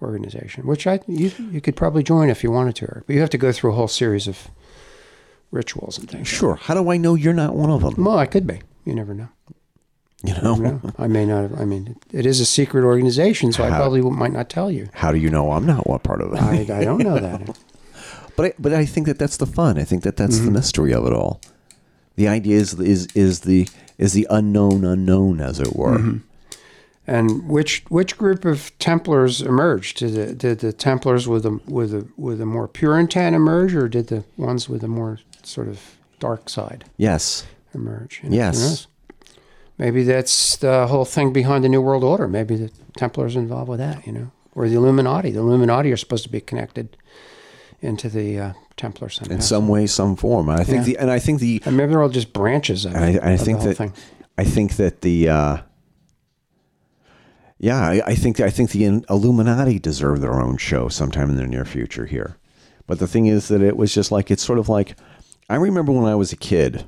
C: organization, which I you you could probably join if you wanted to, Eric, but you have to go through a whole series of rituals and things.
A: sure how do i know you're not one of them
C: Well, I could be. You never know.
A: you know
C: No, I may not. I mean, it is a secret organization, so I probably might not tell you.
A: how do you know i'm not one part of it
C: I, I don't know that.
A: But I, but I think that that's the fun. I think that that's
C: Mm-hmm.
A: the mystery of it all. The idea is is is the is the unknown unknown as it were.
C: Mm-hmm. And which which group of Templars emerged? Did the, did the Templars with a with a with a more Puritan emerge, or did the ones with a more sort of dark side
A: Yes.
C: emerge? You know, who
A: Yes.
C: knows? Maybe that's the whole thing behind the New World Order. Maybe the Templars are involved with that, you know, or the Illuminati. The Illuminati are supposed to be connected into the uh, Templar somehow.
A: In some way, some form. And I think
C: Yeah.
A: the and I think the
C: and maybe they're all just branches of it.
A: and I, I
C: of the
A: think
C: whole
A: that
C: thing.
A: I think that the uh, yeah I, I think I think the Illuminati deserve their own show sometime in the near future here. But the thing is that it was just like it's sort of like I remember when I was a kid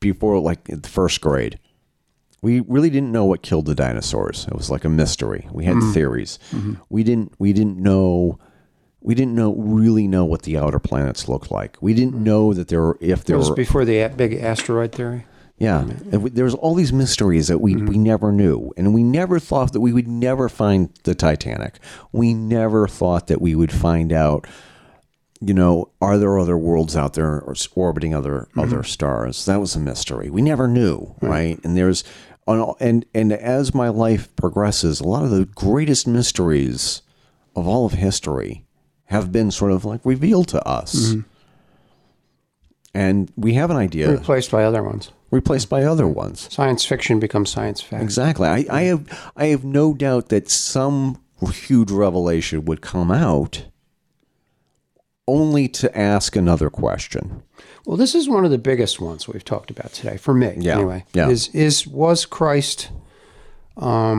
A: before like the first grade we really didn't know what killed the dinosaurs. It was like a mystery. We had
C: Mm-hmm.
A: theories. We didn't we didn't know we didn't know really know what the outer planets looked like. We didn't know that there were if
C: Mm. It
A: there
C: was
A: were
C: before the a- big asteroid theory.
A: yeah, Mm-hmm. And we- there was all these mysteries that we we never knew, and we never thought that we would never find the Titanic. We never thought that we would find out. You know, are there other worlds out there or s- orbiting other other stars? That was a mystery. We never knew, Mm-hmm. right? And there's on all- and and as my life progresses, a lot of the greatest mysteries of all of history have been sort of like revealed to us. And we have an idea
C: replaced by other ones.
A: replaced by other ones.
C: Science fiction becomes science fact.
A: Exactly. I, I have I have no doubt that some huge revelation would come out only to ask another question.
C: Well, this is one of the biggest ones we've talked about today for me.
A: Yeah,
C: Anyway,
A: yeah.
C: is is was Christ um,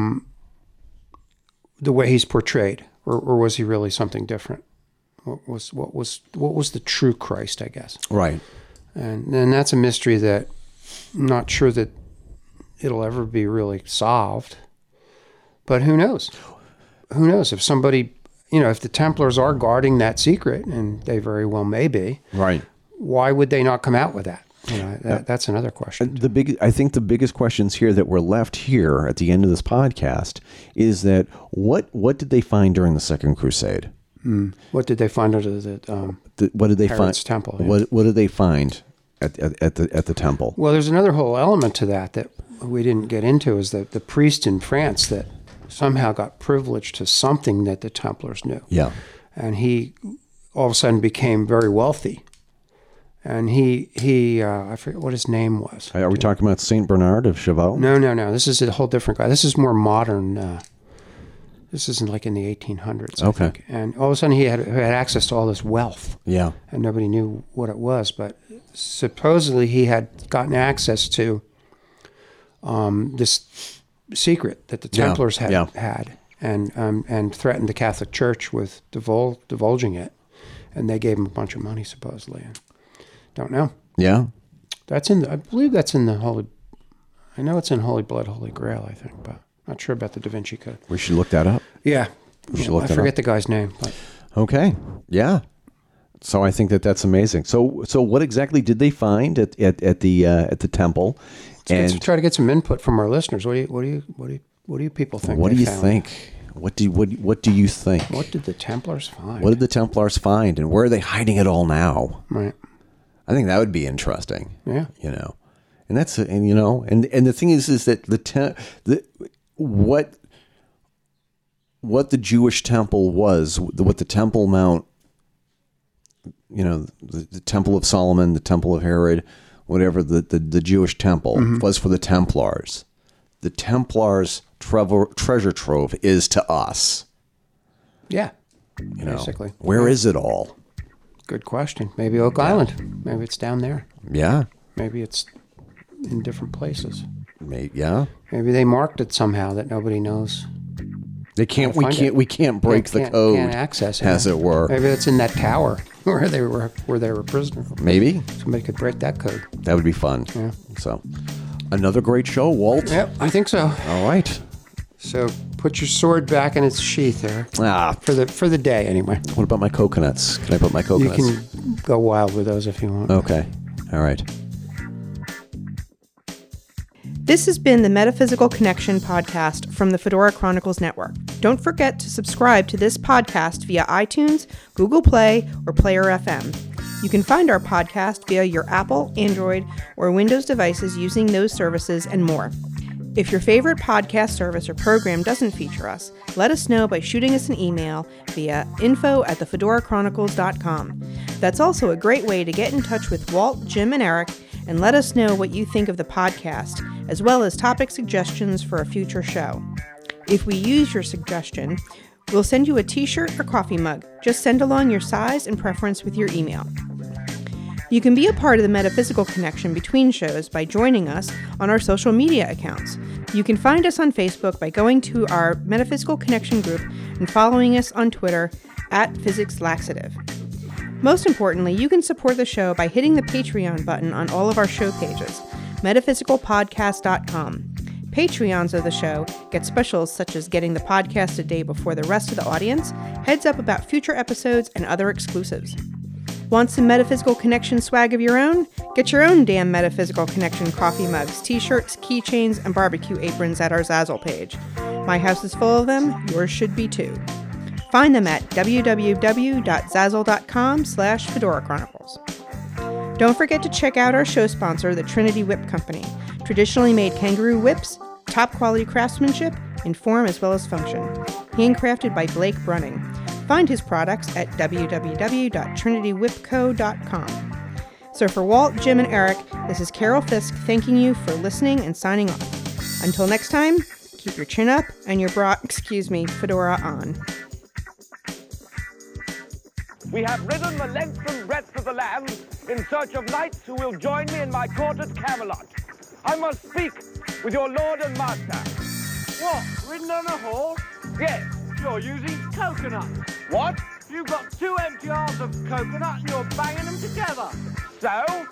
C: the way he's portrayed, or, or was he really something different? What was what was what was the true Christ? I guess,
A: Right.
C: and and that's a mystery that I'm not sure that it'll ever be really solved. But who knows? Who knows if somebody, you know, if the Templars are guarding that secret, and they very well may be.
A: Right.
C: why would they not come out with that? You know, that that's another question.
A: The big I think the biggest questions here that were left here at the end of this podcast is that what what did they find during the Second Crusade?
C: What did they find under the? Um,
A: Th- what did they
C: Herod's
A: find?
C: temple, yeah.
A: What what did they find at, at, at the at the temple?
C: well, there's another whole element to that that we didn't get into is that the priest in France that somehow got privileged to something that the Templars knew,
A: Yeah.
C: and he all of a sudden became very wealthy, and he he uh, I forget what his name was.
A: Are we talking about Saint Bernard of Chavaux?
C: No, no, no. This is a whole different guy. This is more modern. Uh, this isn't like in the 1800s. I
A: Okay.
C: think. And all of a sudden, he had, he had access to all this wealth.
A: Yeah.
C: and nobody knew what it was. But supposedly he had gotten access to um, this secret that the
A: Yeah,
C: Templars had
A: yeah.
C: had, and um, and threatened the Catholic Church with divul- divulging it, and they gave him a bunch of money supposedly. And don't know.
A: Yeah.
C: That's in. The, I believe that's in the Holy. I know it's in Holy Blood, Holy Grail. I think, but not sure about the Da Vinci Code.
A: We should look that up.
C: Yeah.
A: should look
C: I
A: that up.
C: forget the guy's name, but
A: Okay. Yeah. So I think that that's amazing. So so what exactly did they find at at, at the uh, at the temple?
C: let's
A: And
C: try to get some input from our listeners. What do you, what do you, what do you, what do you people think?
A: what
C: they
A: do you
C: found?
A: think? What do you, what what do you think?
C: What did the Templars find?
A: What did the Templars find, and where are they hiding it all now?
C: right.
A: I think that would be interesting.
C: Yeah.
A: You know, and that's and you know and and the thing is is that the te- the what what the Jewish temple was what the Temple Mount you know, the, the Temple of Solomon, the Temple of Herod, whatever the the, the Jewish temple
C: Mm-hmm.
A: was for the Templars. The Templars' trevo- treasure trove is to us.
C: Yeah.
A: You know,
C: Basically.
A: where is it all?
C: Good question. Maybe Oak Island. Maybe it's down there.
A: Yeah,
C: Maybe it's in different places.
A: May- yeah.
C: Maybe they marked it somehow that nobody knows.
A: They can't. We
C: find
A: can't.
C: it.
A: We can't break the
C: They can't-
A: code,
C: Can't access it.
A: as it were.
C: Maybe it's in that tower where they were where they were prisoner.
A: Maybe
C: Somebody could break that code.
A: that would be fun.
C: Yeah.
A: So, another great show, Walt.
C: Yep, I think so.
A: All right.
C: So put your sword back in its sheath there
A: Ah,
C: for the for the day anyway.
A: what about my coconuts? Can I put my
C: You
A: coconuts? Oh,
C: can go wild with those if you want.
A: Okay. All right.
B: This has been the Metaphysical Connection podcast from the Fedora Chronicles Network. Don't forget to subscribe to this podcast via iTunes, Google Play, or Player FM. You can find our podcast via your Apple, Android, or Windows devices using those services and more. If your favorite podcast service or program doesn't feature us, let us know by shooting us an email via info at thefedorachronicles.com. That's also a great way to get in touch with Walt, Jim, and Eric and let us know what you think of the podcast, as well as topic suggestions for a future show. If we use your suggestion, we'll send you a t shirt or coffee mug. Just send along your size and preference with your email. You can be a part of the metaphysical connection between shows by joining us on our social media accounts. You can find us on Facebook by going to our Metaphysical Connection group and following us on Twitter at Physics Laxative. Most importantly, you can support the show by hitting the Patreon button on all of our show pages, metaphysicalpodcast.com. Patreons of the show get specials such as getting the podcast a day before the rest of the audience, heads up about future episodes, and other exclusives. Want some metaphysical connection swag of your own? Get your own damn metaphysical connection coffee mugs, t shirts, keychains, and barbecue aprons at our Zazzle page. My house is full of them, yours should be too. Find them at www.zazzle.com slash Fedora Chronicles. Don't forget to check out our show sponsor, the Trinity Whip Company. Traditionally made kangaroo whips, top quality craftsmanship in form as well as function. Handcrafted by Blake Brunning. Find his products at www.trinitywhipco.com. So for Walt, Jim, and Eric, this is Carol Fisk thanking you for listening and signing off. Until next time, keep your chin up and your bra, excuse me, fedora on.
E: We have ridden the length and breadth of the land in search of knights who will join me in my court at Camelot. I must speak with your lord and master.
D: What? Ridden on a horse?
E: Yes.
D: You're using coconuts.
E: What?
D: You've got two empty arms of coconut and you're banging them together.
E: So?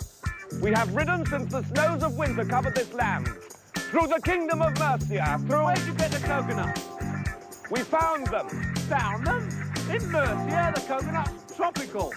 E: We have ridden since the snows of winter covered this land. Through the kingdom of Mercia, through
D: Where'd you get the coconuts?
E: we found them.
D: Found them? In Mercia, the coconut's tropical.